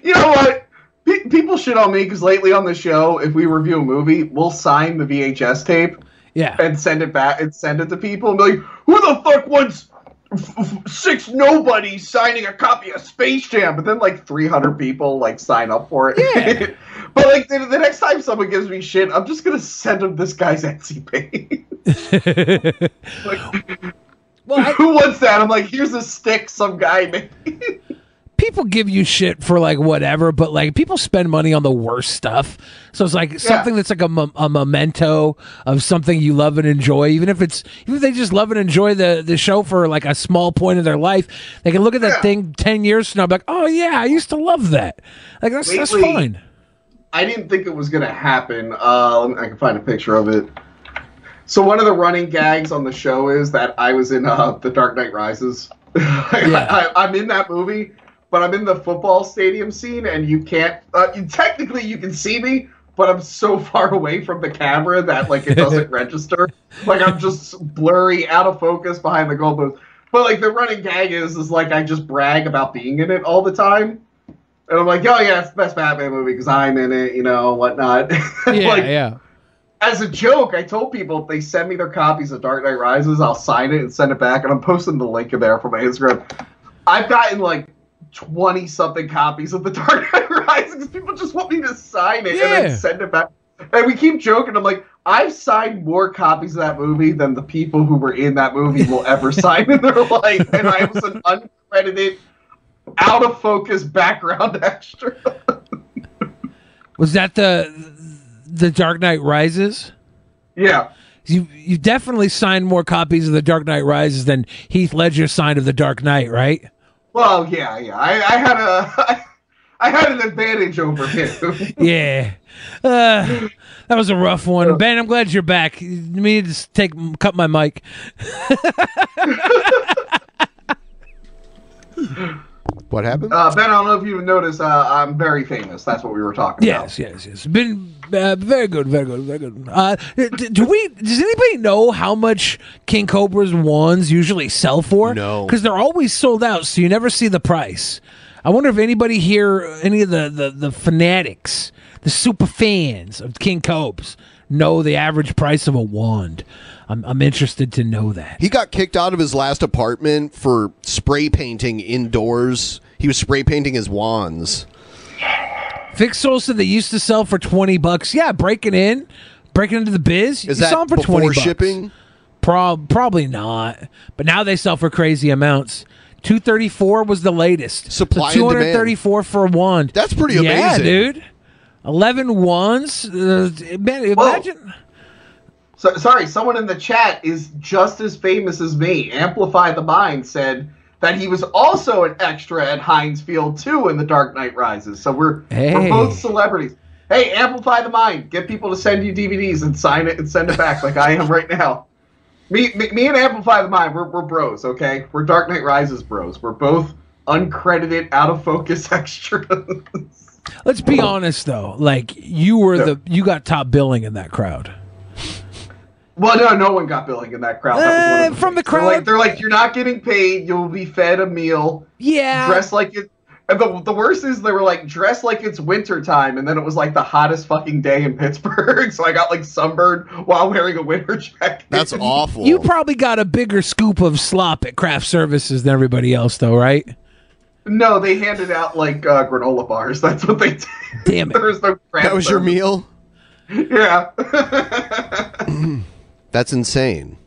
S9: You know what? Pe- people shit on me because lately on the show, if we review a movie, we'll sign the VHS tape.
S8: Yeah.
S9: And send it back and send it to people and be like, who the fuck wants f- f- six nobodies signing a copy of Space Jam? But then like 300 people like sign up for it. Yeah. [LAUGHS] but like the, the next time someone gives me shit, I'm just going to send them this guy's Etsy page. [LAUGHS] Like, who wants that? I'm like, here's a stick some guy made.
S8: people give you shit for like whatever, but like people spend money on the worst stuff. So it's like something that's like a, mem- a memento of something you love and enjoy, even if it's even if they just love and enjoy the the show for like a small point of their life, they can look at that thing ten years from now, and be like, oh yeah, I used to love that. Like that's that's
S9: Lately-
S8: fine.
S9: I didn't think it was going to happen. Uh, let me- I can find a picture of it. So one of the running gags on the show is that I was in uh, The Dark Knight Rises. [LAUGHS] I, I'm in that movie, but I'm in the football stadium scene, and you can't. Uh, you, technically, you can see me, but I'm so [LAUGHS] far away from the camera that like it doesn't register. Like I'm just blurry, out of focus behind the goal post. But like the running gag is, is like I just brag about being in it all the time. And I'm like, oh yeah, it's the best Batman movie because I'm in it, you know, whatnot. [LAUGHS]
S8: Yeah,
S9: like,
S8: yeah.
S9: As a joke, I told people if they send me their copies of Dark Knight Rises, I'll sign it and send it back, and I'm posting the link in there for my Instagram. I've gotten like twenty something copies of the [LAUGHS] Dark Knight Rises because people just want me to sign it and
S8: Yeah.
S9: then send it back. And we keep joking. I'm like, I've signed more copies of that movie than the people who were in that movie will
S8: [LAUGHS]
S9: ever sign in their life, and I was an uncredited, out of focus background [LAUGHS] extra.
S8: Was that the the Dark Knight Rises?
S9: Yeah.
S8: You you definitely signed more copies of the Dark Knight Rises than Heath Ledger signed of the Dark Knight, right?
S9: Well, yeah, yeah. I, I had a, [LAUGHS] I had an advantage over him.
S8: [LAUGHS] yeah. Uh, that was a rough one. Ben, I'm glad you're back. You need to s- take cut my mic.
S7: What happened?
S9: Uh, ben, I don't know if you noticed. Uh, I'm very famous. That's what we were talking
S8: Yes, yes, yes. Been uh, very good, very good, very good. Uh, d- d- do we? Does anybody know how much King Cobra's wands usually sell for? No, because they're always sold out, so you never see the price. I wonder if anybody here, any of the the, the fanatics, the super fans of King Cobes, know the average price of a wand. I'm I'm interested to know that.
S7: He got kicked out of his last apartment for spray painting indoors. He was spray painting his wands.
S8: Fix Soul said they used to sell for twenty bucks. Yeah, breaking in, breaking into the biz.
S7: Is
S8: you
S7: that
S8: sell 'em for
S7: before
S8: 20 bucks.
S7: shipping?
S8: Prob- probably not. But now they sell for crazy amounts. Two thirty four was the latest.
S7: Supply and
S8: so two
S7: demand.
S8: hundred thirty four for a wand. That's
S7: pretty
S8: yeah,
S7: amazing.
S8: dude. Eleven wands. Uh, man, imagine.
S9: So, sorry, someone in the chat is just as famous as me. Amplify the Mind said that he was also an extra at Heinz Field too in The Dark Knight Rises. So we're
S8: Hey.
S9: we're both celebrities. Hey, amplify the mind. Get people to send you DVDs and sign it and send it back like I am right now. Me, me, me and Amplify the Mind, we're, we're bros, okay? We're Dark Knight Rises bros. We're both uncredited, out of focus [LAUGHS] extras.
S8: Let's be honest though. Like you were the you got top billing in that crowd.
S9: Well, no, no one got billing in that crowd. That was one of
S8: Uh, from the
S9: things. They're
S8: crowd-
S9: like, they're like, you're not getting paid. You'll be fed a meal.
S8: Yeah.
S9: Dress like it. And the, the worst is they were like, dress like it's winter time, and then it was like the hottest fucking day in [LAUGHS] Pittsburgh. so I got like sunburned while wearing a winter jacket.
S7: That's awful.
S8: You probably got a bigger scoop of slop at craft services than everybody else though, right?
S9: No, they handed out like uh, granola bars. [LAUGHS] That's what they did.
S8: Damn it.
S9: there was no
S7: That was your meal?
S9: Yeah. [LAUGHS]
S7: That's insane.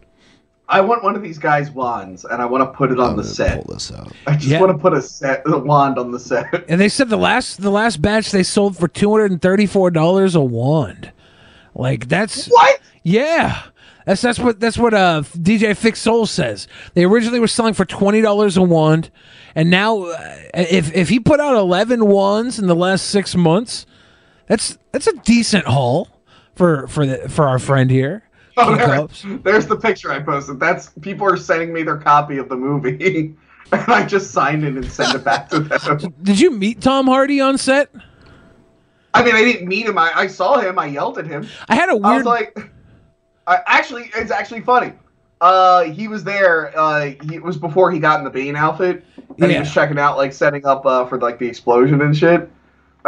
S9: I want one of these guys' wands, and I want to put it on the set.
S7: Oh, Pull this out.
S9: I just
S8: Yeah.
S9: want to put a set, a wand on the set.
S8: And they said the last the last batch they sold for two hundred and thirty four dollars a wand. Like that's
S9: what?
S8: Yeah, that's that's what that's what uh, DJ Fix Soul says. They originally were selling for twenty dollars a wand, and now uh, if if he put out eleven wands in the last six months, that's that's a decent haul for for the, for our friend here.
S9: [LAUGHS] Oh,
S8: King
S9: there,
S8: Cup.
S9: there's the picture I posted. That's people are sending me their copy of the movie, [LAUGHS] and I just signed it and sent it back to them.
S8: [LAUGHS] Did you meet Tom Hardy on set?
S9: I mean, I didn't meet him. I, I saw him. I yelled at him.
S8: I had a
S9: I was
S8: weird-
S9: like, I, actually, it's actually funny. Uh, he was there. Uh, he, it was before he got in the Bane outfit, and he
S8: Yeah.
S9: was checking out, like setting up uh, for like the explosion and shit. And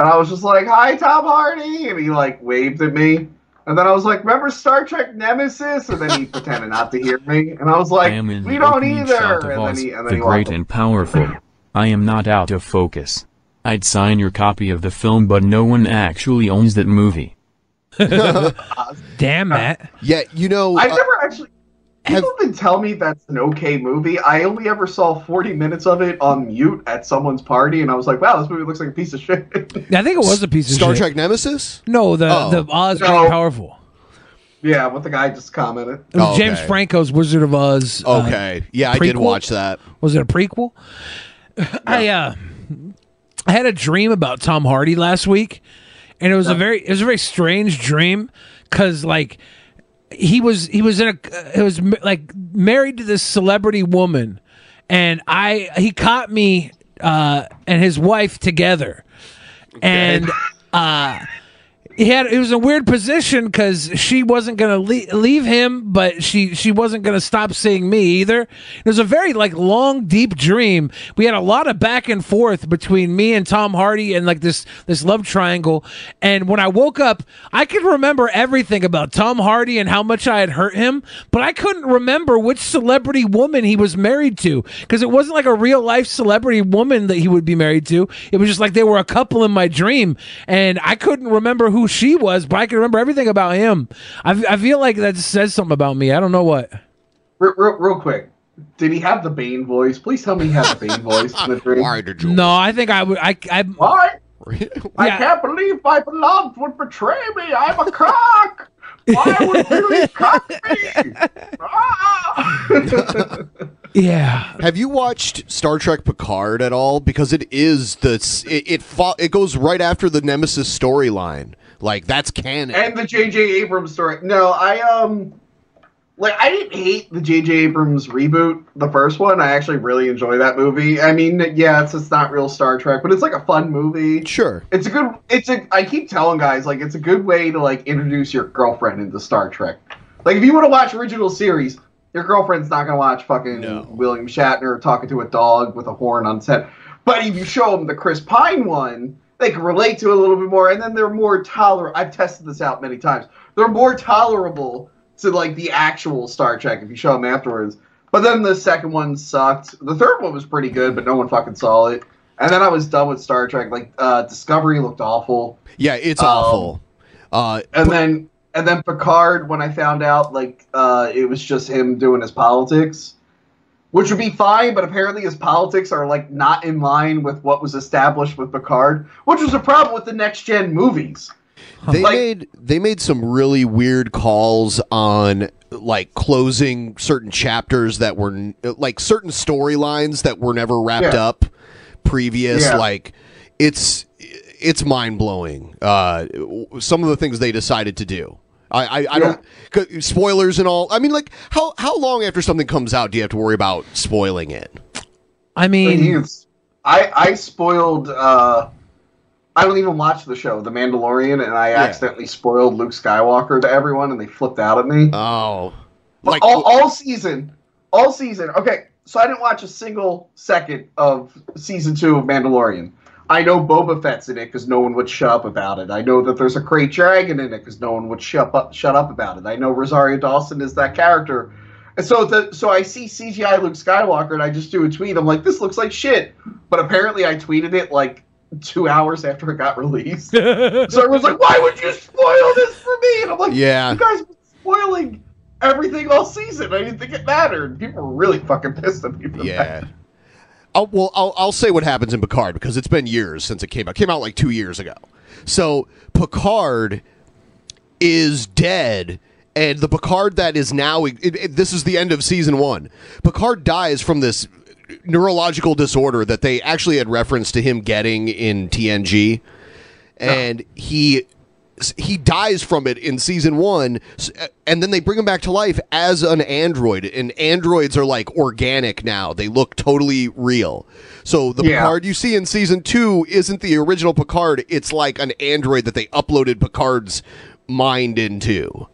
S9: I was just like, "Hi, Tom Hardy," and he like waved at me. And then I was like, "Remember Star Trek Nemesis?" And then he [LAUGHS] pretended not to hear me. And I was like,
S10: I am in
S9: "We
S10: the
S9: don't
S10: opening shot
S9: either."
S10: of
S9: And then
S10: Oz,
S9: he, and
S10: the
S9: then he walked
S10: Great and Powerful. I am not out of focus. I'd sign your copy of the film, but no one actually owns that movie.
S9: [LAUGHS]
S8: Damn that!
S7: Yeah, you know, uh,
S9: I've Uh, never actually. People have been telling me that's an okay movie. I only ever saw 40 minutes of it on mute at someone's party, and I was like, wow, this movie looks like a piece of shit. [LAUGHS]
S8: I think it was a piece of
S7: Star
S8: shit.
S7: Trek Nemesis?
S8: No, the
S7: Oh.
S8: the Oz
S9: No.
S8: Great and Powerful.
S9: yeah, what the guy just commented.
S8: It was James Franco's Wizard of Oz. uh,
S7: Oh, Okay. Yeah, I did
S8: prequel?
S7: watch that.
S8: Was it a prequel? I uh, I had a dream about Tom Hardy last week, and it was a very it was a very strange dream because like he was he was in a he was like married to this celebrity woman, and I he caught me uh and his wife together, and uh he had it was a weird position because she wasn't gonna le- leave him, but she she wasn't gonna stop seeing me either. It was a very like long, deep dream. We had a lot of back and forth between me and Tom Hardy and like this this love triangle. And when I woke up, I could remember everything about Tom Hardy and how much I had hurt him, but I couldn't remember which celebrity woman he was married to because it wasn't like a real life celebrity woman that he would be married to. It was just like they were a couple in my dream, and I couldn't remember who she was, but I could remember everything about him. I, f- I feel like that says something about me. I don't know what.
S9: Re- re- real quick, did he have the Bane voice? Please tell me he had the Bane voice in the dream. [LAUGHS]
S8: No, I think I would. I, I
S9: Why? I
S8: Yeah.
S9: can't believe my beloved would betray me. I'm a cock. Why would
S8: [LAUGHS]
S9: Billy cock me? Ah! [LAUGHS]
S8: Yeah.
S7: Have you watched Star Trek Picard at all? Because it is the s- it it, fo- it goes right after the Nemesis storyline. Like that's canon.
S9: And the J.J. Abrams story. No, I um, like I didn't hate the J.J. Abrams reboot, the first one. I actually really enjoy that movie. I mean, yeah, it's it's not real Star Trek, but it's like a fun movie.
S7: Sure,
S9: it's a good. It's a. I keep telling guys like it's a good way to like introduce your girlfriend into Star Trek. Like if you want to watch original series, your girlfriend's not gonna watch fucking William Shatner talking to a dog with a horn on set. But if you show them the Chris Pine one, they can relate to it a little bit more, and then they're more tolerable. I've tested this out many times. They're more tolerable to like the actual Star Trek if you show them afterwards. But then the second one sucked. The third one was pretty good, but no one fucking saw it. And then I was done with Star Trek. Like uh, Discovery looked awful.
S7: Yeah, it's
S9: Um,
S7: awful. Uh,
S9: And then and then Picard, when I found out like uh, it was just him doing his politics, which would be fine, but apparently his politics are like not in line with what was established with Picard, which was a problem with the next gen movies.
S7: They made they made some really weird calls on like closing certain chapters that were n- like certain storylines that were never wrapped
S9: Yeah.
S7: up previous
S9: Yeah.
S7: like it's it's mind blowing uh w- some of the things they decided to do I, I, I don't c- spoilers and all. I mean, like how how long after something comes out do you have to worry about spoiling it?
S8: I mean,
S9: I I spoiled. Uh, I don't even watch the show, The Mandalorian, and I accidentally spoiled Luke Skywalker to everyone, and they flipped out at me.
S7: Oh,
S9: but all, all season, all season. Okay, so I didn't watch a single second of season two of Mandalorian. I know Boba Fett's in it because no one would shut up about it. I know that there's a great dragon in it because no one would shut up, shut up about it. I know Rosario Dawson is that character. And so the, so I see CGI Luke Skywalker and I just do a tweet. I'm like, this looks like shit. But apparently I tweeted it like two hours after it got [LAUGHS] released. so everyone's like, why would you spoil this for me? And I'm like,
S7: Yeah.
S9: you guys been spoiling everything all season. I didn't think it mattered. People were really fucking pissed at me. For
S7: Yeah. I'll, well, I'll, I'll say what happens in Picard because it's been years since it came out. It came out like two years ago. So Picard is dead, and the Picard that is now it, it- this is the end of season one. Picard dies from this neurological disorder that they actually had reference to him getting in TNG, and he he dies from it in season one, s- and then they bring him back to life as an android. And androids are like organic now; they look totally real. So the
S9: Yeah.
S7: Picard you see in season two isn't the original Picard; it's like an android that they uploaded Picard's mind into.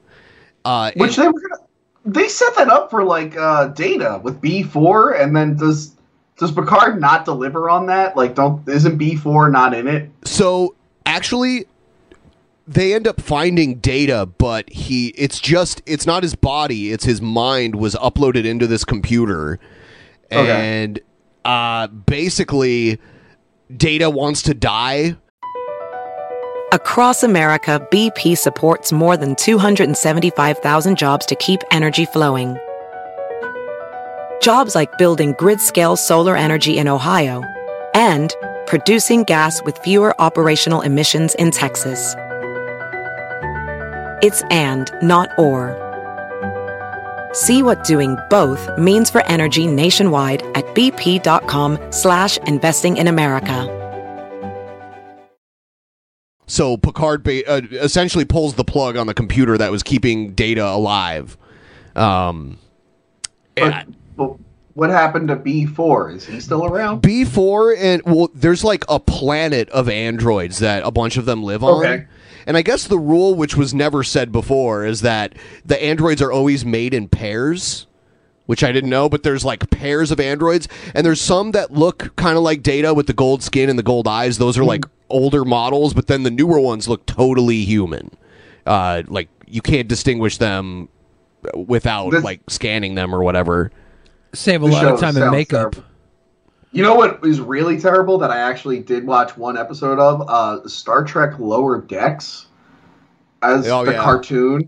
S7: Uh,
S9: Which they were gonna, they set that up for like uh, data with B four, and then does does Picard not deliver on that? Like, don't isn't B four not in it?
S7: So actually, they end up finding data, but he it's just it's not his body, it's his mind was uploaded into this computer.
S12: Okay.
S7: And uh basically data wants to die.
S12: Across America, BP supports more than 275,000 jobs to keep energy flowing. Jobs like building grid scale solar energy in Ohio and producing gas with fewer operational emissions in Texas. It's and, not or. See what doing both means for energy nationwide at bp.com slash investing in America.
S7: So Picard ba- uh, essentially pulls the plug on the computer that was keeping data alive. Um
S9: But, but what happened to B four? Is he still around?
S7: B4 and well, there's like a planet of androids that a bunch of them live on.
S9: Okay.
S7: And I guess the rule, which was never said before, is that the androids are always made in pairs, which I didn't know, but there's like pairs of androids. And there's some that look kind of like Data with the gold skin and the gold eyes. Those are like older models, but then the newer ones look totally human. Uh, like you can't distinguish them without like scanning them or whatever.
S8: save a
S9: The
S8: lot of
S9: show
S8: time in
S9: sounds
S8: makeup.
S9: You know what is really terrible that I actually did watch one episode of uh, Star Trek Lower Decks as
S7: Oh,
S9: the
S7: yeah.
S9: cartoon.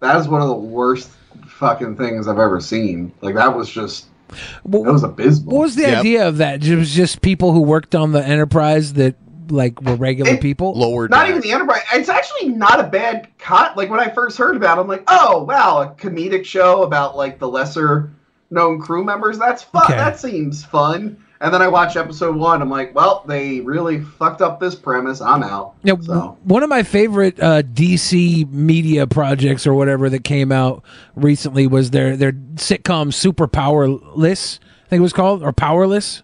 S9: That is one of the worst fucking things I've ever seen. Like that was just that was abysmal.
S8: What was the idea of that? It was just people who worked on the Enterprise that like were regular people.
S7: Lower
S9: Not even the Enterprise. It's actually not a bad cut. Like when I first heard about, it, I'm like, oh wow, a comedic show about like the lesser known crew members. That's fun. That seems fun. And then I watch episode one. I'm like, well, they really fucked up this premise. I'm out.
S8: Yeah, w- one of my favorite uh, DC media projects or whatever that came out recently was their their sitcom Super Powerless, I think it was called, or Powerless.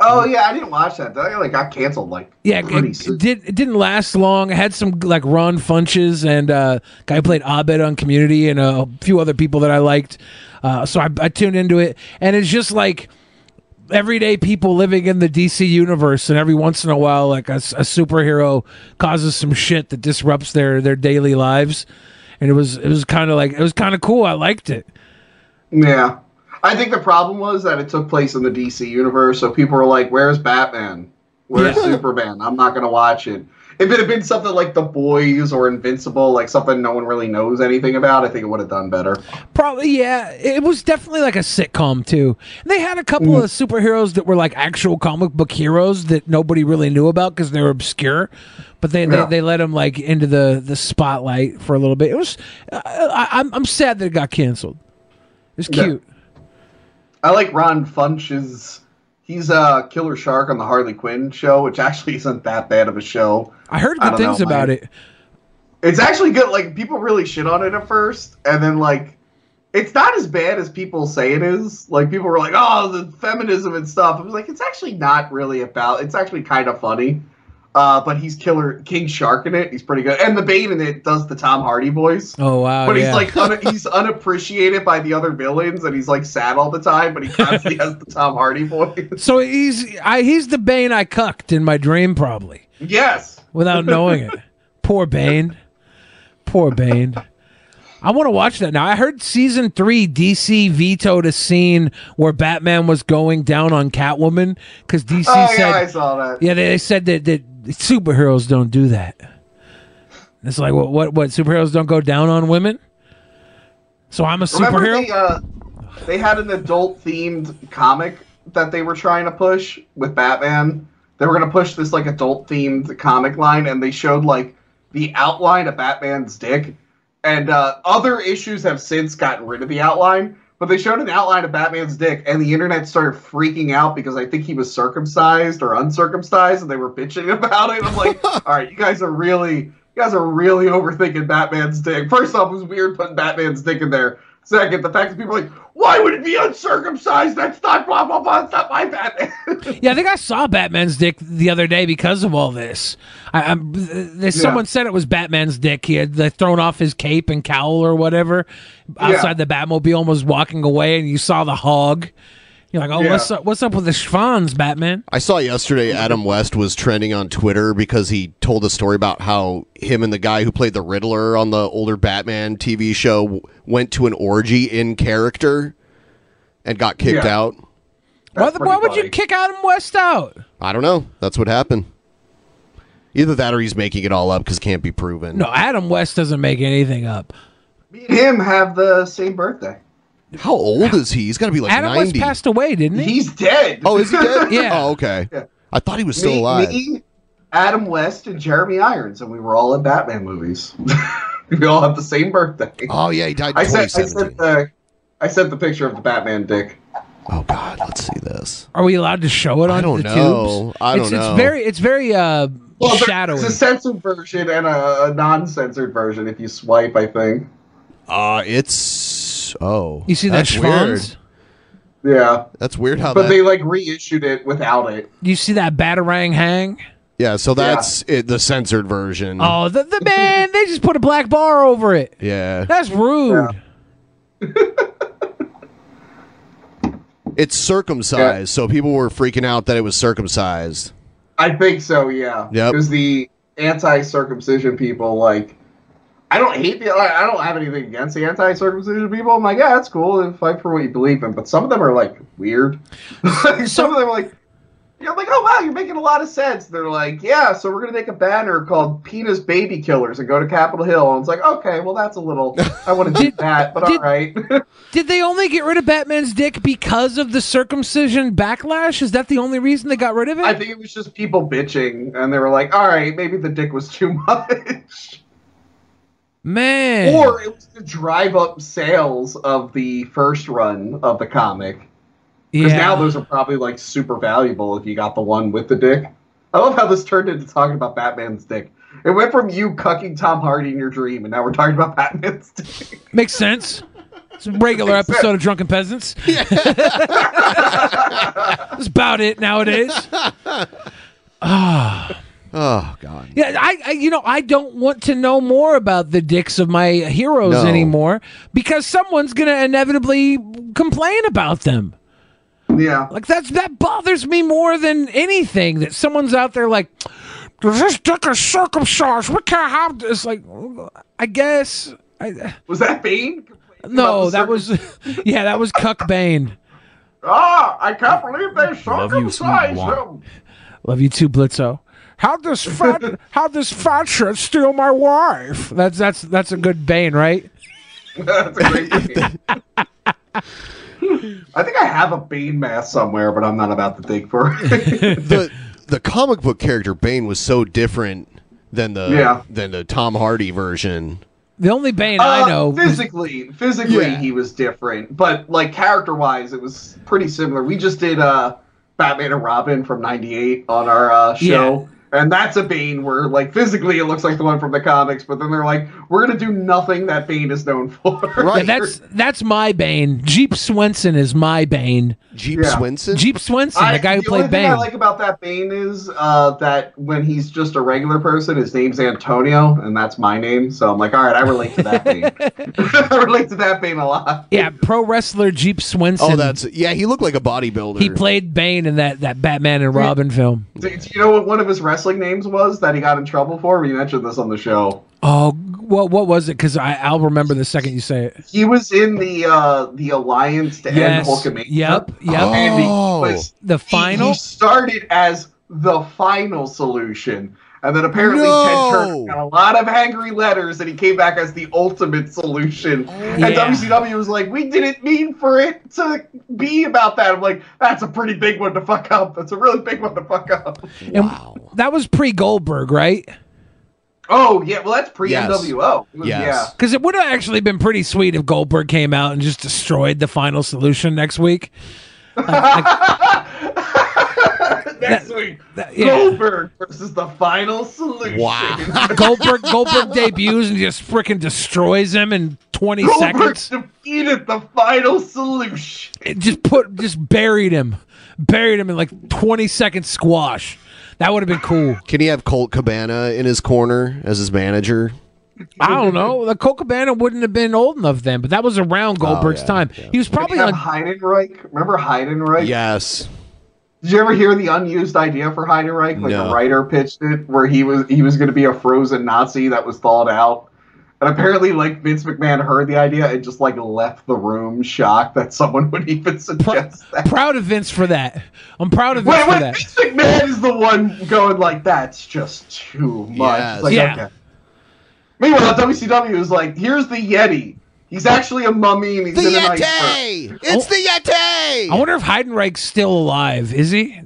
S9: Oh yeah, I didn't watch that. That like got canceled. Like
S8: Yeah, it,
S9: pretty
S8: it
S9: soon.
S8: did. It didn't last long. It had some like Ron Funches and uh, guy who played Abed on Community and a few other people that I liked. Uh, so I, I tuned into it, and it's just like everyday people living in the DC universe, and every once in a while, like a, s- a superhero causes some shit that disrupts their their daily lives. And it was it was kind of like it was kind of cool. I liked it.
S9: Yeah. I think the problem was that it took place in the DC universe, so people were like, "Where's Batman? Where's Superman? I'm not gonna watch it." If it had been something like The Boys or Invincible, like something no one really knows anything about, I think it would have done better.
S8: Probably, yeah. It was definitely like a sitcom too. And they had a couple
S9: Mm.
S8: of superheroes that were like actual comic book heroes that nobody really knew about because they were obscure. But they,
S17: Yeah.
S8: they they let them like into the the spotlight for a little bit. It was uh, I, I'm I'm sad that it got canceled. It's
S9: Yeah.
S8: cute.
S9: I like Ron Funch's. He's a uh, Killer Shark on the Harley Quinn show, which actually isn't that bad of a show.
S8: I heard
S9: I
S8: good
S9: don't
S8: things
S9: know,
S8: about
S9: man.
S8: it.
S9: It's actually good. Like people really shit on it at first, and then like it's not as bad as people say it is. Like people were like, "Oh, the feminism and stuff." I was like, it's actually not really about. It's actually kind of funny. Uh, but he's killer King Shark in it. He's pretty good, and the Bane in it does the Tom Hardy voice.
S8: Oh wow!
S9: but he's
S8: yeah.
S9: like un- he's unappreciated by the other villains, and he's like sad all the time. But he constantly has the Tom Hardy voice.
S8: so he's I he's the Bane I cucked in my dream probably
S9: Yes,
S8: without
S9: [LAUGHS]
S8: knowing it. Poor Bane. Poor Bane. I want to watch that now. I heard season three DC vetoed a scene where Batman was going down on Catwoman because DC
S9: oh
S8: said,
S9: yeah, I saw that.
S8: yeah, they, they said that, that superheroes don't do that. It's like what what what superheroes don't go down on women. So I'm a
S9: Remember
S8: superhero.
S9: they, uh, they had an adult themed comic that they were trying to push with Batman. They were going to push this like adult themed comic line, and they showed like the outline of Batman's dick. And uh, other issues have since gotten rid of the outline, but they showed an outline of Batman's dick, and the internet started freaking out because I think he was circumcised or uncircumcised, and they were bitching [LAUGHS] about it. I'm like, all right, you guys are really, you guys are really overthinking Batman's dick. First off, it was weird putting Batman's dick in there. Second, the fact that people are like, why would it be uncircumcised? That's not blah blah blah. It's not my Batman.
S8: yeah, I think I saw Batman's dick the other day because of all this. I, I'm, there's
S9: Yeah.
S8: Someone said it was Batman's dick. He had they thrown off his cape and cowl or whatever
S9: Yeah.
S8: outside the Batmobile, was walking away, and you saw the hog. You're like, oh,
S7: Yeah.
S8: what's up? What's up with the Schwans, Batman?
S7: I saw yesterday
S8: Mm-hmm.
S7: Adam West was trending on Twitter because he told a story about how him and the guy who played the Riddler on the older Batman TV show w- went to an orgy in character and got kicked
S8: Yeah.
S7: out.
S8: Why, the, why would you kick Adam West out?
S7: I don't know. That's what happened. Either that or he's making it all up because it can't be proven.
S8: No, Adam West doesn't make anything up.
S9: Me and him have the same birthday.
S7: How old is he? He's got to be like
S8: Adam
S7: 90.
S8: West passed away, didn't he?
S9: He's dead.
S7: Oh, is he
S8: [LAUGHS]
S7: dead?
S9: Yeah.
S7: Oh, okay. I thought he was still
S9: me,
S7: alive.
S9: me, Adam West, and Jeremy Irons, and we were all in Batman movies. [LAUGHS] we all have the same birthday.
S7: Oh yeah, he died. in
S9: I sent, I
S7: 2017.
S9: sent the, I sent the picture of the Batman dick.
S7: Oh God, let's see this.
S8: Are we allowed to show it on
S7: don't know.
S8: the tubes?
S7: I
S8: it's,
S7: don't know.
S8: It's very, it's very uh,
S9: Well, there-
S8: shadowy.
S9: There's a censored version and a, a non-censored version. If you swipe, I think.
S7: Uh, it's oh.
S9: You see that
S7: that's
S9: schwanz?
S7: weird.
S9: Yeah,
S7: that's weird how
S9: but
S7: that.
S9: they like reissued it without it.
S8: you see that batarang hang?
S7: yeah, so that's it, the censored version.
S8: Oh, the, the man! They just put a black bar over it.
S7: yeah,
S8: That's rude.
S7: it's circumcised. So people were freaking out that it was circumcised.
S9: I think so. Yeah.
S7: Yep.
S9: Because the anti-circumcision people like. I don't hate the. I I don't have anything against the anti-circumcision people. I'm like, yeah, that's cool. and Fight for what you believe in. But some of them are like weird. [LAUGHS] Like, some of them are like, you're like, oh wow, you're making a lot of sense. They're like, yeah, so we're gonna make a banner called "Penis Baby Killers" and go to Capitol Hill. And it's like, okay, well that's a little. I want to do that, but all right.
S8: Did they only get rid of Batman's dick because of the circumcision backlash? Is that the only reason they got rid of it?
S9: I think it was just people bitching, and they were like, all right, maybe the dick was too [LAUGHS] much.
S8: Man.
S9: Or it was to drive up sales of the first run of the comic. Because
S8: Yeah.
S9: now those are probably like super valuable if you got the one with the dick. I love how this turned into talking about Batman's dick. It went from you cucking Tom Hardy in your dream, and now we're talking about Batman's dick.
S8: Makes sense. It's a regular
S9: Makes
S8: episode of
S9: [LAUGHS]
S8: Drunken Peasants. That's about it nowadays. Ah.
S7: Oh God.
S8: Yeah, I, I you know I don't want to know more about the dicks of my heroes
S7: No.
S8: anymore because someone's gonna inevitably complain about them.
S9: Yeah,
S8: like that's that bothers me more than anything that someone's out there like this dick is circumcised. We can't have this. Like, I guess I,
S9: was that Bane?
S8: No, that was [LAUGHS] yeah, that was Cuck Bane.
S9: Ah, I can't believe they
S8: Love you, sweet
S9: circumcised
S8: wine.
S9: him.
S8: Love you too, Blitzo. How does fat how does fat shit steal my wife? That's that's that's a good Bane, right?
S9: [LAUGHS] That's a
S8: [LAUGHS]
S9: great game. I think I have a Bane mask somewhere, but I'm not about to dig for it.
S8: [LAUGHS]
S7: the the comic book character Bane was so different than the
S9: Yeah.
S7: than the Tom Hardy
S8: [LAUGHS]
S7: version.
S8: The only Bane
S9: Uh, Physically, physically he was different, but like character wise, it was pretty similar. We just did uh, Batman and Robin from '98 on our uh, show. And that's a Bane where, like, physically it looks like the one from the comics, but then they're like, we're going to do nothing that Bane is known for. [LAUGHS]
S8: Yeah, that's that's my Bane. Jeep Swenson is my Bane.
S7: Jeep Swenson?
S8: Jeep Swenson,
S9: I-
S8: the guy who
S9: only
S8: played
S9: thing
S8: Bane.
S9: I like about that Bane is uh, that when he's just a regular person, his name's Antonio, and that's my name. So I'm like, all right, I relate to that Bane. [LAUGHS] I relate to that Bane a lot.
S8: yeah, pro wrestler Jeep Swenson.
S7: Oh, that's yeah. He looked like a bodybuilder.
S8: He played Bane in that, that Batman and Robin film.
S9: Do, do you know what one of his wrestling names was that he got in trouble for? We mentioned this on the show.
S8: Oh, what what was it? Because I'll remember the second you say it.
S9: He was in the uh, the Alliance to end
S8: Yes.
S9: Hulkamania.
S8: Yep. Yep.
S9: And he
S8: Oh.
S9: was-
S8: The
S9: he- He,
S8: final?
S9: started as the final solution. And then apparently
S7: No.
S9: Ted Turner got a lot of angry letters and he came back as the ultimate
S7: Oh.
S9: solution. And
S7: Yeah.
S9: WCW was like, we didn't mean for it to be about that. I'm like, that's a pretty big one to fuck up. That's a really big one to fuck up.
S8: Wow. That was pre Goldberg, right?
S9: Oh, yeah. Well, that's pre NWO. Yeah. [LAUGHS]
S8: Because it would have actually been pretty sweet if Goldberg came out and just destroyed the final solution next week.
S9: Next week,
S8: yeah.
S9: Goldberg versus the final solution.
S8: [LAUGHS] Goldberg
S9: [LAUGHS]
S8: Goldberg debuts and just freaking destroys him in 20
S9: Goldberg
S8: seconds.
S9: defeated the final solution.
S8: It just put just buried him. Buried him in like 20 second squash. That would have been cool.
S7: Can he have Colt Cabana in his corner as his manager?
S8: I don't know. The Colt Cabana wouldn't have been old enough then, but that was around Goldberg's
S7: Oh, yeah,
S8: time. He was probably
S9: Did you
S8: on.
S9: have Heidenreich. Remember Heidenreich?
S7: Yes.
S9: Did you ever hear the unused idea for Heidenreich? Like
S7: No.
S9: a writer pitched it, where he was he was going to be a frozen Nazi that was thawed out. And apparently, like Vince McMahon heard the idea and just like left the room, shocked that someone would even suggest that.
S8: Proud of Vince for that. I'm proud of Vince
S9: Wait,
S8: for
S9: wait,
S8: that.
S9: Vince McMahon is the one going like, that's just too much.
S8: Yes.
S9: It's like,
S8: Yeah.
S9: okay. Meanwhile, WCW is like, here's the Yeti. He's actually a mummy and he's in an iceberg.
S7: It's the Yeti!
S8: I wonder if Heidenreich's still alive. Is he?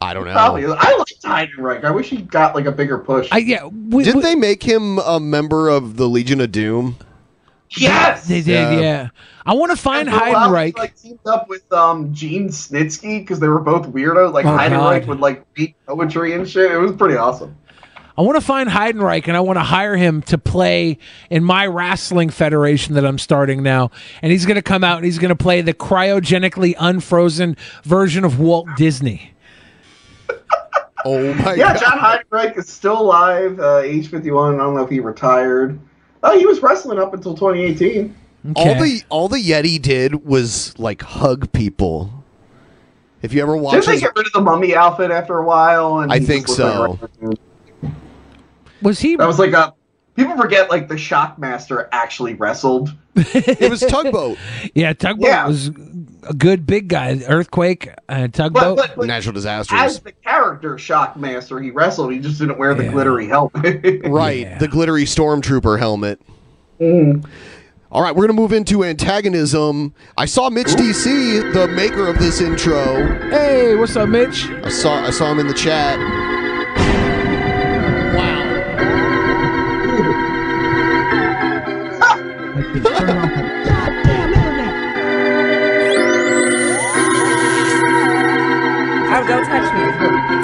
S7: I don't know.
S9: Probably. I liked Heidenreich. I wish he got like a bigger push.
S8: I, yeah,
S7: Didn't they make him a member of the Legion of Doom?
S9: Yes,
S8: They did, yeah. I want to find
S9: And for a while, he,
S8: Heidenreich.
S9: Like teamed up with um Gene Snitsky because they were both weirdos. Like
S8: Oh,
S9: Heidenreich
S8: God.
S9: would like read poetry and shit. It was pretty awesome.
S8: I want to find Heidenreich and I want to hire him to play in my wrestling federation that I'm starting now. And he's going to come out and he's going to play the cryogenically unfrozen version of Walt Disney.
S7: oh my
S9: yeah, John Heidenreich is still alive, uh, age fifty one. I don't know if he retired. Oh, he was wrestling up until twenty eighteen.
S7: All the all the Yeti did was like hug people. If you ever
S9: Did
S7: watch
S9: they
S7: his,
S9: get rid of the mummy outfit after a while? And
S7: I
S9: he
S7: think
S9: just looked
S7: so.
S9: like-
S8: Was he?
S9: That was like a. People forget like the Shockmaster actually wrestled.
S7: [LAUGHS] it was Tugboat.
S8: Yeah, Tugboat was a good big guy. Earthquake, uh,
S9: [LAUGHS]
S8: Tugboat.
S9: but- but-
S7: Natural disasters.
S9: As the character Shockmaster, he wrestled. He just didn't wear the glittery helmet.
S7: [LAUGHS] right,
S9: [LAUGHS]
S7: the glittery stormtrooper helmet.
S9: Mm.
S7: All right, we're gonna move into antagonism. I saw Mitch DC, the maker of this intro.
S8: Hey, what's up, Mitch?
S7: I saw I saw him in the chat.
S17: Oh, don't touch me.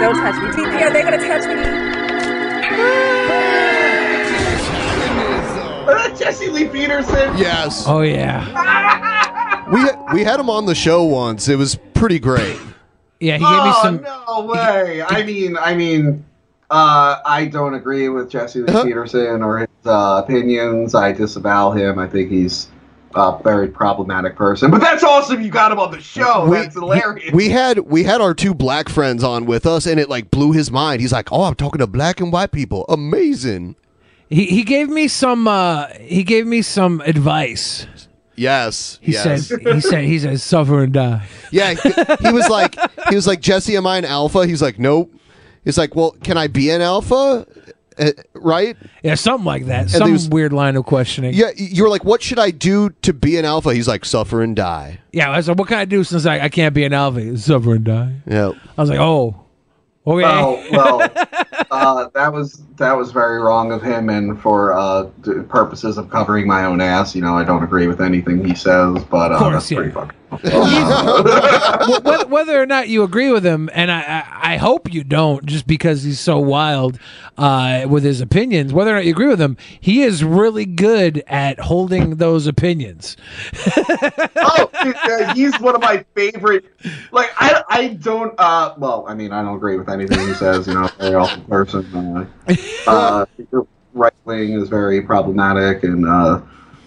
S17: Don't touch me. TP, are they going to touch me?
S9: Uh, Jesse Lee Peterson.
S7: Yes.
S8: Oh yeah.
S7: We we had him on the show once. It was pretty great.
S8: Yeah,
S7: he gave me
S9: Oh,
S7: some-
S9: No
S7: [LAUGHS]
S9: way. I mean, I mean, uh, I don't agree with Jesse Lee Peterson or his uh, opinions. I disavow him. I think he's a very problematic person. But [LAUGHS] that's awesome. You got him on the show. that's hilarious.
S7: We had we had our two black friends on with us, and it like blew his mind. He's like, "Oh, I'm talking to black and white people. Amazing."
S8: He he gave me some uh he gave me some advice.
S7: Yes,
S8: He
S7: yes.
S8: said he said he said suffer and die.
S7: yeah. He, he was like, he was like, Jesse, am I an alpha? He's like, nope. It's like, well, can I be an alpha? Uh, right?
S8: Yeah, something like that.
S7: And
S8: Some
S7: he was-
S8: weird line of questioning.
S7: Yeah, you were like, what should I do to be an alpha? He's like, suffer and die.
S8: Yeah, I was like, what can I do since I, I can't be an alpha? Suffer and die.
S7: Yeah.
S8: I was
S9: [LAUGHS]
S8: like, oh, okay.
S9: Oh well, uh, that was that was very wrong of him, and for uh, d- purposes of covering my own ass, you know, I don't agree with anything he says, but uh, that's pretty fucking.
S8: Wh- wh- whether or not you agree with him, and I, I, I hope you don't, just because he's so wild uh, with his opinions. Whether or not you agree with him, he is really good at holding those opinions. [LAUGHS]
S9: oh, dude, uh, he's one of my favorite. Like, I, I don't. Uh, well, I mean, I don't agree with anything he says. You know, very awful person. Uh, uh, right wing is very problematic, and uh,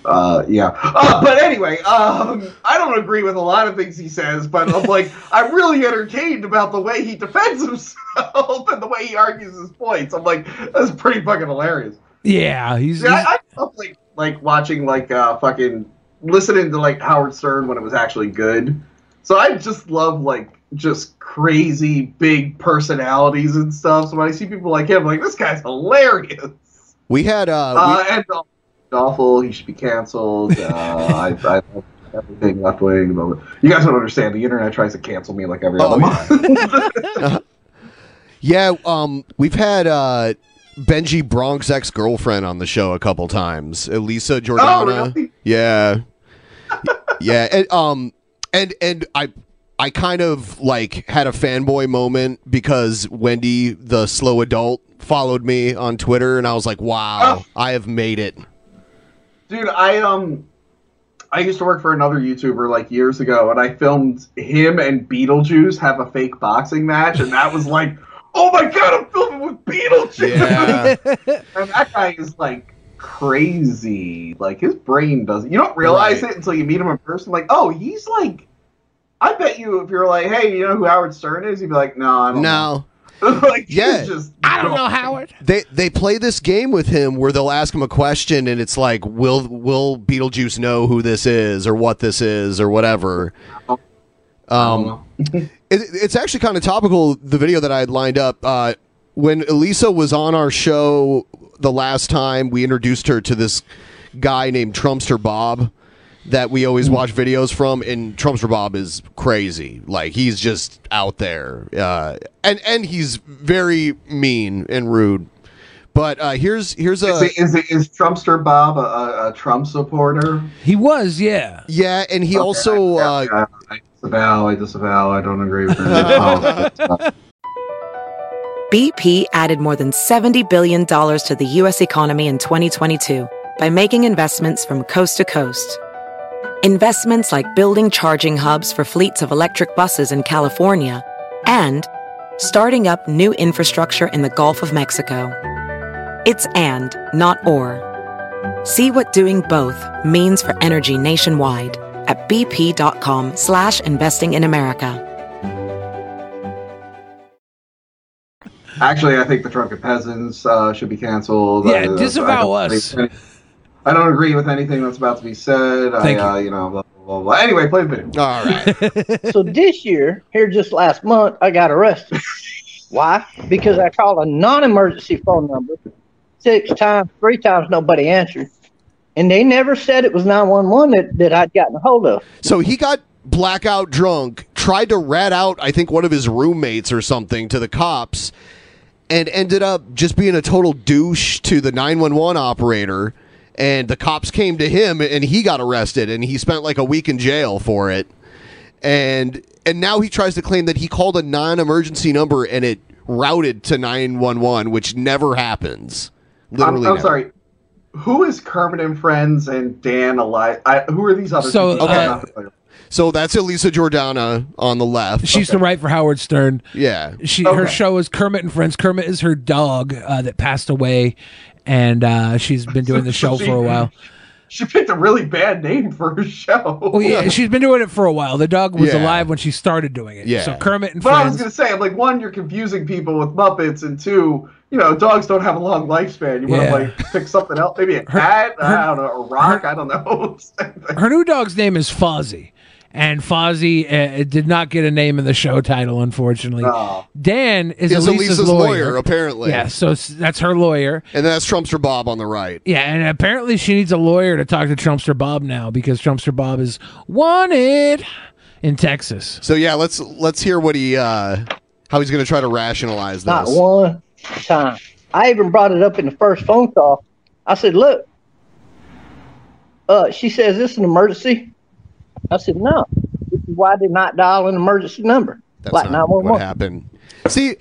S9: uh, yeah. Uh, but anyway, um, I don't agree with a lot of things he says, but I'm like, I'm really entertained about the way he defends himself [LAUGHS] and the way he argues his points. I'm like, that's pretty fucking hilarious.
S8: Yeah, he's.
S9: Yeah, I, I love like like watching like uh fucking listening to like Howard Stern when it was actually good. So I just love like just crazy big personalities and stuff. So when I see people like him, I'm like this guy's hilarious.
S7: We had uh,
S9: Uh, and Dolph- awful. He should be canceled. Uh, I, I love everything left wing. but You guys don't understand. The internet tries to cancel me like
S7: Oh,
S9: every other month.
S7: Yeah, um, we've had uh, Benji Bronx ex girlfriend on the show a couple times.
S9: Oh,
S7: Elisa Jordana. Yeah, [LAUGHS] yeah, and um, and and I, I kind of like had a fanboy moment because Wendy, the slow adult, followed me on Twitter, and I was like, wow,
S9: Oh.
S7: I have made it.
S9: Dude, I um I used to work for another YouTuber like years ago and I filmed him and Beetlejuice have a fake boxing match and that
S7: [LAUGHS]
S9: was like, "Oh my god, I'm filming with Beetlejuice." [LAUGHS] and that guy is like crazy. Like his brain doesn't You don't realize it until you meet him in person like, "Oh, he's like I bet you if you're like, "Hey, you know who Howard Stern is?" you'd be like, "No, I don't
S7: No.
S9: know." [LAUGHS] like he's
S7: Yeah.
S9: just
S8: I don't know Howard.
S7: They they play this game with him where they'll ask him a question and it's like will will Beetlejuice know who this is or what this is or whatever.
S9: Oh,
S7: Um, [LAUGHS] it, it's actually kind of topical. The video that I had lined up uh, when Elisa was on our show the last time, we introduced her to this guy named Trumpster Bob that we
S9: Hmm.
S7: always watch videos from, and Trumpster Bob is crazy. Like he's just out there, uh, and and he's very mean and rude. But uh, here's here's a
S9: Is, it, is, it, is Trumpster Bob a, a, a Trump supporter?
S8: He was, yeah.
S7: Yeah, and he
S9: Okay,
S7: also uh,
S9: I disavow. I disavow. I don't agree
S7: [LAUGHS]
S9: with Oh, that.
S12: BP added more than $70 billion to the U.S. economy in 2022 by making investments from coast to coast. Investments like building charging hubs for fleets of electric buses in California and starting up new infrastructure in the Gulf of Mexico. It's and, not or. See what doing both means for energy nationwide at bp.com slash investing in America.
S9: Actually, I think the Drunken Peasants uh, should be canceled.
S8: Yeah,
S9: I- I-
S8: disavow
S9: I don't
S8: us.
S9: agree with any- I don't agree with anything that's about to be said.
S8: Thank
S9: I, uh, you know, blah, blah, blah, blah. Anyway, play the video.
S7: All
S9: [LAUGHS]
S7: right.
S18: so this year, here just last month, I got arrested. Why? Because I called a non-emergency phone number six times, three times, nobody answered, and they never said it was nine one one that that I'd gotten a hold of.
S7: So he got blackout drunk, tried to rat out, I think, one of his roommates or something to the cops, and ended up just being a total douche to the 911 operator. And the cops came to him and he got arrested and he spent like a week in jail for it. And and now he tries to claim that he called a non emergency number and it routed to 911, which never happens. Literally.
S9: I'm, I'm
S7: never.
S9: sorry. Who is Kermit and Friends and Dan alive? I, who are these other
S7: So,
S9: people?
S7: uh, So that's Elisa Jordana on the left.
S8: She used to write for Howard Stern.
S7: Yeah.
S8: She her show is Kermit and Friends. Kermit is her dog uh, that passed away, and uh, she's been doing the show for a while.
S9: She picked a really bad name for her show.
S8: Well, yeah, she's been doing it for a while. The dog was
S9: Oh, Yeah.
S8: alive when she started doing it.
S9: Yeah.
S8: So Kermit and
S9: But I was
S8: Friends.
S9: gonna say, I'm like, one, you're confusing people with Muppets, and two, you know, dogs don't have a long lifespan. You want to
S8: Yeah.
S9: like pick something else, maybe a cat, I don't know, a rock, I don't know.
S8: Her new dog's name is Fozzie, and Fozzie uh, did not get a name in the show title, unfortunately. Dan is
S7: Is
S8: Elisa's,
S7: Elisa's lawyer, apparently.
S8: Yeah, so s- that's her lawyer.
S7: And that's Trumpster Bob on the right.
S8: Yeah, and apparently she needs a lawyer to talk to Trumpster Bob now because Trumpster Bob is wanted in Texas.
S7: So yeah, let's let's hear what he uh how he's going to try to rationalize this.
S18: Not one time. I even brought it up in the first phone call. I said, "Look," uh, she says, "This is an emergency." I said, "No, this is why I did not dial an emergency number."
S7: That's not what happened. See,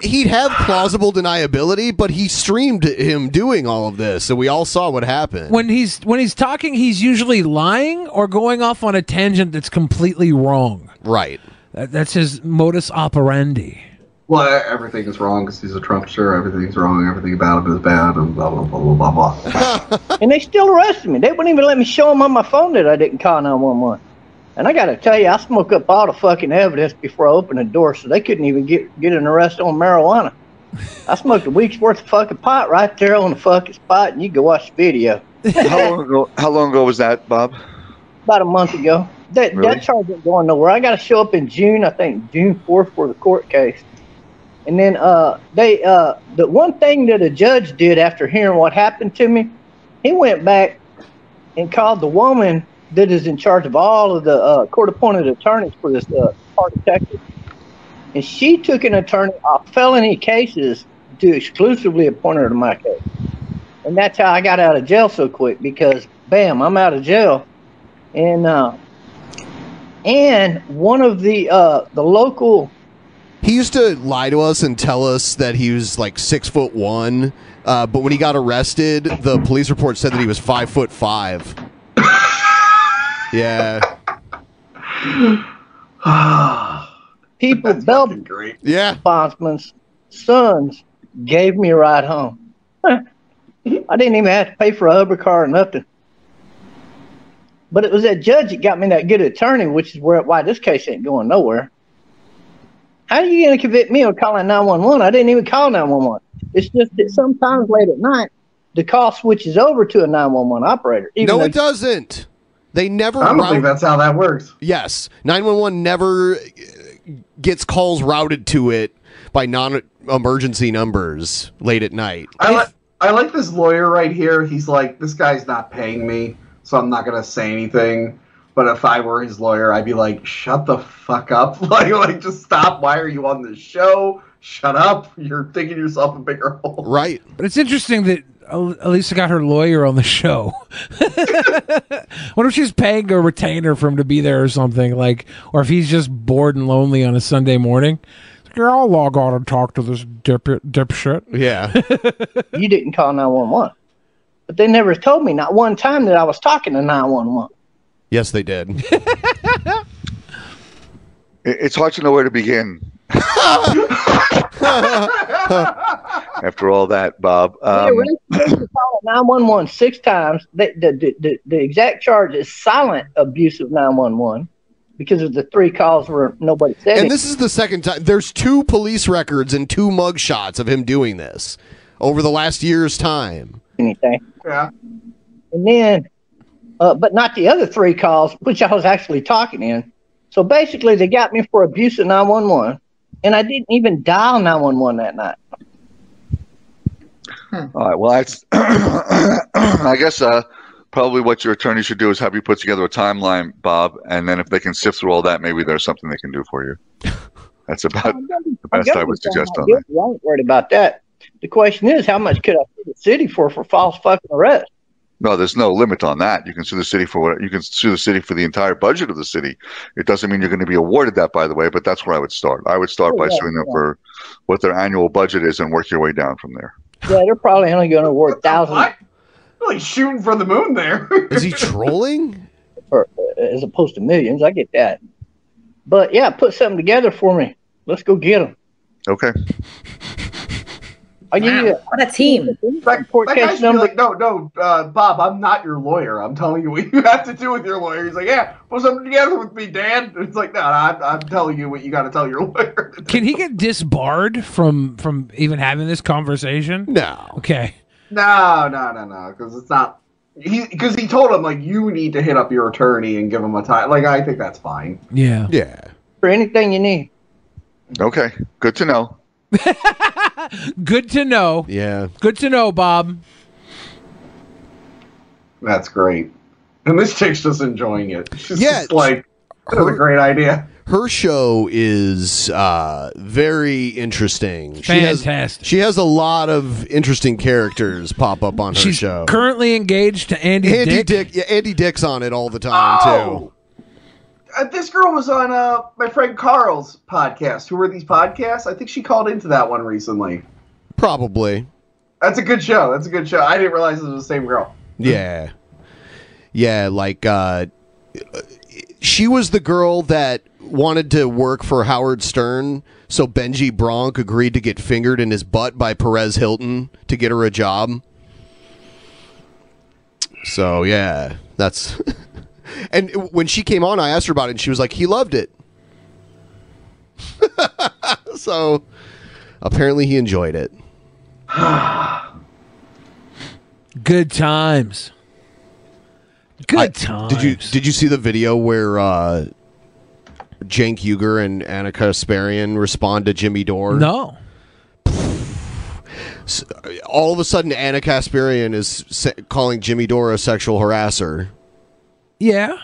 S7: he'd have plausible deniability, but he streamed him doing all of this, so we all saw what happened.
S8: When he's when he's talking, he's usually lying or going off on a tangent that's completely wrong.
S7: Right.
S8: That, that's his modus operandi.
S9: Well, everything is wrong because he's a Trumpster. Everything's wrong. Everything about him is bad. And blah blah blah blah blah blah.
S18: and they still arrested me. They wouldn't even let me show them on my phone that I didn't call 911. And I got to tell you, I smoke up all the fucking evidence before I opened the door, so they couldn't even get, get an arrest on marijuana. I smoked a week's worth of fucking pot right there on the fucking spot, and you can watch the video.
S16: [LAUGHS] how long ago? How long ago was that, Bob?
S18: About a month ago. That,
S16: Really?
S18: that charge ain't going nowhere. I got to show up in June, I think June 4th for the court case. And then uh, they uh, the one thing that a judge did after hearing what happened to me, he went back and called the woman that is in charge of all of the uh, court-appointed attorneys for this uh, part of Texas, and she took an attorney off felony cases to exclusively appoint her to my case, and that's how I got out of jail so quick because bam, I'm out of jail, and uh, and one of the uh, the local
S7: He used to lie to us and tell us that he was like six foot one, uh, but when he got arrested, the police report said that he was five foot five. [LAUGHS] yeah,
S18: people, Belgian
S7: yeah.
S18: bondsman's sons gave me a ride home. [LAUGHS] I didn't even have to pay for a Uber car or nothing. But it was that judge that got me that good attorney, which is where why this case ain't going nowhere. How are you going to convict me of calling 911? I didn't even call 911. It's just that sometimes late at night, the call switches over to a 911 operator. even
S7: no,
S18: though-
S7: it doesn't. They never.
S18: I don't think
S9: that's how that works.
S7: Yes, nine one one never uh, gets calls routed to it by non-emergency numbers late at night.
S9: I like I like this lawyer right here. He's like, this guy's not paying me, so I'm not gonna say anything. But if I were his lawyer, I'd be like, shut the fuck up. [LAUGHS] Like, like just stop. Why are you on this show? Shut up. You're digging yourself a bigger [LAUGHS] hole.
S7: Right.
S8: But it's interesting that El- Elisa got her lawyer on the show. [LAUGHS] what if she's paying a retainer for him to be there or something? Like, or if he's just bored and lonely on a Sunday morning? Like, "Yeah, I'll log on and talk to this dip dipshit.
S7: Yeah.
S18: [LAUGHS] you didn't call 911. But they never told me, not one time, that I was talking to 911.
S7: Yes, they did. [LAUGHS]
S16: It- It's hard to know where to begin after all that, Bob.
S18: They
S16: Um,
S18: arrested me for calling 911 six times. The, the, the, the, the exact charge is silent abuse of 911 because of the three calls where nobody said
S7: And
S18: it.
S7: this is the second time. There's two police records and two mug shots of him doing this over the last year's time.
S18: Anything.
S9: Yeah.
S18: and then, uh, but not the other three calls, which I was actually talking in. So basically, they got me for abuse of 911, and I didn't even dial 911 that night.
S16: all right. Well, that's, [CLEARS THROAT] I guess uh, probably what your attorney should do is have you put together a timeline, Bob, and then if they can sift through all that, maybe there's something they can do for you. That's about the best I would suggest on that.
S18: guilty. I ain't worried about that. The question is, how much could I sue the city for for false fucking arrest?
S16: No, there's no limit on that. You can sue the city for what you can sue the city for the entire budget of the city. It doesn't mean you're going to be awarded that, by the way. But that's where I would start. I would start
S18: Oh,
S16: by
S18: yeah,
S16: suing them
S18: yeah.
S16: for what their annual budget is and work your way down from there.
S18: Yeah, they're probably only going to award thousands.
S9: Like shooting for the moon there. [LAUGHS]
S7: Is he trolling?
S18: Or, uh, as opposed to millions, I get that. But yeah, put something together for me. Let's go get them.
S16: Okay.
S18: I'll give you a,
S9: What a team. That, that
S18: case
S9: guy should be
S18: number-
S9: like, no, no, uh, Bob, I'm not your lawyer. I'm telling you what you [LAUGHS] have to do with your lawyer. He's like, yeah, put something together with me, Dan. It's like, no, no I'm, I'm telling you what you got to tell your [LAUGHS] lawyer.
S8: Can he get disbarred from from even having this conversation?
S7: No.
S8: Okay.
S9: No, no, no, no, because it's not he because he told him like you need to hit up your attorney and give him a time. Like I think that's fine.
S8: Yeah.
S7: Yeah.
S18: For anything you need.
S16: Okay. Good to know.
S8: [LAUGHS] Good to know.
S7: Yeah.
S8: Good to know, Bob.
S9: That's great. And this chick's just enjoying it. She's
S7: Yeah,
S9: just like that was a great idea.
S7: Her show is uh, very interesting. She has,
S8: Fantastic.
S7: she has a lot of interesting characters pop up on her
S8: She's
S7: show.
S8: currently engaged to Andy,
S7: Andy
S8: Dick.
S7: Dick. Yeah, Andy Dick's on it all the time
S9: Oh! Uh, this girl was on uh, my friend Carl's podcast. Who are these podcasts? I think she called into that one recently.
S7: too. Probably.
S9: That's a good show. That's a good show. I didn't realize it was the same girl.
S7: Yeah. Yeah, like uh she was the girl that wanted to work for Howard Stern, so Benji Bronk agreed to get fingered in his butt by Perez Hilton to get her a job. So, yeah, that's [LAUGHS] And when she came on, I asked her about it and she was like, "He loved it." [LAUGHS] so, apparently he enjoyed it.
S8: Good times. Good times.
S7: Did you did you see the video where uh, Jank Uger and Anna Kasparian respond to Jimmy Dore?
S8: No.
S7: S- All of a sudden, Anna Kasparian is se- calling Jimmy Dore a sexual harasser.
S8: Yeah.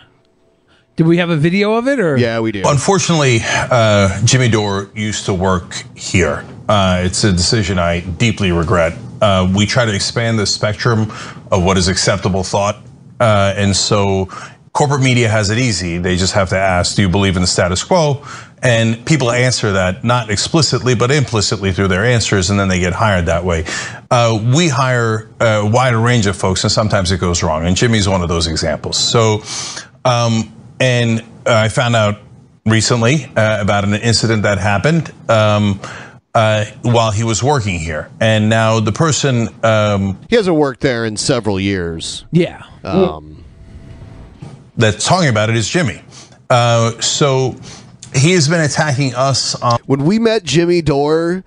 S8: Did we have a video of it or?
S7: Yeah, we do.
S25: Unfortunately, uh, Jimmy Dore used to work here. Uh, it's a decision I deeply regret. Uh, we try to expand the spectrum of what is acceptable thought, uh, and so corporate media has it easy. They just have to ask, "Do you believe in the status quo?" And people answer that not explicitly, but implicitly through their answers, and then they get hired that way. Uh, we hire a wider range of folks, and sometimes it goes wrong. And Jimmy's one of those examples. So, um, and uh, I found out recently uh, about an incident that happened um, uh, while he was working here, and now the person. Um,
S7: he hasn't worked there in several years.
S8: Yeah.
S7: Um,
S25: that's talking about it is Jimmy. Uh, so he has been attacking us on.
S7: When we met Jimmy Dore,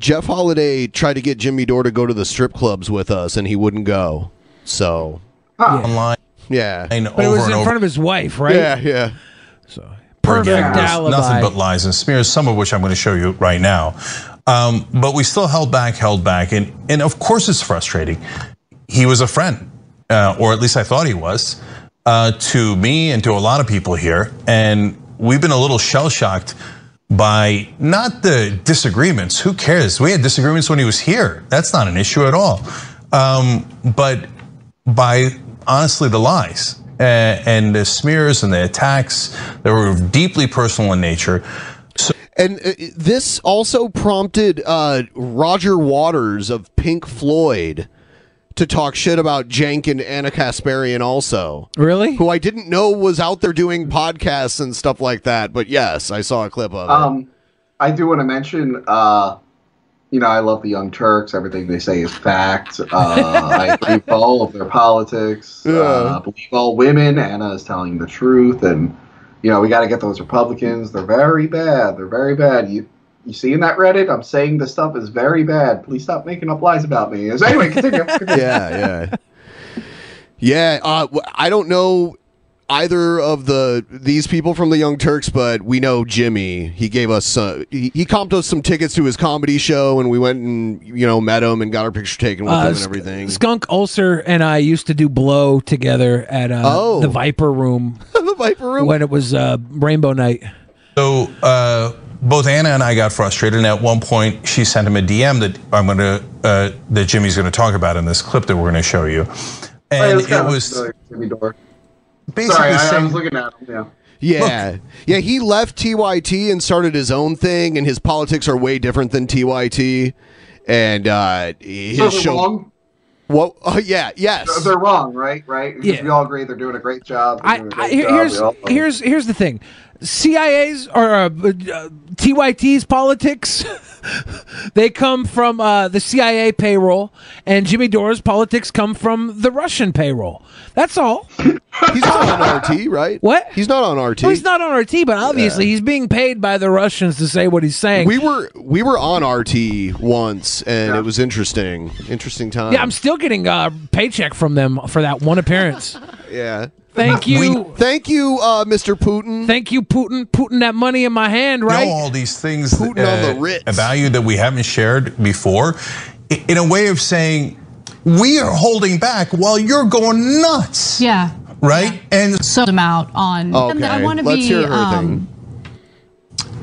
S7: Jeff Holiday tried to get Jimmy Dore to go to the strip clubs with us, and he wouldn't go. So
S25: online,
S7: yeah,
S8: But it was in front of his wife, right?
S7: Yeah, yeah.
S8: So
S25: Perfect
S8: alibi.
S25: Nothing but lies and smears, some of which I'm going to show you right now. Um, but we still held back, held back, and and of course it's frustrating. He was a friend, uh, or at least I thought he was, uh, to me and to a lot of people here, and we've been a little shell shocked by not the disagreements. Who cares? We had disagreements when he was here. That's not an issue at all. Um, but by honestly the lies uh, and the smears and the attacks that were deeply personal in nature. So,
S7: And uh, this also prompted uh, Roger Waters of Pink Floyd to talk shit about Jank and Anna Kasparian, also.
S8: Really?
S7: Who I didn't know was out there doing podcasts and stuff like that. But yes, I saw a clip of it.
S9: Um, I do want to mention, uh, you know, I love the Young Turks. Everything they say is fact. Uh,
S25: [LAUGHS]
S9: I agree with all of their politics. Uh, I believe all women. Anna is telling the truth, and you know, we got to get those Republicans. They're very bad. They're very bad. You. You see in that Reddit, I'm saying this stuff is very bad. Please stop making up lies about me. So anyway, continue. continue.
S7: yeah, yeah, yeah. Uh, w- I don't know either of the these people from the Young Turks, but we know Jimmy. He gave us uh, he, he comped us some tickets to his comedy show, and we went and you know met him and got our picture taken with
S8: Uh,
S7: him and
S8: Sk-
S7: everything.
S8: Skunk Ulcer and I used to do blow together at uh,
S7: Oh.
S8: the Viper Room.
S7: [LAUGHS] the Viper Room?
S8: When it was uh, Rainbow Night.
S25: so uh, both Anna and I got frustrated, and at one point she sent him a DM that I'm going to uh, that Jimmy's going to talk about in this clip that we're going to show you.
S9: Right,
S25: [LAUGHS] And
S9: Oh, let's go.
S25: it was
S9: Sorry, Jimmy Dore.
S25: Basically
S9: Sorry, I, I
S25: saying-
S9: was looking at him. Yeah.
S7: Yeah, yeah. He left TYT and started his own thing, and his politics are way different than TYT. And uh, his
S9: So they're
S7: show.
S9: wrong?
S7: What? Oh, yeah. Yes.
S9: They're wrong, right? Right? Because
S8: Yeah.
S9: We all agree they're doing a great job. They're doing a
S8: I,
S9: great
S8: here-
S9: job. We
S8: here's
S9: all-
S8: here's here's the thing. CIA's or uh, uh, TYT's politics, [LAUGHS] they come from uh, the CIA payroll, and Jimmy Dore's politics come from the Russian payroll. That's all.
S7: He's not on RT, right?
S8: What?
S7: He's not on RT.
S8: Well, he's not on RT, but obviously
S7: Yeah.
S8: he's being paid by the Russians to say what he's saying.
S7: We were we were on RT once, and it was interesting. Interesting time.
S8: yeah, I'm still getting uh, a paycheck from them for that one appearance.
S7: [LAUGHS] yeah.
S8: Thank you.
S7: thank you, uh, Mr. Putin.
S8: Thank you, Putin. Putin, that money in my hand, right?
S25: know all these things that,
S8: on the
S25: uh, a value that we haven't shared before i- in a way of saying we are holding back while you're going nuts
S26: Yeah.
S25: right and
S26: sold him out on and I want to be um,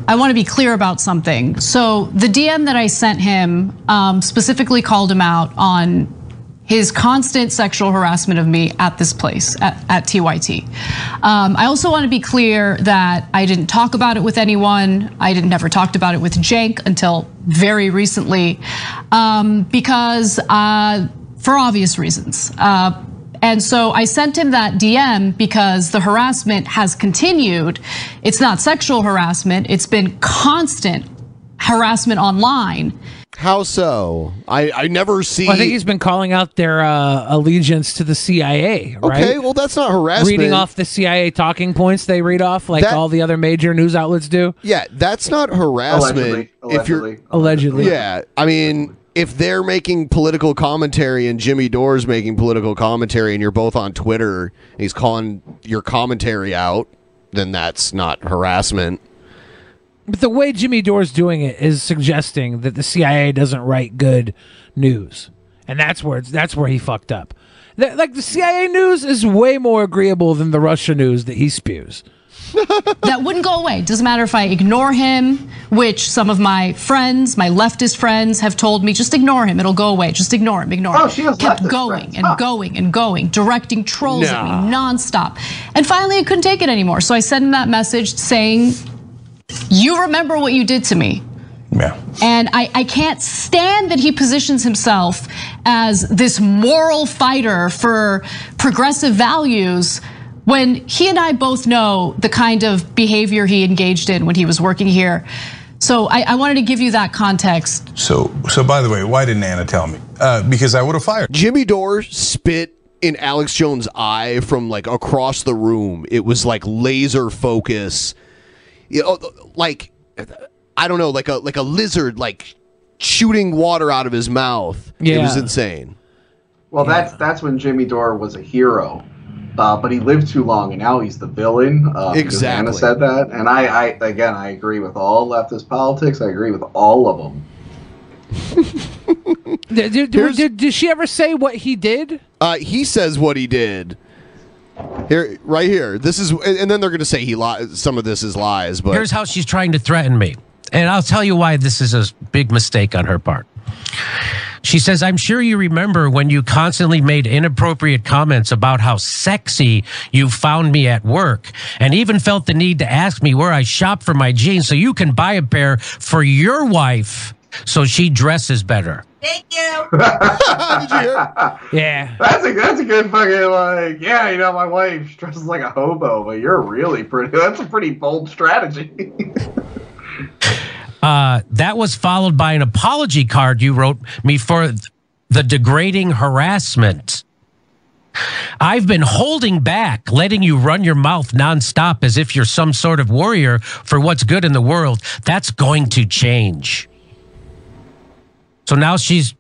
S26: I want to be clear about something. So the DM that I sent him um, specifically called him out on his constant sexual harassment of me at this place at, at TYT. Um, I also want to be clear that I didn't talk about it with anyone. I didn't never talked about it with Jank until very recently, um, because uh, for obvious reasons. Uh, and so I sent him that DM because the harassment has continued. It's not sexual harassment, it's been constant harassment online.
S7: How so? I, I never see.
S8: Well, I think he's been calling out their uh, allegiance to the CIA, right?
S7: Okay, well, that's not harassment.
S8: Reading off the CIA talking points they read off, like all the other major news outlets do.
S7: Yeah, that's not harassment.
S8: Allegedly,
S7: If you're
S8: allegedly,
S7: yeah, I mean, if they're making political commentary and Jimmy Dore's making political commentary, and you're both on Twitter, and he's calling your commentary out, then that's not harassment.
S8: But the way Jimmy Dore's doing it is suggesting that the CIA doesn't write good news, and that's where it's, that's where he fucked up. That- like the CIA news is way more agreeable than the Russia news that he spews.
S26: that wouldn't go away. Doesn't matter if I ignore him, which some of my friends, my leftist friends, have told me just ignore him. It'll go away. Just ignore him. Ignore him. Kept going and going and going, directing trolls at me nonstop. And finally, I couldn't take it anymore. So I sent him that message saying, "You remember what you did to me." And I, I can't stand that he positions himself as this moral fighter for progressive values when he and I both know the kind of behavior he engaged in when he was working here. So I, I wanted to give you that context.
S25: so so by the way why didn't anna tell me uh, because i would have fired
S7: Jimmy Dore spit in Alex Jones' eye from like across the room. It was like laser focus. You know, like I don't know, like a like a lizard like shooting water out of his mouth. It was
S9: Yeah.
S7: insane.
S9: Well, that's that's when Jimmy Dore was a hero, uh, but he lived too long, and now he's the villain. Uh, because Anna
S7: Exactly.
S9: said that, and I, I again, I agree with all leftist politics. I agree with all of them.
S8: Did, did, did- did she ever say what he did?
S7: Uh, he says what he did. Here, right here. This is, and- and then they're going to say he lies. Some of this is lies, but
S13: Here's how she's trying to threaten me. And I'll tell you why this is a big mistake on her part. She says, I'm sure you remember when you constantly made inappropriate comments about how sexy you found me at work and even felt the need to ask me where I shop for my jeans so you can buy a pair for your wife so she dresses better.
S19: Thank you.
S8: yeah.
S9: [LAUGHS] That's a that's a good fucking like yeah you know my wife dresses like a hobo but you're really pretty that's a pretty bold strategy. [LAUGHS]
S13: Uh, that was followed by an apology card you wrote me for the degrading harassment. I've been holding back, letting you run your mouth nonstop as if you're some sort of warrior for what's good in the world. That's going to change. So now she's,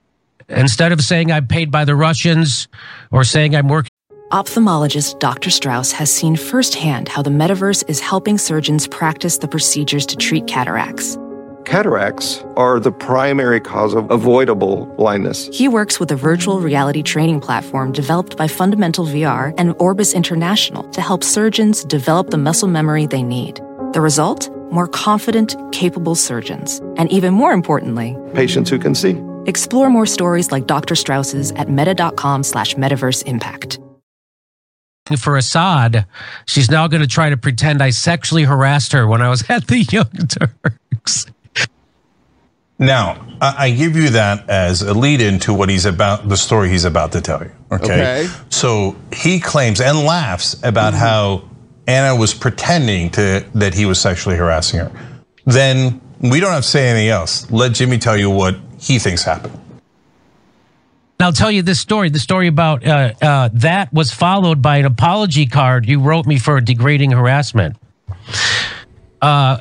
S13: instead of saying I'm paid by the Russians or saying I'm working.
S23: Ophthalmologist Dr. Strauss has seen firsthand how the metaverse is helping surgeons practice the procedures to treat cataracts.
S3: Cataracts are the primary cause of avoidable
S9: [LAUGHS]
S3: blindness.
S23: He works with a virtual reality training platform developed by Fundamental VR and Orbis International to help surgeons develop the muscle memory they need. The result? More confident, capable surgeons. And even more importantly,
S3: Patients who can see.
S23: explore more stories like Dr. Strauss's at meta.com slash metaverse impact.
S13: for Assad, she's now going to try to pretend I sexually harassed her when I was [LAUGHS] at the Young Turks.
S25: Now, I I give you that as a lead in to what he's about, the story he's about to tell you. Okay.
S7: Okay. Mm-hmm.
S25: So he claims and laughs about how Anna was pretending to that he was sexually harassing her, then we don't have to say anything else. Let Jimmy tell you what he thinks happened.
S13: And I'll tell you this story. The story about uh, uh, that was followed by an apology card you wrote me for degrading harassment. Uh,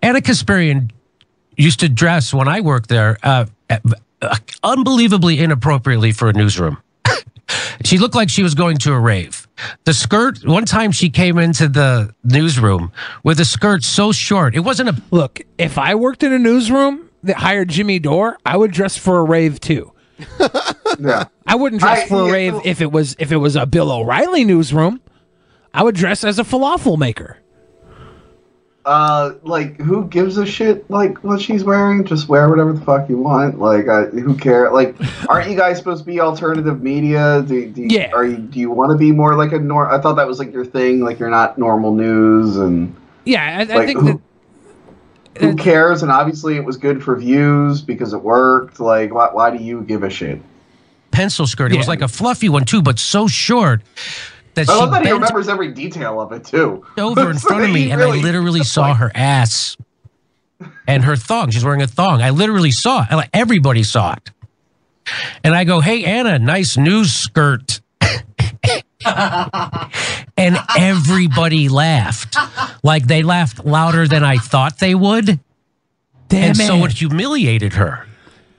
S13: Anna Kasparian used to dress when I worked there uh, unbelievably inappropriately for a newsroom. [COUGHS] she looked like she was going to a rave. The skirt, one time she came into the newsroom with a skirt so short, it wasn't a
S8: look. If I worked in a newsroom that hired Jimmy Dore, I would dress for a rave
S13: [LAUGHS]
S8: too. I wouldn't dress
S13: I-
S8: for a
S13: yeah,
S8: rave if it was if it was a Bill O'Reilly newsroom. I would dress as a falafel maker.
S9: Uh, like who gives a shit? Like what she's wearing? Just wear whatever the fuck you want. Like I, who care?
S13: [LAUGHS]
S9: Like aren't you guys supposed to be alternative media? Do, do you, yeah. Are you? Do you want to be more like a nor? I thought that was like your thing. Like you're not normal news and
S8: Yeah, I, I
S9: like
S8: think
S9: who,
S8: that
S9: who cares? And obviously it was good for views because it worked. Like why? Why do you give a shit?
S13: pencil skirt. It was like a fluffy one too, but so short that
S9: I
S13: she
S9: love that he
S13: bent
S9: remembers every detail of it too. [LAUGHS]
S13: over in front of
S9: He
S13: me, and
S9: really- [LAUGHS]
S13: I literally saw her ass and her thong. She's wearing a thong. I literally saw it. Like, Everybody saw it. And I go, "Hey Anna, nice news skirt." [LAUGHS] and everybody laughed. Like they laughed louder than I thought they would.
S8: Damn
S13: and so
S8: it.
S13: it humiliated her.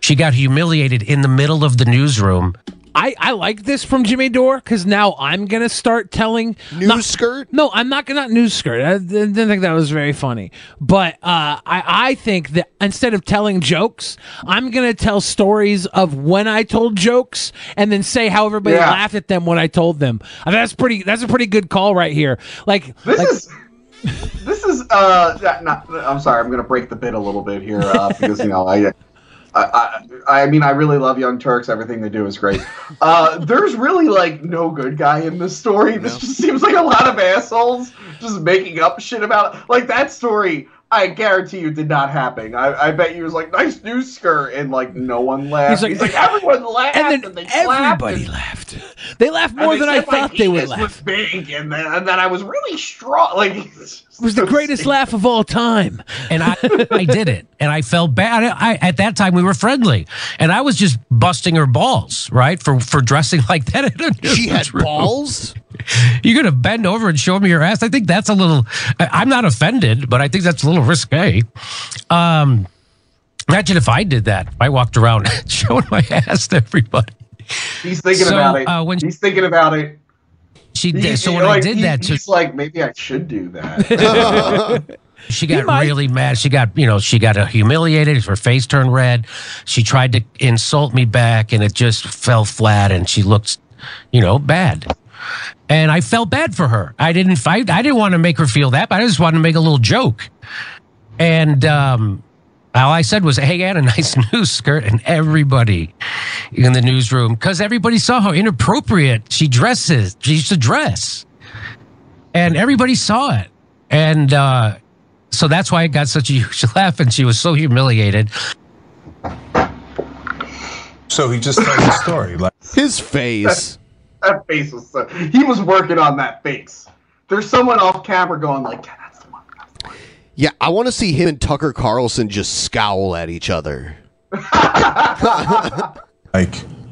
S13: She got humiliated in the middle of the newsroom.
S8: I, I like this from Jimmy Dore because now I'm gonna start telling news
S7: skirt.
S8: No, I'm not gonna not news skirt. I didn't didn't think that was very funny, but uh, I I think that instead of telling jokes, I'm gonna tell stories of when I told jokes and then say how everybody
S13: Yeah.
S8: laughed at them when I told them. I mean, that's pretty. That's a pretty good call right here. Like this
S9: is this is uh not, not- i'm sorry i'm gonna break the bit a little bit here
S8: [LAUGHS]
S9: uh, because you know I, I i i mean i really love young turks everything they do is great uh there's really like no good guy in this story this just seems like a lot of assholes just making up shit about it. like that story I guarantee you did not happen. I, I bet you was like nice new skirt and like no one laughed. He's like,
S8: like-
S9: everyone laughed and then they clapped
S8: everybody
S9: and-
S8: laughed. They laughed
S9: and
S8: more
S9: they
S8: than I
S9: said my
S8: thought they would
S9: penis
S8: laugh.
S9: Was big and then, and then I was really strong. Like it's
S8: It was the greatest laugh of all time.
S13: and I, I did it, and I felt bad. I, at that time, we were friendly, and I was just busting her balls, right, for for dressing [LAUGHS] like that. In a
S7: She had
S13: newsroom.
S7: balls?
S13: [LAUGHS] You're gonna bend over and show me your ass? I think that's a little. I- I'm not offended, but I think that's a little risque. Um, imagine if I did that. I walked around [LAUGHS] showing my ass to everybody.
S9: He's thinking
S13: So,
S9: about it.
S13: uh,
S9: he's thinking about it.
S13: She
S9: He-
S13: did. So
S9: he-
S13: when I
S9: like,
S13: did
S9: he-
S13: that to
S9: he's like, maybe I should do that. [LAUGHS]
S13: she got really mad. She got, you know, she got uh, humiliated. Her face turned red. She tried to insult me back, and it just fell flat. And she looked, you know, bad. And I felt bad for her. I didn't fight. I didn't want to make her feel that, but I just wanted to make a little joke. And um, all I said was, "Hey, Anna, [LAUGHS] nice news skirt," and everybody in the newsroom, because everybody saw how inappropriate she dresses. She used to dress and everybody saw it. And uh, so that's why it got such a [LAUGHS] huge laugh, and she was so humiliated.
S25: So he just tells a story. Like
S7: his face.
S9: that face was so. He was working on that face. There's someone off camera going like,
S7: Yeah, I want to see him and Tucker Carlson just scowl at each other.
S25: like,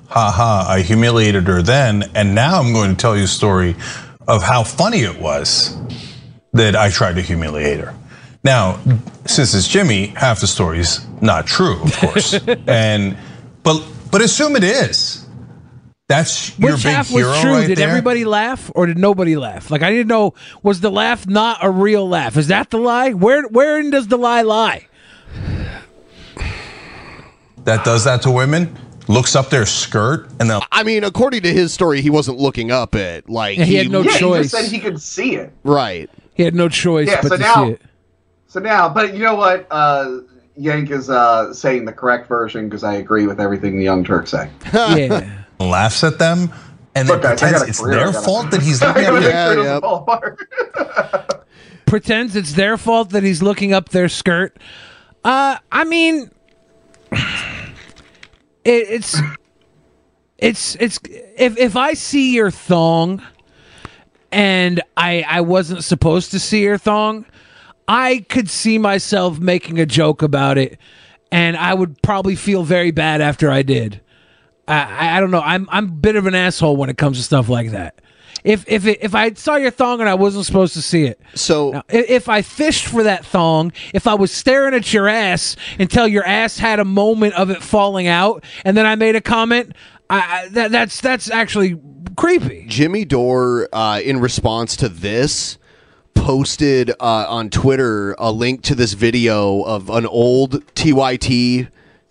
S25: haha, I humiliated her then, and now I'm going to tell you a story of how funny it was that I tried to humiliate her. Now, since it's Jimmy, half the story's not true,
S8: [LAUGHS]
S25: of course. and but but assume it is. That's your
S8: Which
S25: big
S8: half
S25: hero
S8: was true?
S25: right
S8: did
S25: there.
S8: everybody laugh or did nobody laugh? Like I didn't know was the laugh not a real laugh? Is that the lie? Where wherein does the lie lie?
S25: that does that to women looks up their skirt and then
S7: I mean, according to his story, he wasn't looking up at like
S9: yeah, He just said he could see it.
S7: right.
S8: He had no choice
S9: Yeah,
S7: but
S9: so
S7: to
S9: now,
S7: see it.
S9: so now, but you know what? Uh, Yank is uh, saying the correct version because I agree with everything the Young
S7: [LAUGHS]
S9: Turks say.
S25: [LAUGHS]
S8: yeah.
S25: laughs at them and then
S9: Look, guys, I
S25: pretends
S9: got a
S25: it's
S9: career, I
S25: their
S9: gotta-
S25: fault
S9: [LAUGHS]
S25: that he's looking
S9: I gotta
S25: at
S9: make sure it
S25: them.
S9: doesn't fall apart.
S8: Pretends it's their fault that he's looking up their skirt. Uh, I mean, [SIGHS] it, it's it's it's if if I see your thong and I I wasn't supposed to see her thong, I could see myself making a joke about it, and I would probably feel very bad after I did. I I, I don't know. I'm I'm a bit of an asshole when it comes to stuff like that. If if it, if I saw your thong and I wasn't supposed to see it,
S7: so
S8: if I fished for that thong, if I was staring at your ass until your ass had a moment of it falling out, and then I made a comment, I, I that, that's that's actually creepy.
S7: Jimmy Dore, uh, in response to this, posted uh, on Twitter a link to this video of an old TYT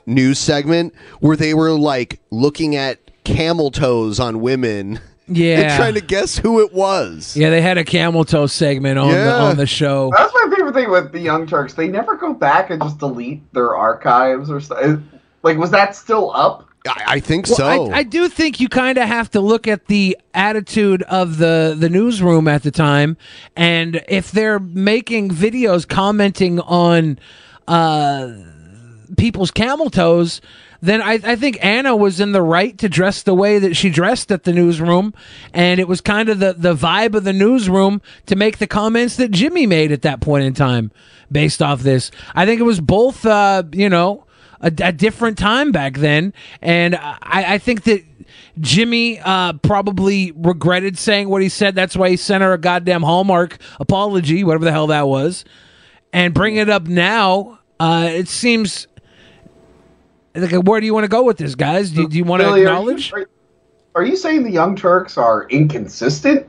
S7: news segment where they were like looking at camel toes on women. [LAUGHS]
S8: Yeah.
S7: And trying to guess who it was.
S8: Yeah, they had a camel toe segment on the
S7: Yeah.
S8: on the show.
S9: That's my favorite thing with the Young Turks. They never go back and just delete their archives or stuff. Like, was that still up?
S7: I, I think
S8: Well,
S7: so.
S8: I, I do think you kind of have to look at the attitude of the the newsroom at the time, and if they're making videos commenting on uh, people's camel toes, then I, I think Anna was in the right to dress the way that she dressed at the newsroom, and it was kind of the the vibe of the newsroom to make the comments that Jimmy made at that point in time, based off this. I think it was both, uh, you know a, a different time back then, and I, I think that Jimmy uh, probably regretted saying what he said. That's why he sent her a goddamn Hallmark apology, whatever the hell that was, and bring it up now. Uh, it seems like where do you want to go with this, guys? Do, do you want to
S9: Billy, are you-
S8: acknowledge?
S9: Are, are you saying the Young Turks are inconsistent?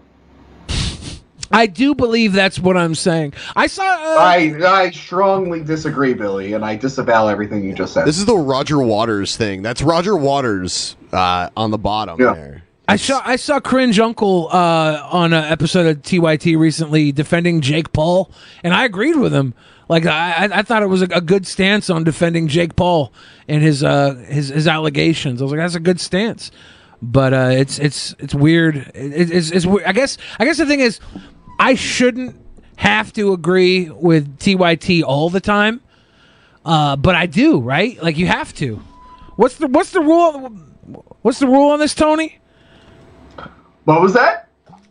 S8: I do believe that's what I'm saying. I saw. Uh,
S9: I I strongly disagree, Billy, and I disavow everything you just said.
S7: This is the Roger Waters thing. That's Roger Waters uh, on the bottom there.
S8: I saw I saw Cringe Uncle uh, on an episode of TYT recently defending Jake Paul, and I agreed with him. Like I, I- I thought it was a, a good stance on defending Jake Paul and his uh, his his allegations. I was like, that's a good stance, but uh, it's it's it's weird. It, it's, it's weird. I guess I guess the thing is, I shouldn't have to agree with TYT all the time, uh, but I do, right? Like you have to. What's the what's the rule? What's the rule on this, Tony?
S9: What was that?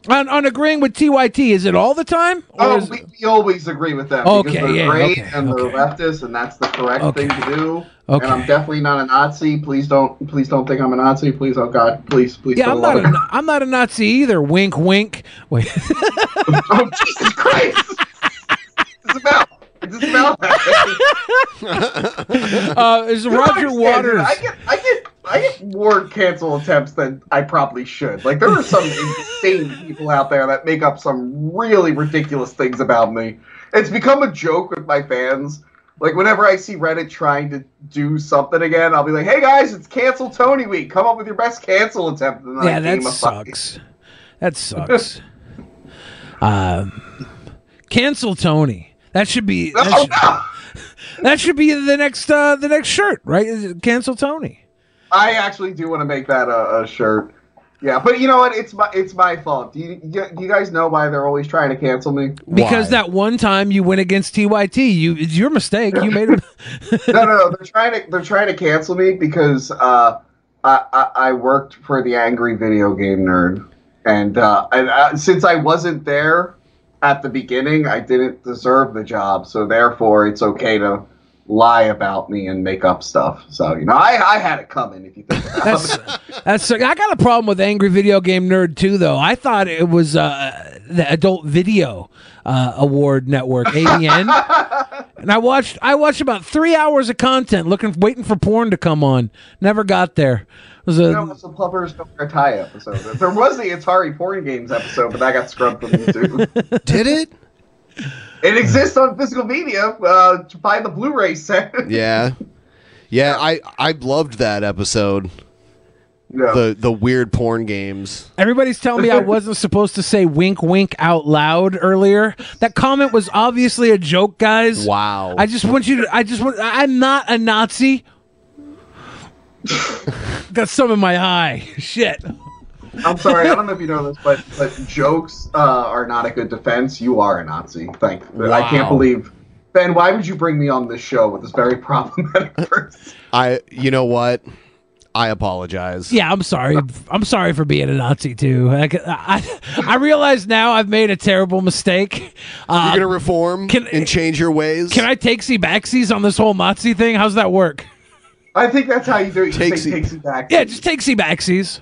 S8: On, on agreeing with TYT, is it all the time?
S9: Oh, we, we always agree with them
S8: Okay,
S9: because they're
S8: yeah,
S9: great
S8: okay,
S9: and they're leftist, and that's the correct
S8: Okay.
S9: thing to do.
S8: Okay.
S9: And I'm definitely not a Nazi. Please don't, please don't think I'm a Nazi. Please, oh God, please, please.
S8: Yeah,
S9: for
S8: I'm
S9: the
S8: not.
S9: love of
S8: A, I'm not a Nazi either. Wink, wink. Wait.
S9: [LAUGHS] oh Jesus Christ! Disavow that.
S8: Uh, is
S9: You don't
S8: Roger
S9: understand,
S8: Waters-
S9: dude. I get, I get, I get more cancel attempts than I probably should. Like there are
S8: [LAUGHS]
S9: some insane people out there that make up some really ridiculous things about me. It's become a joke with my fans. Like whenever I see Reddit trying to do something again, I'll be like, "Hey guys, it's cancel Tony week. Come up with your best cancel attempt." And then I
S8: Yeah, that
S9: game a fucking-
S8: sucks. [LAUGHS] That sucks. um, cancel Tony. That should be. That,
S9: Oh,
S8: should, that should be the next. Uh, the next shirt, right? Is it Cancel Tony.
S9: I actually do want to make that a, a shirt. Yeah, but you know what? It's my it's my fault. Do you, you you guys know why they're always trying to cancel me?
S8: Because that one time you went against TYT, you it's your mistake. You made a [LAUGHS]
S9: no, no, no. They're trying to they're trying to cancel me because uh, I, I I worked for the angry video game nerd, and uh, and uh, since I wasn't there at the beginning, I didn't deserve the job. So therefore, it's okay to lie about me and make up stuff. So you know, I I had it coming. If you think about
S8: That's that's. I got a problem with angry video game nerd too, though. I thought it was uh, the Adult Video uh, Award Network (AVN), and I watched. I watched about three hours of content, looking, waiting for porn to come on. Never got there. It was
S9: it.
S8: a,
S9: That was the Plumbers Don't Wear Tie episode. There was the Atari porn games episode, but that got scrubbed from YouTube.
S7: [LAUGHS] Did it?
S9: It exists on physical media. Uh, to buy the Blu-ray set. [LAUGHS]
S7: Yeah. Yeah, I, I loved that episode.
S9: Yeah.
S7: The the weird porn games.
S8: Everybody's telling me I wasn't supposed to say wink wink out loud earlier. That comment was obviously a joke, guys.
S7: Wow.
S8: I just want you to I just want I'm not a Nazi. Got some in my eye. [LAUGHS] Shit.
S9: I'm sorry, I don't know if you know this, but but jokes uh, are not a good defense. You are a Nazi. Thank. I can't
S7: Wow.
S9: believe. Ben, why would you bring me on this show with this very problematic? I
S7: you know what? I apologize.
S8: Yeah, I'm sorry. I'm sorry for being a Nazi too. I I, I realize now I've made a terrible mistake. Uh,
S7: You're gonna reform and change your ways.
S8: Can I take see backsies on this whole Nazi thing? How's that work?
S9: [LAUGHS] I think that's how you do it. You just say takesy backsies.
S8: Yeah, just take see backsies.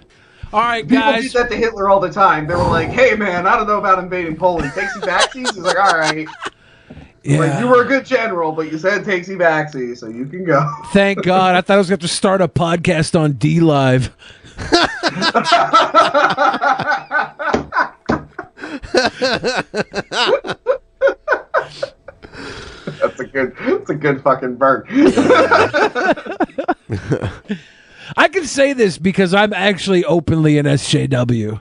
S8: All right,
S9: People
S8: guys. Oh.
S9: did that to Hitler all the time. They were like, "Hey, man, I don't know about invading Poland. Takesy backsies." He's like, "All right." He's Like
S8: Yeah.
S9: you were a good general, but you said takesy backsies, so you can go. [LAUGHS]
S8: Thank God. I thought I was going to start a podcast on D Live.
S9: That's a good. That's a good fucking
S8: [LAUGHS]
S9: burn.
S8: I can say this because I'm actually openly an SJW.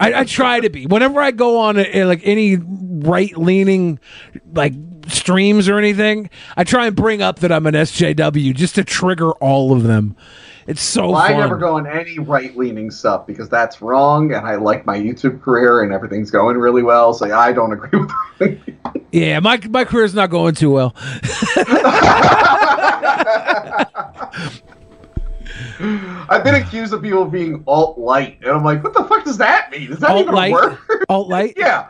S8: I, I try to be. Whenever I go on uh, like any right leaning like streams or anything, I try and bring up that I'm an SJW just to trigger all of them. It's so
S9: well, I
S8: Oh, fun.
S9: never go on any right leaning stuff because that's wrong, and I like my YouTube career and everything's going really well, so I don't agree with.
S8: yeah, my my career's not going too well.
S9: I've been accused of people being alt light, and I'm like, what the fuck does that mean? Does that
S8: Alt-lite?
S9: even
S8: [LAUGHS]
S9: work?
S8: Alt light?
S9: yeah,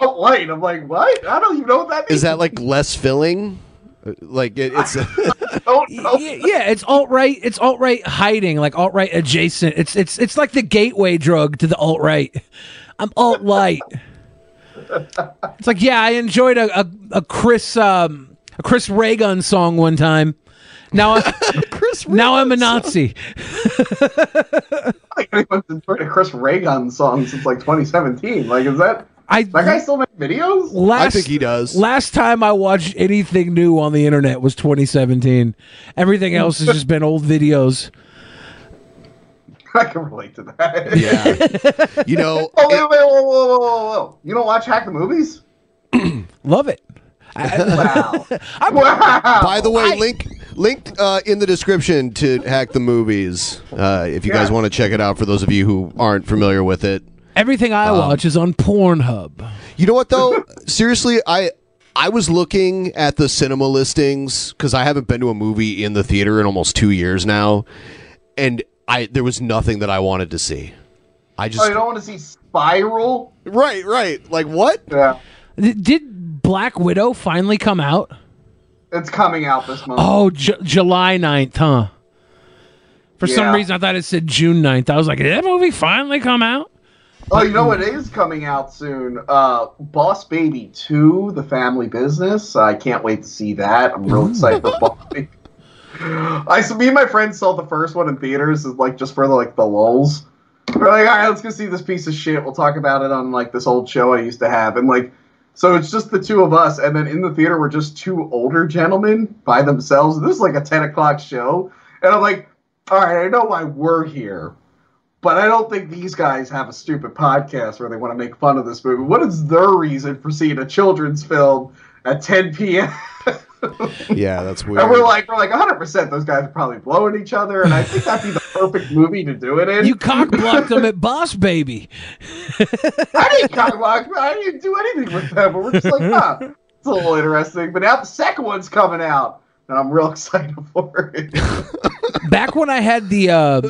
S9: alt light. Oh, I'm like, what? I don't even know what that means.
S7: Is that like less filling? Uh, Like it, it's [LAUGHS]
S8: Y- yeah, it's alt right. It's alt right hiding, like alt right adjacent. It's it's it's like the gateway drug to the alt right. I'm alt light. it's like yeah, I enjoyed a a, a Chris um, a Chris Raygun song one time. Now I, [LAUGHS] now I'm a Nazi.
S9: like anyone's enjoyed a Chris Reagan song since like 2017. Like, is that?
S8: I
S9: that guy still make videos?
S8: Last time I watched anything new on the internet was 2017. Everything else has just been old videos.
S9: [LAUGHS] I can relate to that.
S7: Yeah. you know.
S9: [LAUGHS] Oh wait, wait, whoa, whoa, whoa, whoa, whoa! You don't watch hack the movies?
S8: [CLEARS THROAT] Love it. [LAUGHS]
S9: wow. Oh,
S7: wow. By the way, link linked uh, in the description to hack the movies uh, if you guys want to check it out. For those of you who aren't familiar with it,
S8: Everything I
S7: Um,
S8: watch is on Pornhub.
S7: You know what though? [LAUGHS] Seriously, I I was looking at the cinema listings because I haven't been to a movie in the theater in almost two years now, and I there was nothing that I wanted to see. I
S9: oh,
S7: just
S9: you don't want to see Spiral?
S7: Right, right. Like what?
S9: Yeah,
S8: Th- Did Black Widow finally come out?
S9: it's coming out this month.
S8: Oh, Ju- July 9th, huh? For
S9: Yeah.
S8: some reason, I thought it said June 9th. I was like, did that movie finally come out?
S9: Oh, you know what is coming out soon? Uh, Boss Baby 2, The Family Business. I can't wait to see that. I'm real excited for Boss Baby. I, so me and my friends saw the first one in theaters, is like just for like the lulls. We're like, all right, let's go see this piece of shit. We'll talk about it on like this old show I used to have, and like, so it's just the two of us, and then in the theater we're just two older gentlemen by themselves. This is like a ten o'clock show, and I'm like, all right, I know why we're here, but I don't think these guys have a stupid podcast where they want to make fun of this movie. What is their reason for seeing a children's film at 10 p.m.?
S7: [GASPS] Yeah, that's weird.
S9: And we're like, we're like, 100 percent those guys are probably blowing each other, and I think that'd be the perfect movie to do it in.
S8: You cock blocked them at Boss Baby.
S9: [LAUGHS] I didn't cock block. I didn't do anything with them. But we're just like, huh, it's a little interesting. But now the second one's coming out, and I'm real [LAUGHS] excited for it.
S8: Back when I had
S7: [COUGHS]
S8: the uh,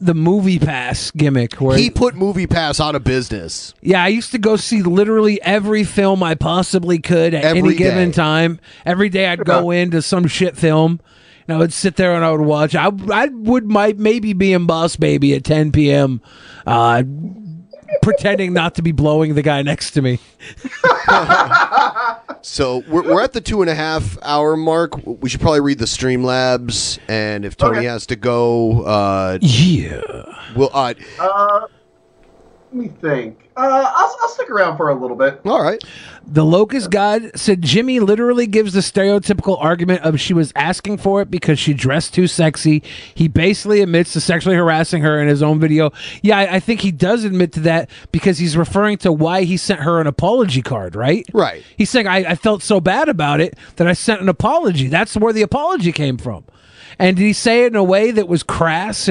S8: the movie pass gimmick, where
S7: he put Movie Pass out of business.
S8: yeah, I used to go see literally every film I possibly could at
S7: Every
S8: any given
S7: day.
S8: time. Every day
S7: [LAUGHS]
S8: I'd go into some shit film, and I would sit there and I would watch. I I would might maybe be in Boss Baby at 10 p.m. Uh, pretending not to be blowing the guy next to me.
S7: So we're, we're at the two and a half hour mark. We should probably read the Streamlabs, and if Tony has to go, uh,
S8: yeah,
S7: we'll. Uh,
S9: Uh, let me think. Uh, I'll, I'll stick around for a little bit.
S7: All right.
S8: The Locust God said Jimmy literally gives the stereotypical argument of she was asking for it because she dressed too sexy. He basically admits to sexually harassing her in his own video. Yeah, I, I think he does admit to that because he's referring to why he sent her an apology card, right?
S7: Right.
S8: He's saying, I, I felt so bad about it that I sent an apology. That's where the apology came from. And did he say it in a way that was crass?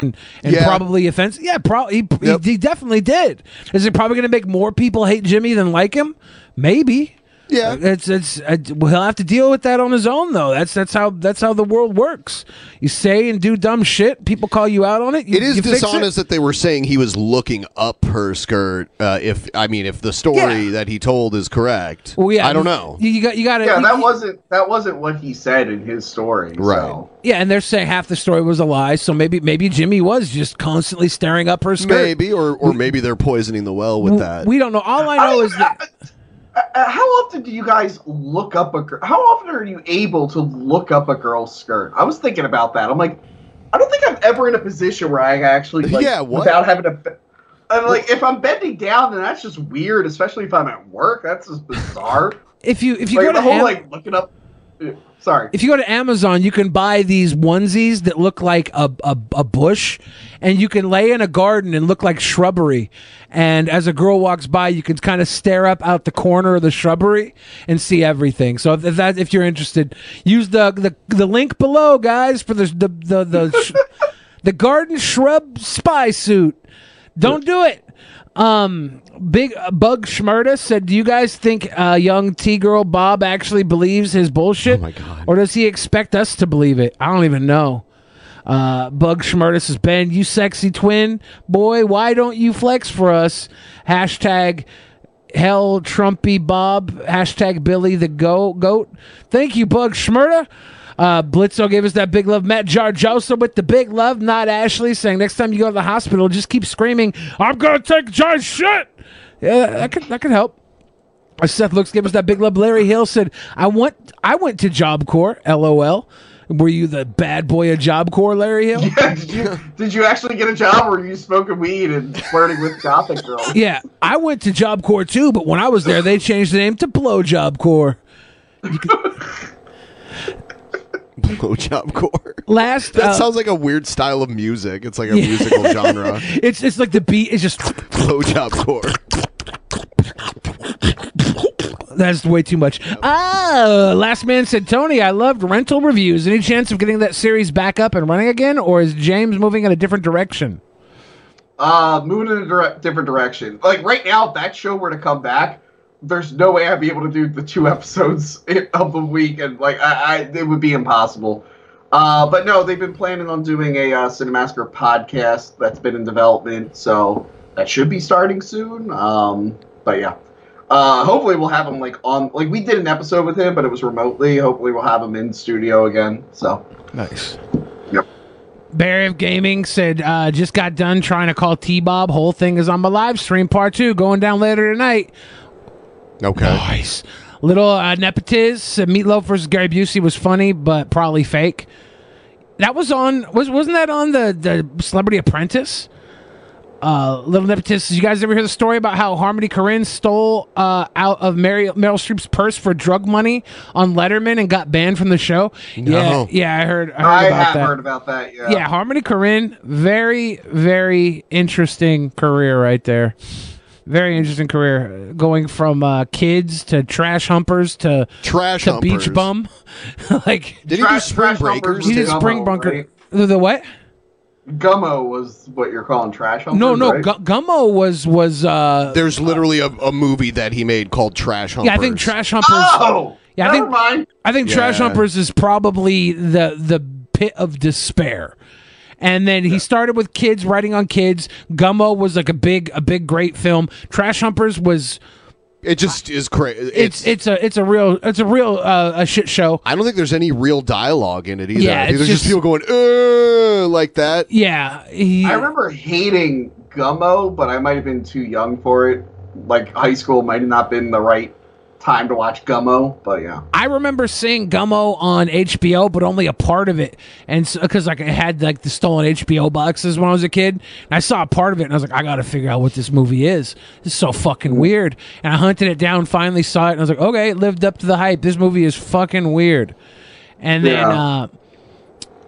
S8: and, and
S12: Yeah.
S8: probably offense. Yeah, pro- he, he- he, definitely did. Is it probably going to make more people hate Jimmy than like him? Maybe.
S7: Yeah,
S8: it's it's. Uh, well, he'll have to deal with that on his own, though. That's that's how that's how the world works. You say and do dumb shit. People call you out on it. You,
S7: It is
S8: you fix
S7: dishonest that they were saying he was looking up her skirt. Uh, if I mean, if the story that he told is correct,
S8: Well, yeah,
S7: I don't know.
S8: You, got you got to
S9: Yeah, that wasn't that wasn't what he said in his story.
S7: Right.
S8: Yeah, and they're saying half the story was a lie. So maybe maybe Jimmy was just constantly staring up her skirt.
S7: Maybe, or or maybe they're poisoning the well with that. [LAUGHS]
S8: We don't know. All I know is that
S9: Uh, how often do you guys look up a girl? How often are you able to look up a girl's skirt? I was thinking about that. I'm like, I don't think I'm ever in a position where I actually like,
S7: Yeah, what?
S9: without having to. be- I'm like, if I'm bending down, then that's just weird. Especially if I'm at work, that's just bizarre.
S8: [LAUGHS] if you if you
S9: like,
S8: go to
S9: the whole
S8: Am-
S9: like looking up. uh, Sorry. [LAUGHS]
S8: If you go to Amazon, you can buy these onesies that look like a, a, a bush, and you can lay in a garden and look like shrubbery. And as a girl walks by, you can kind of stare up out the corner of the shrubbery and see everything. So if that if you're interested, use the the, the link below, guys, for the the the the, sh- the garden shrub spy suit. Don't do it. Um, Big Bug Schmerda said, "Do you guys think uh, young T girl Bob actually believes his bullshit? Oh my god! Or does he expect us to believe it? I don't even know." Uh, Bug Schmerda says, "Ben, you sexy twin boy, why don't you flex for us?" Hashtag Hell Trumpy Bob. Hashtag Billy the Go Goat. Thank you, Bug Schmerda. Uh, Blitzo gave us that big love. Matt Jarjosa with the big love, not Ashley, saying next time you go to the hospital, just keep screaming, I'm going to take giant shit. Yeah, that could, that could help. Uh, Seth looks gave us that big love. Larry Hill said, I want I went to Job Corps, LOL. Were you the bad boy of Job Corps, Larry Hill?
S9: Did you, did you actually get a job, or were you smoking weed and flirting with gothic girls?
S8: Yeah, I went to Job Corps too, but when I was there, they changed the name to Blow Job Corps.
S7: Blow job core.
S8: Last
S7: that
S8: uh,
S7: sounds like a weird style of music. It's like a
S8: Yeah. [LAUGHS]
S7: musical genre.
S8: It's it's like the beat is just
S7: blowjob core.
S8: That's way too much. Ah, last man said, Tony, I loved rental reviews. Any chance of getting that series back up and running again, or is James moving in a different direction?
S9: Uh, moving in a dire- different direction. Like right now, if that show were to come back, there's no way I'd be able to do the two [LAUGHS] episodes i- of the week, and like I, I it would be impossible. Uh, but no, they've been planning on doing a uh, Cinemasker podcast that's been in development, so that should be starting soon. Um, but yeah, uh, hopefully we'll have him like on. Like we did an episode with him, but it was remotely. Hopefully we'll have him in studio again. So
S8: Nice.
S9: Yep.
S8: Barry of Gaming said, uh, just got done trying to call T Bob. Whole thing is on my live stream, part two, going down later tonight.
S7: Okay.
S8: Nice. Little uh, Nepotiz, uh, Meatloaf versus Gary Busey was funny, but probably fake. That was on, was, wasn't that on the, the Celebrity Apprentice? Uh, Little Nepotiz, you guys ever hear the story about how Harmony Korine stole uh, out of Mary, Meryl Streep's purse for drug money on Letterman and got banned from the show?
S9: No.
S8: Yeah, yeah, I heard. I, heard
S9: I
S8: about
S9: have
S8: that.
S9: heard about that. Yeah.
S8: Yeah. Harmony Korine, very, very interesting career right there. Very interesting career, Uh, going from uh, kids to trash humpers to
S7: trash
S8: to beach
S7: humpers.
S8: bum. [LAUGHS] like
S7: Did he do Trash- Spring trash humpers Breakers?
S8: He did
S7: was
S8: spring
S7: Gummo,
S8: bunker.
S7: right?
S8: The, the what?
S9: Gummo was what you're calling trash. Humpers,
S8: no, no,
S9: right?
S8: Gu- Gummo was was. Uh,
S7: There's literally a, a movie that he made called Trash Humpers.
S8: yeah, I think trash humpers.
S9: Oh,
S8: yeah, I
S9: never
S8: think
S9: mind.
S8: I think trash
S7: Yeah.
S8: humpers is probably the the pit of despair. And then he started with kids writing on kids. Gummo was like a big a big great film. Trash humpers was
S7: it just is crazy.
S8: It's it's a it's a real it's a real uh, a shit show.
S7: I don't think there's any real dialogue in it either.
S8: Yeah,
S7: I think
S8: it's
S7: there's just,
S8: just-
S7: people going "Uh," like that.
S8: Yeah,
S9: I remember hating Gummo, but I might have been too young for it. Like high school might have not been the right time to watch Gummo, but yeah.
S8: I remember seeing Gummo on HBO, but only a part of it, and because like I had like the stolen HBO boxes when I was a kid, and I saw a part of it, and I was like, I got to figure out what this movie is. This is so fucking weird. And I hunted it down, finally saw it, and I was like, okay, it lived up to the hype. This movie is fucking weird. And then,
S13: Yeah.
S8: uh,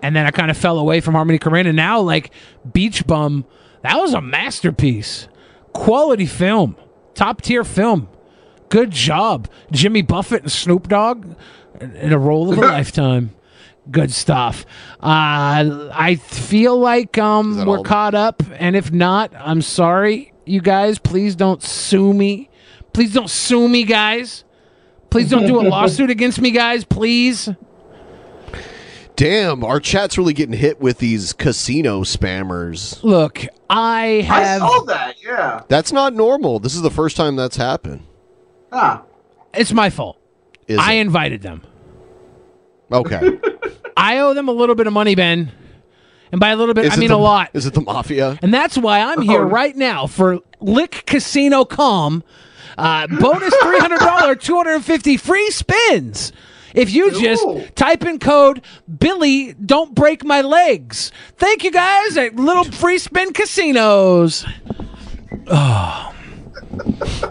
S8: and then I kind of fell away from Harmony Korine, and now like Beach Bum, that was a masterpiece, quality film, top tier film. Good job, Jimmy Buffett and Snoop Dogg, in a role
S9: [LAUGHS]
S8: of a lifetime. Good stuff. Uh, I feel like um, we're caught up, and if not, I'm sorry, you guys. Please don't sue me. Please don't sue me, guys. Please
S9: [LAUGHS]
S8: don't do a lawsuit against me, guys. Please.
S7: Damn, our chat's really getting hit with these casino spammers.
S8: Look, I have.
S9: I saw that, yeah.
S7: That's not normal. This is the first time that's happened.
S9: Ah.
S8: It's my fault.
S7: Is
S8: I invited them. [LAUGHS]
S7: Okay.
S8: I owe them a little bit of money, Ben. And by a little bit,
S7: Is
S8: I
S7: it
S8: mean
S7: the-
S8: a lot.
S7: Is it the mafia?
S8: And that's why I'm here
S7: Oh.
S8: right now for Lick Casino Calm.
S7: [LAUGHS]
S8: Uh, bonus $300, 250 free spins. If you just type in code Billy, don't break my legs. Thank you guys at Little Free Spin Casinos. Oh.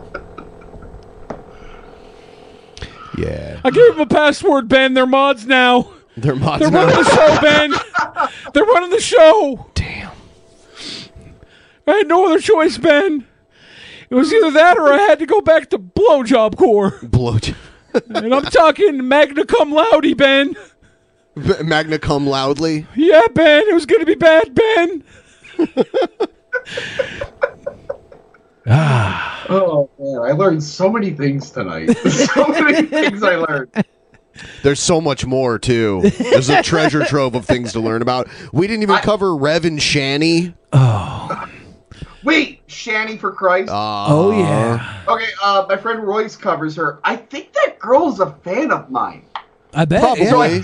S7: [SIGHS] Yeah.
S8: I gave them a password, Ben. They're mods now.
S7: They're mods
S8: They're
S7: now.
S8: running the show, Ben.
S7: [LAUGHS]
S8: They're running the show. Damn. I had no other choice, Ben. It was either that or I had to go back to blowjob core.
S7: [LAUGHS] Blowjob.
S8: and I'm talking magna cum laude, Ben.
S7: B- Magna cum loudly.
S8: Yeah, Ben. It was going to be bad, Ben.
S9: Oh man, I learned so many things tonight. [LAUGHS] so many things I learned.
S7: There's so much more too. There's a treasure trove of things to learn about. We didn't even cover Revan Shanny.
S9: Wait, Shanny for Christ.
S7: Oh, yeah.
S9: Okay, uh, my friend Royce covers her. I think that girl's a fan of mine.
S8: I bet.
S9: Probably.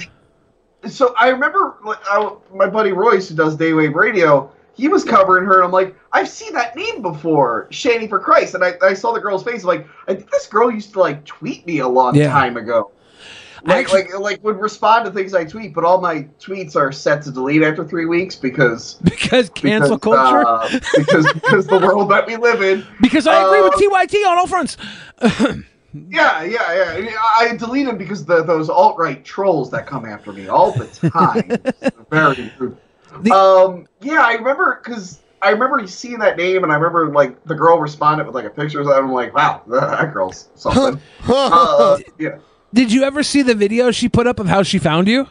S9: So I remember like, I, my buddy Royce, who does Daywave Radio, he was covering her, and I'm like, I've seen that name before, Shanny for Christ. And I, I saw the girl's face. I'm like, I think this girl used to like tweet me a long
S8: Yeah.
S9: time ago. Like, like, like would respond to things I tweet, but all my tweets are set to delete after three weeks because
S8: [LAUGHS] because cancel culture?
S9: uh, because because the world that we live in.
S8: [LAUGHS] Because I agree with
S9: Uh,
S8: TYT on all fronts.
S9: Yeah, yeah, yeah. And I I delete them because the, those alt right trolls that come after me all the time. Very rude. um, yeah, I remember because I remember seeing that name, and I remember like the girl responded with like a picture, and I'm like, wow, [LAUGHS] that girl's something. uh, yeah.
S8: Did you ever see the video she put up of how she found you?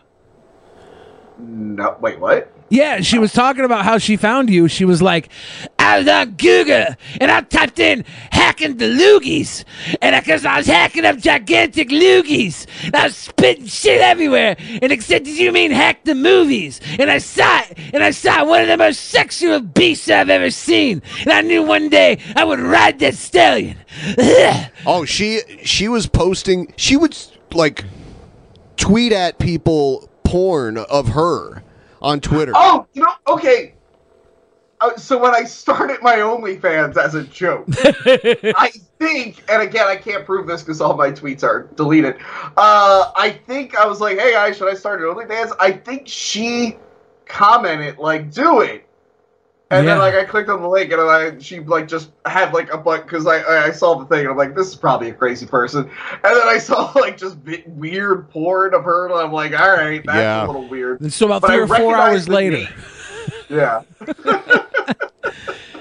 S9: No, wait, what?
S8: Yeah, she was talking about how she found you. She was like, I was on Google and I typed in hacking the loogies. And because I was hacking up gigantic loogies, and I was spitting shit everywhere. And it said, Did you mean hack the movies? And I saw it, and I saw one of the most sexual beasts I've ever seen. And I knew one day I would ride that stallion.
S7: Oh, she she was posting. She would like tweet at people porn of her on Twitter.
S9: Oh, you know, okay. Uh, so when I started my OnlyFans as a joke, I think, and again, I can't prove this because all my tweets are deleted. Uh, I think I was like, "Hey guys, should I start an OnlyFans?" I think she commented like, "Do it," and then
S23: Yeah.
S9: like I clicked on the link, and I she like just had like a butt because I, I I saw the thing, and I'm like, "This is probably a crazy person," and then I saw [LAUGHS] like just vi- weird porn of her, and I'm like, "All right, that's a
S8: Yeah.
S9: little weird."
S8: And so about
S9: But I
S8: three or four
S9: recognized
S8: hours
S9: the
S8: later.
S9: name. Yeah.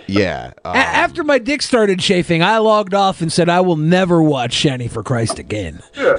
S7: Yeah.
S8: A- after my dick started chafing, I logged off and said, I will never watch Shani for Christ again.
S9: Yeah.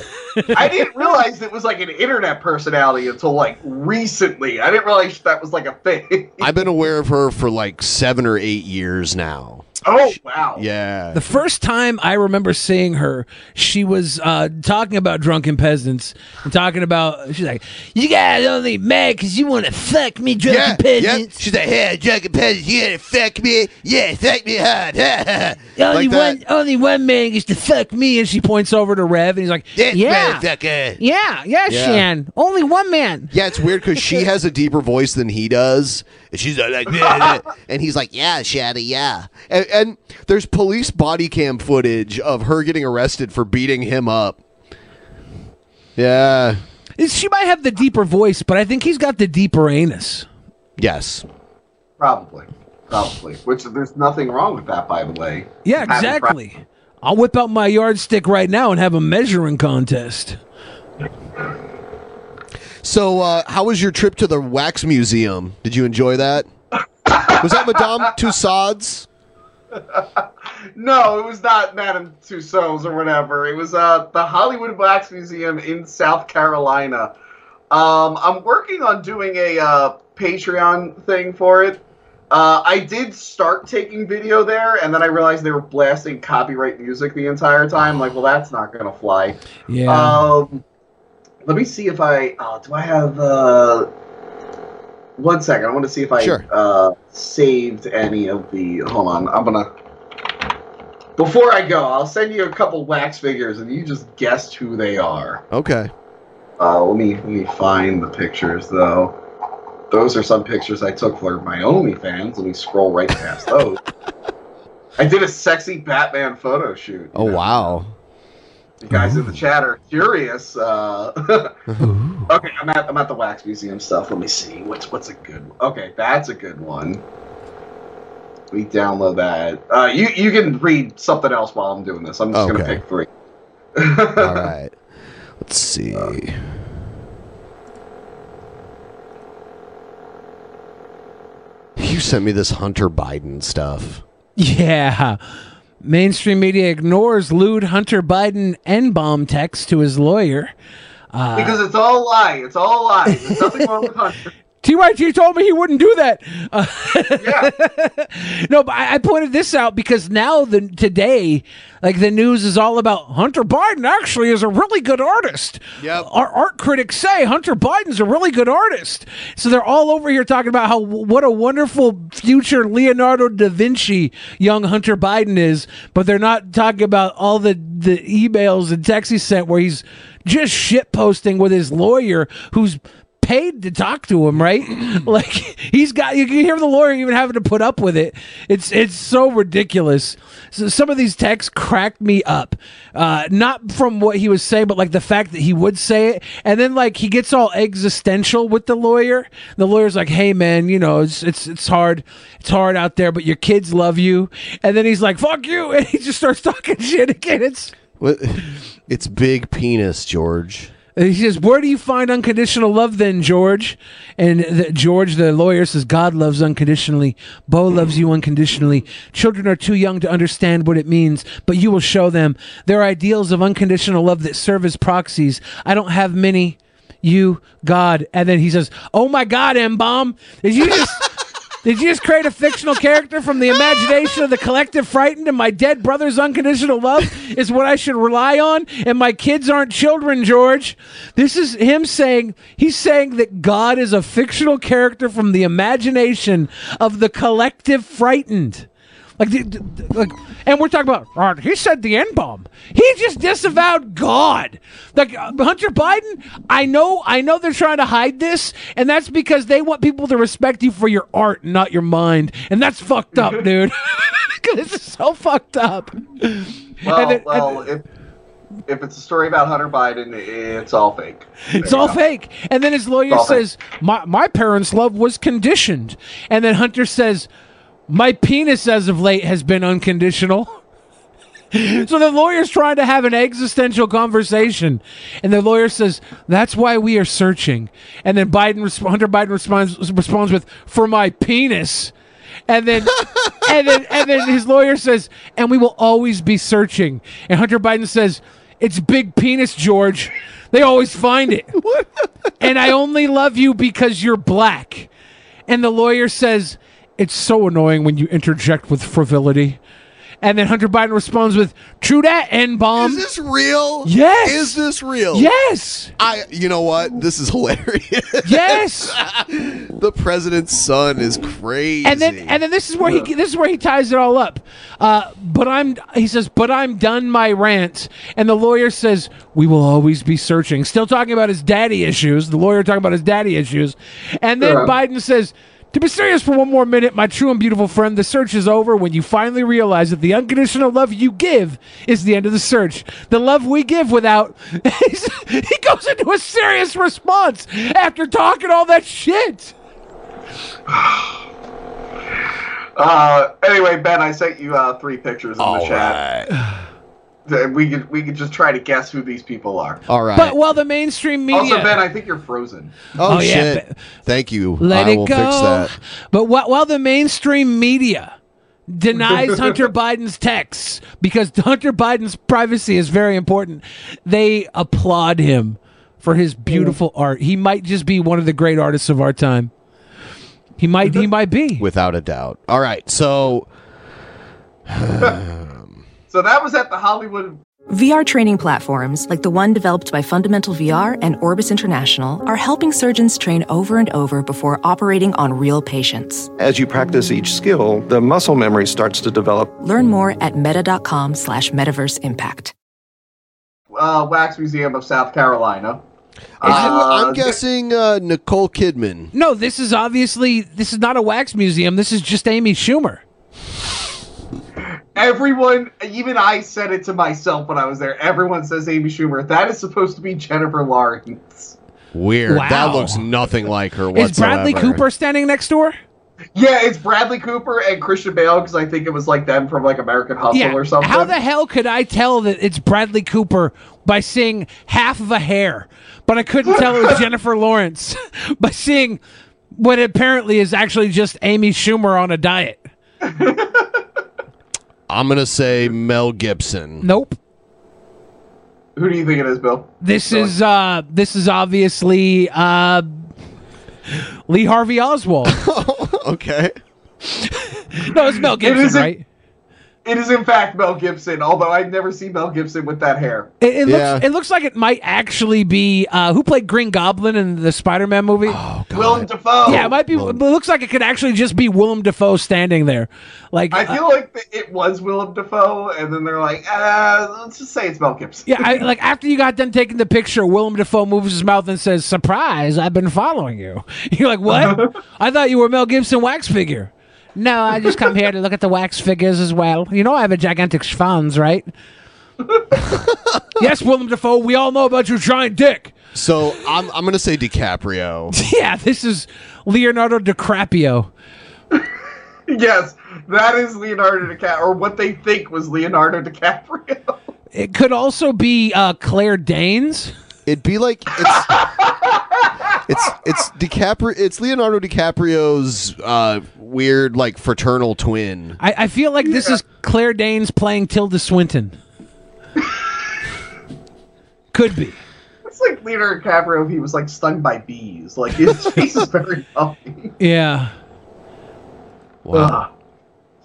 S9: I didn't realize it was like an internet personality until like recently. I didn't realize that was like a thing. [LAUGHS]
S7: I've been aware of her for like seven or eight years now.
S9: Oh wow.
S7: Yeah.
S8: The first time I remember seeing her, she was uh, talking about drunken peasants and talking about, she's like, You guys only mad because you want to fuck me, drunken
S7: Yeah,
S8: peasants.
S7: She's like, Hey, drunken peasants, you gotta fuck me. Yeah, fuck me hard. [LAUGHS]
S8: only
S7: like that.
S8: one, only one man gets to fuck me, and she points over to Rev, and he's like, "Yeah,
S7: motherfucker.
S8: Yeah,
S7: Yeah.
S8: yeah, Shan. Only one man.
S7: Yeah, it's weird because she has a deeper voice than he does, and she's like, "Yeah,
S8: [LAUGHS]
S7: yeah," and he's like, "Yeah, Shaddy, yeah." And, and there's police body cam footage of her getting arrested for beating him up. Yeah.
S8: She might have the deeper voice, but I think he's got the deeper anus.
S7: Yes.
S9: Probably. Probably. Which there's nothing wrong with that, by the way.
S8: Yeah,
S9: Having fra-
S8: exactly. I'll whip out my yardstick right now and have a measuring contest.
S7: So, uh, how was your trip to the wax museum? Did you enjoy that? Was that
S9: [LAUGHS]
S7: Madame Tussauds?
S9: No, it was not Madame Tussauds or whatever. It was uh, the Hollywood Wax Museum in South Carolina. Um, I'm working on doing a uh, Patreon thing for it. Uh, I did start taking video there, and then I realized they were blasting copyright music the entire time. Like, well, that's not gonna fly.
S8: Yeah.
S9: Um, let me see if I uh, do. I have uh, one second. I want to see if I
S7: Sure.
S9: uh, saved any of the. Hold on. I'm gonna. Before I go, I'll send you a couple wax figures, and you just guessed who they are.
S7: Okay.
S9: Uh, let me let me find the pictures though. Those are some pictures I took for my OnlyFans. Let me scroll right past those. I did a sexy Batman photo shoot.
S7: Oh
S9: [LAUGHS]
S7: wow.
S9: You guys in the chat are curious. Uh, [LAUGHS] okay, I'm at I'm at the wax museum stuff. Let me see what's what's a good. Okay, that's a good one. We download that. Uh, you you can read something else while I'm doing this. I'm just gonna
S7: Okay.
S9: pick three. [LAUGHS]
S7: All right. Let's see. You sent me this Hunter Biden stuff.
S8: Yeah. Mainstream media ignores lewd Hunter Biden N bomb text to his lawyer. Uh,
S9: because it's all a lie. It's all a lie.
S8: [LAUGHS]
S9: There's nothing wrong with Hunter.
S8: TYT told me he wouldn't do that. [LAUGHS] Uh, no, but I, I pointed this out because now the today, like the news is all about Hunter Biden actually is a really good artist. Yep. Our art critics say Hunter Biden's a really good artist. So they're all over here talking about how what a wonderful future Leonardo da Vinci young Hunter Biden is, but they're not talking about all the the emails and texts he sent where he's just shit posting with his lawyer who's paid to talk to him, right? [CLEARS THROAT] like he's got you can hear the lawyer even having to put up with it. It's it's so ridiculous. So some of these texts cracked me up. Uh not from what he was saying, but like the fact that he would say it. And then like he gets all existential with the lawyer. The lawyer's like, "Hey man, you know, it's it's it's hard. It's hard out there, but your kids love you." And then he's like, "Fuck you." [LAUGHS] And he just starts talking shit again. It's
S7: What? [LAUGHS] It's big penis, George.
S8: Uh, He says, "Where do you find unconditional love, then, George?" And the, George, the lawyer, says, "God loves unconditionally. Bo loves you unconditionally. Children are too young to understand what it means, but you will show them. There are ideals of unconditional love that serve as proxies. I don't have many. You, God." And then he says, "Oh my God, M bomb! Did you just did you just create a fictional character from the imagination of the collective frightened? And my dead brother's unconditional love is what I should rely on. And my kids aren't children, George. This is him saying he's saying that God is a fictional character from the imagination of the collective frightened. Like, the- the- like, and we're talking about. "Oh, He said the N bomb. He just disavowed God. Like uh, Hunter Biden. I know. I know they're trying to hide this, and that's because they want people to respect you for your art, and not your mind. And that's
S9: [LAUGHS]
S8: fucked up, dude. [LAUGHS] 'Cause this is so fucked up.
S9: Well,
S8: And then-
S9: well, if if it's a story about Hunter Biden, it's all fake.
S8: It's all fake. And then his lawyer
S9: all fake.
S8: says, my, my parents' love was conditioned. And then Hunter says, My penis as of late has been unconditional. [LAUGHS] so the lawyer's trying to have an existential conversation. And the lawyer says, That's why we are searching. And then Biden, resp- Hunter Biden responds, responds with, For my penis. And then, and then, and then his lawyer says, "And we will always be searching." And Hunter Biden says, "It's big penis, George. They always find it." and I only love you because you're black. And the lawyer says, "It's so annoying when you interject with frivolity." And then Hunter Biden responds with, "True that, N bomb."
S7: Is this real?
S8: Um, Yes.
S7: Is this real?
S8: Yes.
S7: I. You know what? This is [LAUGHS] hilarious.
S8: Yes.
S7: [LAUGHS] the president's son is crazy.
S8: And then and then this is where he this is where he ties it all up. Uh, but I'm he says, but I'm done my rant. And the lawyer says, we will always be searching. Still talking about his daddy issues. The lawyer talking about his daddy issues. And then
S13: Yeah.
S8: Biden says. To be serious for one more minute, my true and beautiful friend, the search is over when you finally realize that the unconditional love you give is the end of the search. The love we give without. [LAUGHS] he goes into a serious response after talking all that shit.
S9: Uh, anyway, Ben, I sent you uh, three pictures in
S7: All
S9: the chat. [SIGHS] Th- We could we could just try to guess who these people are.
S7: All right.
S8: But while the mainstream media.
S9: Also, Ben, I think you're frozen.
S7: oh,
S8: Oh, yeah,
S7: shit! Thank you.
S8: Let
S7: I
S8: it
S7: will
S8: go.
S7: fix that.
S8: But while, while the mainstream media
S9: [LAUGHS]
S8: denies Hunter Biden's texts because Hunter Biden's privacy is very important, they applaud him for his beautiful art. He might just be one of the great artists of our time. He might. He might be.
S7: Without a doubt. All right. So.
S9: So that was at the Hollywood
S23: VR training platforms like the one developed by Fundamental VR and Orbis International are helping surgeons train over and over before operating on real patients.
S19: As you practice each skill, the muscle memory starts to develop.
S23: Learn more at meta.com slash metaverse impact.
S9: uh, Wax Museum of South Carolina.
S7: I'm,
S9: Uh,
S7: I'm guessing uh, Nicole Kidman.
S8: No, this is obviously this is not a wax museum. This is just Amy Schumer.
S9: Everyone, even I said it to myself when I was there. Everyone says Amy Schumer. That is supposed to be Jennifer Lawrence.
S7: Weird. That
S9: Wow.
S7: looks nothing like her
S9: Is
S7: whatsoever.
S9: Bradley Cooper
S8: standing next door?
S9: Yeah, it's Bradley Cooper and Christian Bale because I think it was like them from like American Hustle or something.
S8: How the hell could I tell that it's Bradley Cooper by seeing half of a hair, but I couldn't tell
S9: [LAUGHS]
S8: it was Jennifer Lawrence [LAUGHS] by seeing what apparently is actually just Amy Schumer on a diet?
S7: I'm gonna say Mel Gibson.
S8: Nope.
S9: Who do you think it is, Bill?
S8: This is uh this is obviously uh Lee Harvey Oswald.
S7: okay.
S8: [LAUGHS] no, it's Mel Gibson,
S9: is in-
S8: right?
S9: It is in fact Mel Gibson, although I've never seen Mel Gibson with that hair.
S8: It, it
S9: Yeah.
S8: looks it looks like it might actually be uh, who played Green Goblin in the Spider-Man movie. Oh,
S9: Willem Dafoe.
S8: Yeah, it might be. It looks like it could actually just be Willem Dafoe standing there. Like uh,
S9: I feel like th- it was Willem Dafoe, and then they're like, uh, let's just say it's Mel Gibson.
S8: Yeah, I, like after you got done taking the picture, Willem Dafoe moves his mouth and says, "Surprise! I've been following you." [LAUGHS] You're
S9: [LAUGHS]
S8: like, "What? I thought you were Mel Gibson wax figure." No, I just come here to look at the wax figures as well. You know, I have a gigantic schwanz, right? yes, Willem Dafoe. We all know about your giant dick.
S7: So I'm I'm gonna say DiCaprio.
S8: Yeah, this is Leonardo DiCaprio.
S9: yes, that is Leonardo DiCaprio, or what they think was Leonardo DiCaprio. [LAUGHS]
S8: It could also be uh, Claire Danes.
S7: It'd be like it's it's it's DiCaprio. It's Leonardo DiCaprio's uh, weird like fraternal twin.
S8: I, I feel like this is Claire Danes playing Tilda Swinton. Could be.
S9: It's like Leonardo DiCaprio if he was like stung by bees. Like his face is very puffy.
S8: Yeah. Uh,
S9: Ugh.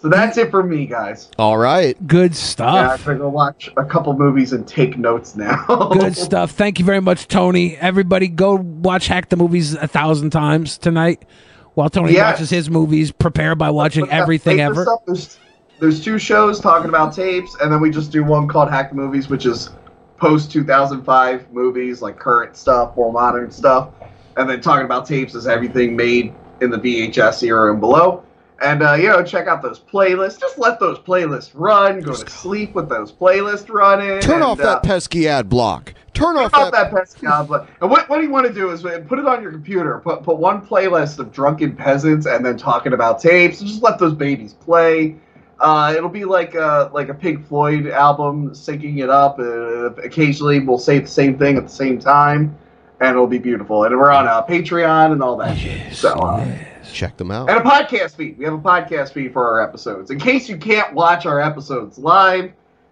S9: So that's it for me, guys.
S7: All right.
S9: Yeah,
S8: Good
S9: I'm
S8: stuff.
S9: gonna go watch a couple movies and take notes now. [LAUGHS]
S8: Good stuff. Thank you very much, Tony. Everybody, go watch Hack the Movies a thousand times tonight while Tony
S9: Yes.
S8: watches his movies. Prepare by watching
S9: Yeah,
S8: everything
S9: take this
S8: ever.
S9: up. There's, there's two shows talking about tapes, and then we just do one called Hack the Movies, which is post 2005 movies, like current stuff, more modern stuff. And then talking about tapes is everything made in the VHS era and below. And, uh, you know, check out those playlists. Just let those playlists run. Go to sleep with those playlists running.
S7: Turn
S9: and,
S7: off
S9: uh,
S7: that pesky ad block. Turn
S9: off that, pesky omelet. And what, what do you want to do is uh, put it on your computer. Put put one playlist of drunken peasants and then talking about tapes. Just let those babies play. Uh, it'll be like a like a Pink Floyd album, syncing it up. Uh, occasionally, we'll say the same thing at the same time, and it'll be beautiful. And we're on uh, Patreon and all that. shit. So. Uh,
S7: Check them out.
S9: and a podcast feed. We have a podcast feed for our episodes. In case you can't watch our episodes live,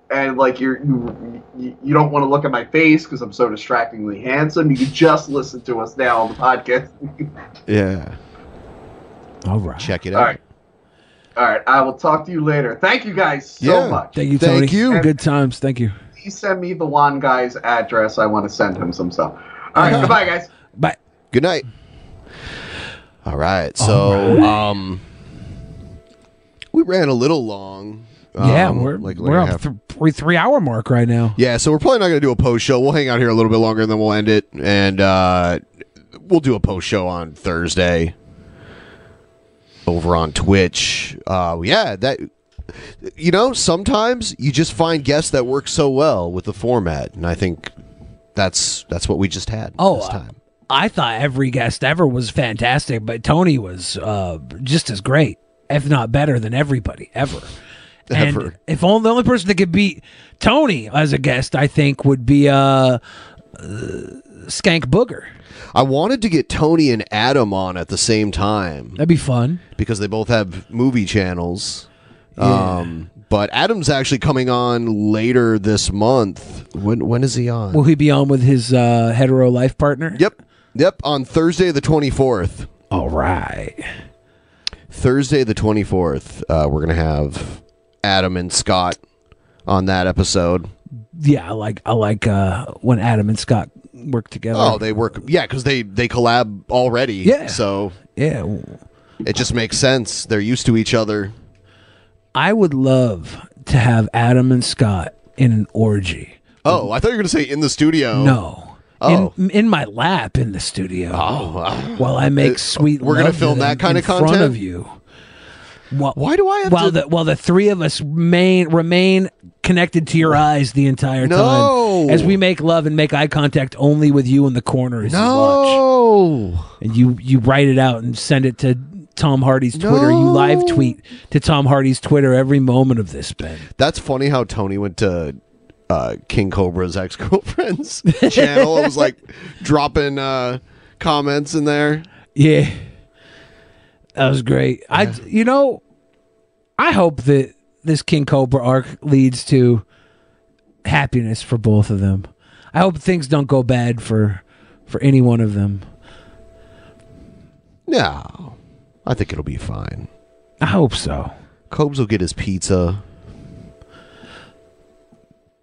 S9: and like you're, you you don't want to look at my face because I'm so distractingly handsome, you can just listen to us now on the podcast.
S7: Yeah.
S8: All right.
S7: Check it out.
S9: All right. All right, I will talk to you later. Thank you guys so much.
S8: Thank you, Tony.
S9: Thank you.
S8: Good times. Thank you.
S9: Please send me the one guy's address. I want to send him some stuff. All right, goodbye, guys.
S8: Uh-huh. Bye.
S7: Good night. All right. So, um, we ran a little long.
S8: yeah,
S7: um,
S8: we're
S7: like- like
S8: we're
S7: a
S8: up
S7: half-
S8: th- three three hour mark right now.
S7: Yeah, so we're probably not going to do a post show. We'll hang out here a little bit longer and then we'll end it. And uh, we'll do a post show on Thursday over on Twitch. Uh, yeah, that you know, sometimes you just find guests that work so well with the format, and I think that's that's what we just had.
S8: Oh, I thought every guest ever was fantastic, but Tony was uh, just as great, if not better than everybody ever. And
S7: [LAUGHS] Ever.
S8: if only the only person that could beat Tony as a guest, I think, would be uh, uh, Skank Booger.
S7: I wanted to get Tony and Adam on at the same time.
S8: That'd be fun
S7: because they both have movie channels.
S8: Yeah.
S7: Um, but Adam's actually coming on later this month. When when is he on?
S8: Will he be on with his uh, hetero life partner?
S7: Yep. Yep, on Thursday the 24th.
S8: All right.
S7: Thursday the 24th, uh, we're going to have Adam and Scott on that episode.
S8: Yeah, I like I like uh, when Adam and Scott work together.
S7: Oh, they work yeah, cuz they they collab already.
S8: Yeah.
S7: So
S8: Yeah.
S7: It just makes sense. They're used to each other.
S8: I would love to have Adam and Scott in an orgy.
S7: Oh, I thought you were going to say in the studio.
S8: No.
S7: Oh.
S8: In, in my lap in the studio. Oh,
S7: wow.
S8: While I
S7: Uh,
S8: make sweet
S7: we're gonna
S8: love to
S7: film that
S8: them
S7: kind
S8: in
S7: of content?
S8: front of you. While,
S7: Why do I have
S8: while
S7: to-
S8: the while the three of us remain remain connected to your eyes the entire
S7: No.
S8: time as we make love and make eye contact only with you in the corner as
S7: you watch.
S8: And you you write it out and send it to Tom Hardy's Twitter. You live tweet to Tom Hardy's Twitter every moment of this, Ben.
S7: That's funny how Tony went to uh, King Cobra's ex girlfriend's [LAUGHS] channel. It was like dropping uh, comments in there.
S8: Yeah. That was great. I you know, I hope that this King Cobra arc leads to happiness for both of them. I hope things don't go bad for for any one of them.
S7: No, I think it'll be fine.
S8: I hope so.
S7: Cobes will get his pizza.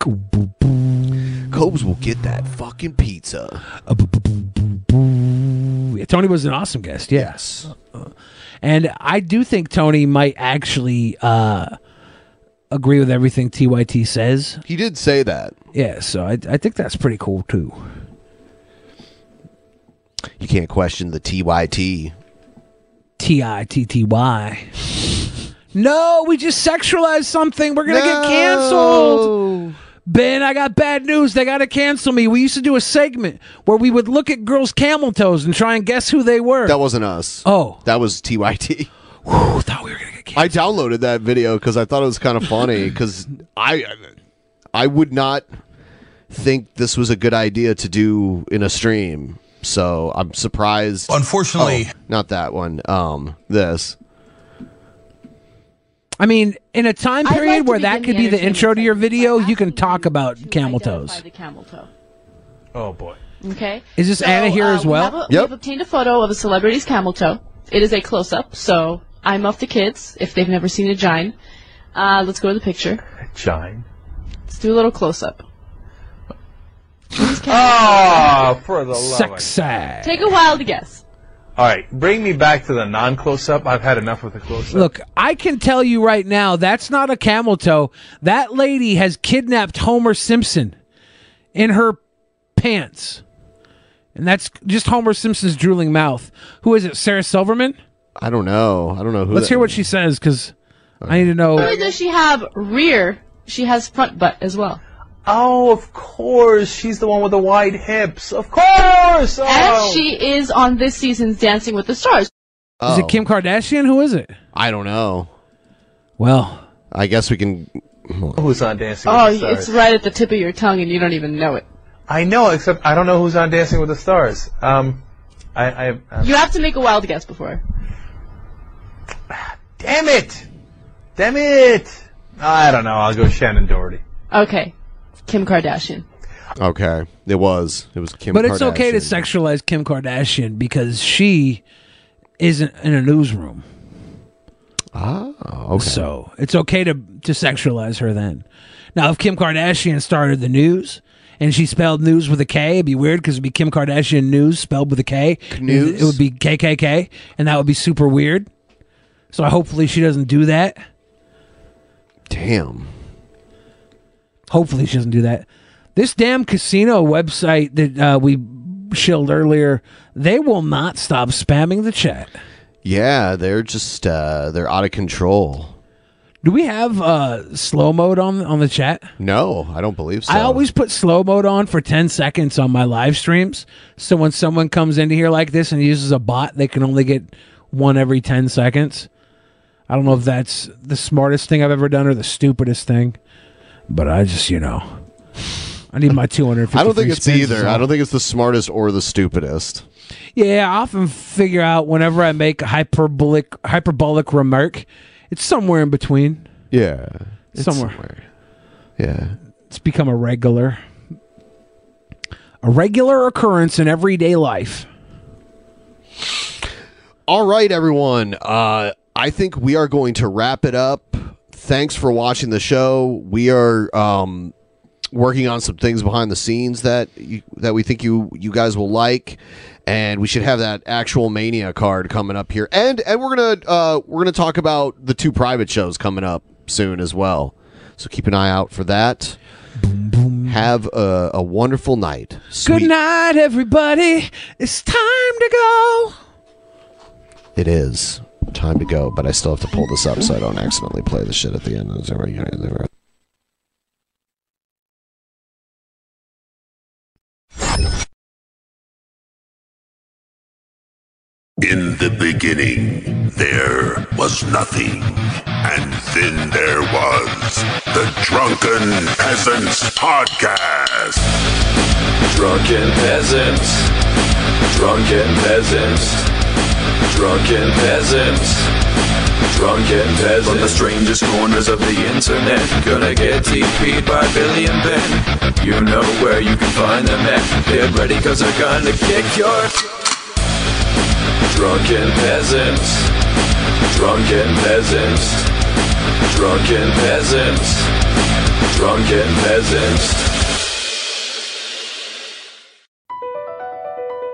S7: Cobes will get that fucking pizza.
S8: Uh, Yeah, Tony was an awesome guest. Yes. Uh, And I do think Tony might actually uh, agree with everything TYT says.
S7: He did say that.
S8: Yeah, so I, I think that's pretty cool too.
S7: You can't question the TYT.
S8: T I T T Y. No, we just sexualized something. We're gonna get canceled. Ben, I got bad news. They gotta cancel me. We used to do a segment where we would look at girls' camel toes and try and guess who they were.
S7: That wasn't us.
S8: Oh,
S7: that was TYT. I downloaded that video because I thought it was kind of
S8: [LAUGHS]
S7: funny because I
S1: uh,
S7: I would not think this was a good idea to do in a stream. So I'm surprised.
S25: Unfortunately-
S7: Oh, not that one. Um, this.
S8: I mean, in a time
S26: I'd like
S8: period
S26: to
S8: where that
S26: begin
S8: could
S26: the
S8: be the
S26: entertainment
S8: intro to your video, you can talk about camel toes.
S26: the camel toe.
S8: Oh boy.
S26: Okay. uh,
S8: Is this Anna here as
S26: we
S8: well?
S26: have a- We
S8: Yep.
S26: have obtained a photo of a celebrity's camel toe. It is a close up, so I'm of the kids if they've never seen a gine. Uh, let's go to the picture.
S27: Shine.
S26: Let's do a little close up.
S27: Oh, for the love of
S8: Sexy.
S26: Take a while to guess.
S27: All right, bring me back to the non-close-up. I've had enough with the close-up.
S8: Look, I can tell you right now, that's not a camel toe. That lady has kidnapped Homer Simpson in her pants. And that's just Homer Simpson's drooling mouth. Who is it? Sarah Silverman?
S7: I don't know. I don't know who.
S8: Let's
S7: that-
S8: hear what she says because I need to
S26: Not only
S8: know.
S26: does she have rear, she has front butt as well.
S27: Oh, of course, she's the one with the wide hips. Of
S26: Oh,
S27: course.
S26: And she is on this season's Dancing with the Stars.
S8: Is it Kim Kardashian? Who is it?
S7: Oh. I don't know.
S8: Well,
S7: I guess we can.
S27: Who's on Dancing
S26: Oh,
S27: with the Stars?
S26: it's right at the tip of your tongue and you don't even know it.
S27: I know, except I don't know who's on Dancing with the Stars. Um, I, I, uh, I
S26: You have to make a wild guess before.
S27: damn it, damn it. I don't know. I'll go Shannon Doherty.
S26: Okay. Kim Kardashian.
S7: Okay, it was. It was Kim.
S8: but it's okay to
S7: Kardashian.
S8: sexualize Kim Kardashian because she isn't in a newsroom.
S7: Ah, okay.
S8: So it's okay to to sexualize her then. Now, if Kim Kardashian started the news and she spelled news with a K, it'd be weird because it'd be Kim Kardashian news spelled with a K.
S7: News?
S8: It would be KKK, and that would be super weird. So hopefully she doesn't do that.
S7: Damn.
S8: Hopefully she doesn't do that. This damn casino website that uh, we shilled earlier, they will not stop spamming the chat.
S7: Yeah, they're just uh, they're out of control.
S8: Do we have uh, slow mode on on the chat?
S7: No, I don't believe so.
S8: I always put slow mode on for 10 seconds on my live streams. So when someone comes into here like this and uses a bot, they can only get one every 10 seconds. I don't know if that's the smartest thing I've ever done or the stupidest thing, but I just, you know, I need my 250.
S7: I don't think it's
S8: spins
S7: either.
S8: as
S7: I
S8: well.
S7: don't think it's the smartest or the stupidest.
S8: Yeah, I often figure out whenever I make a hyperbolic hyperbolic remark, it's somewhere in between.
S7: Yeah. It's
S8: Somewhere.
S7: Yeah.
S8: It's become a regular a regular occurrence in everyday life.
S7: All right, everyone. Uh, I think we are going to wrap it up. Thanks for watching the show. We are um, working on some things behind the scenes that you, that we think you you guys will like, and we should have that actual mania card coming up here. And and we're gonna uh, we're gonna talk about the two private shows coming up soon as well. So keep an eye out for that. Have a, a wonderful night. Sweet.
S8: Good night everybody. It's time to go.
S7: It is time to go, but I still have to pull this up so I don't accidentally play the shit at the end.
S1: In the beginning, there was nothing. And then there was the Drunken Peasants Podcast. Drunken Peasants. Drunken Peasants. Drunken Peasants. Drunken Peasants. From the strangest corners of the internet. Gonna get TP'd by Billy and Ben. You know where you can find them at. Get ready, cause they're gonna kick your. Drunken peasants. Drunken peasants. Drunken peasants. Drunken peasants.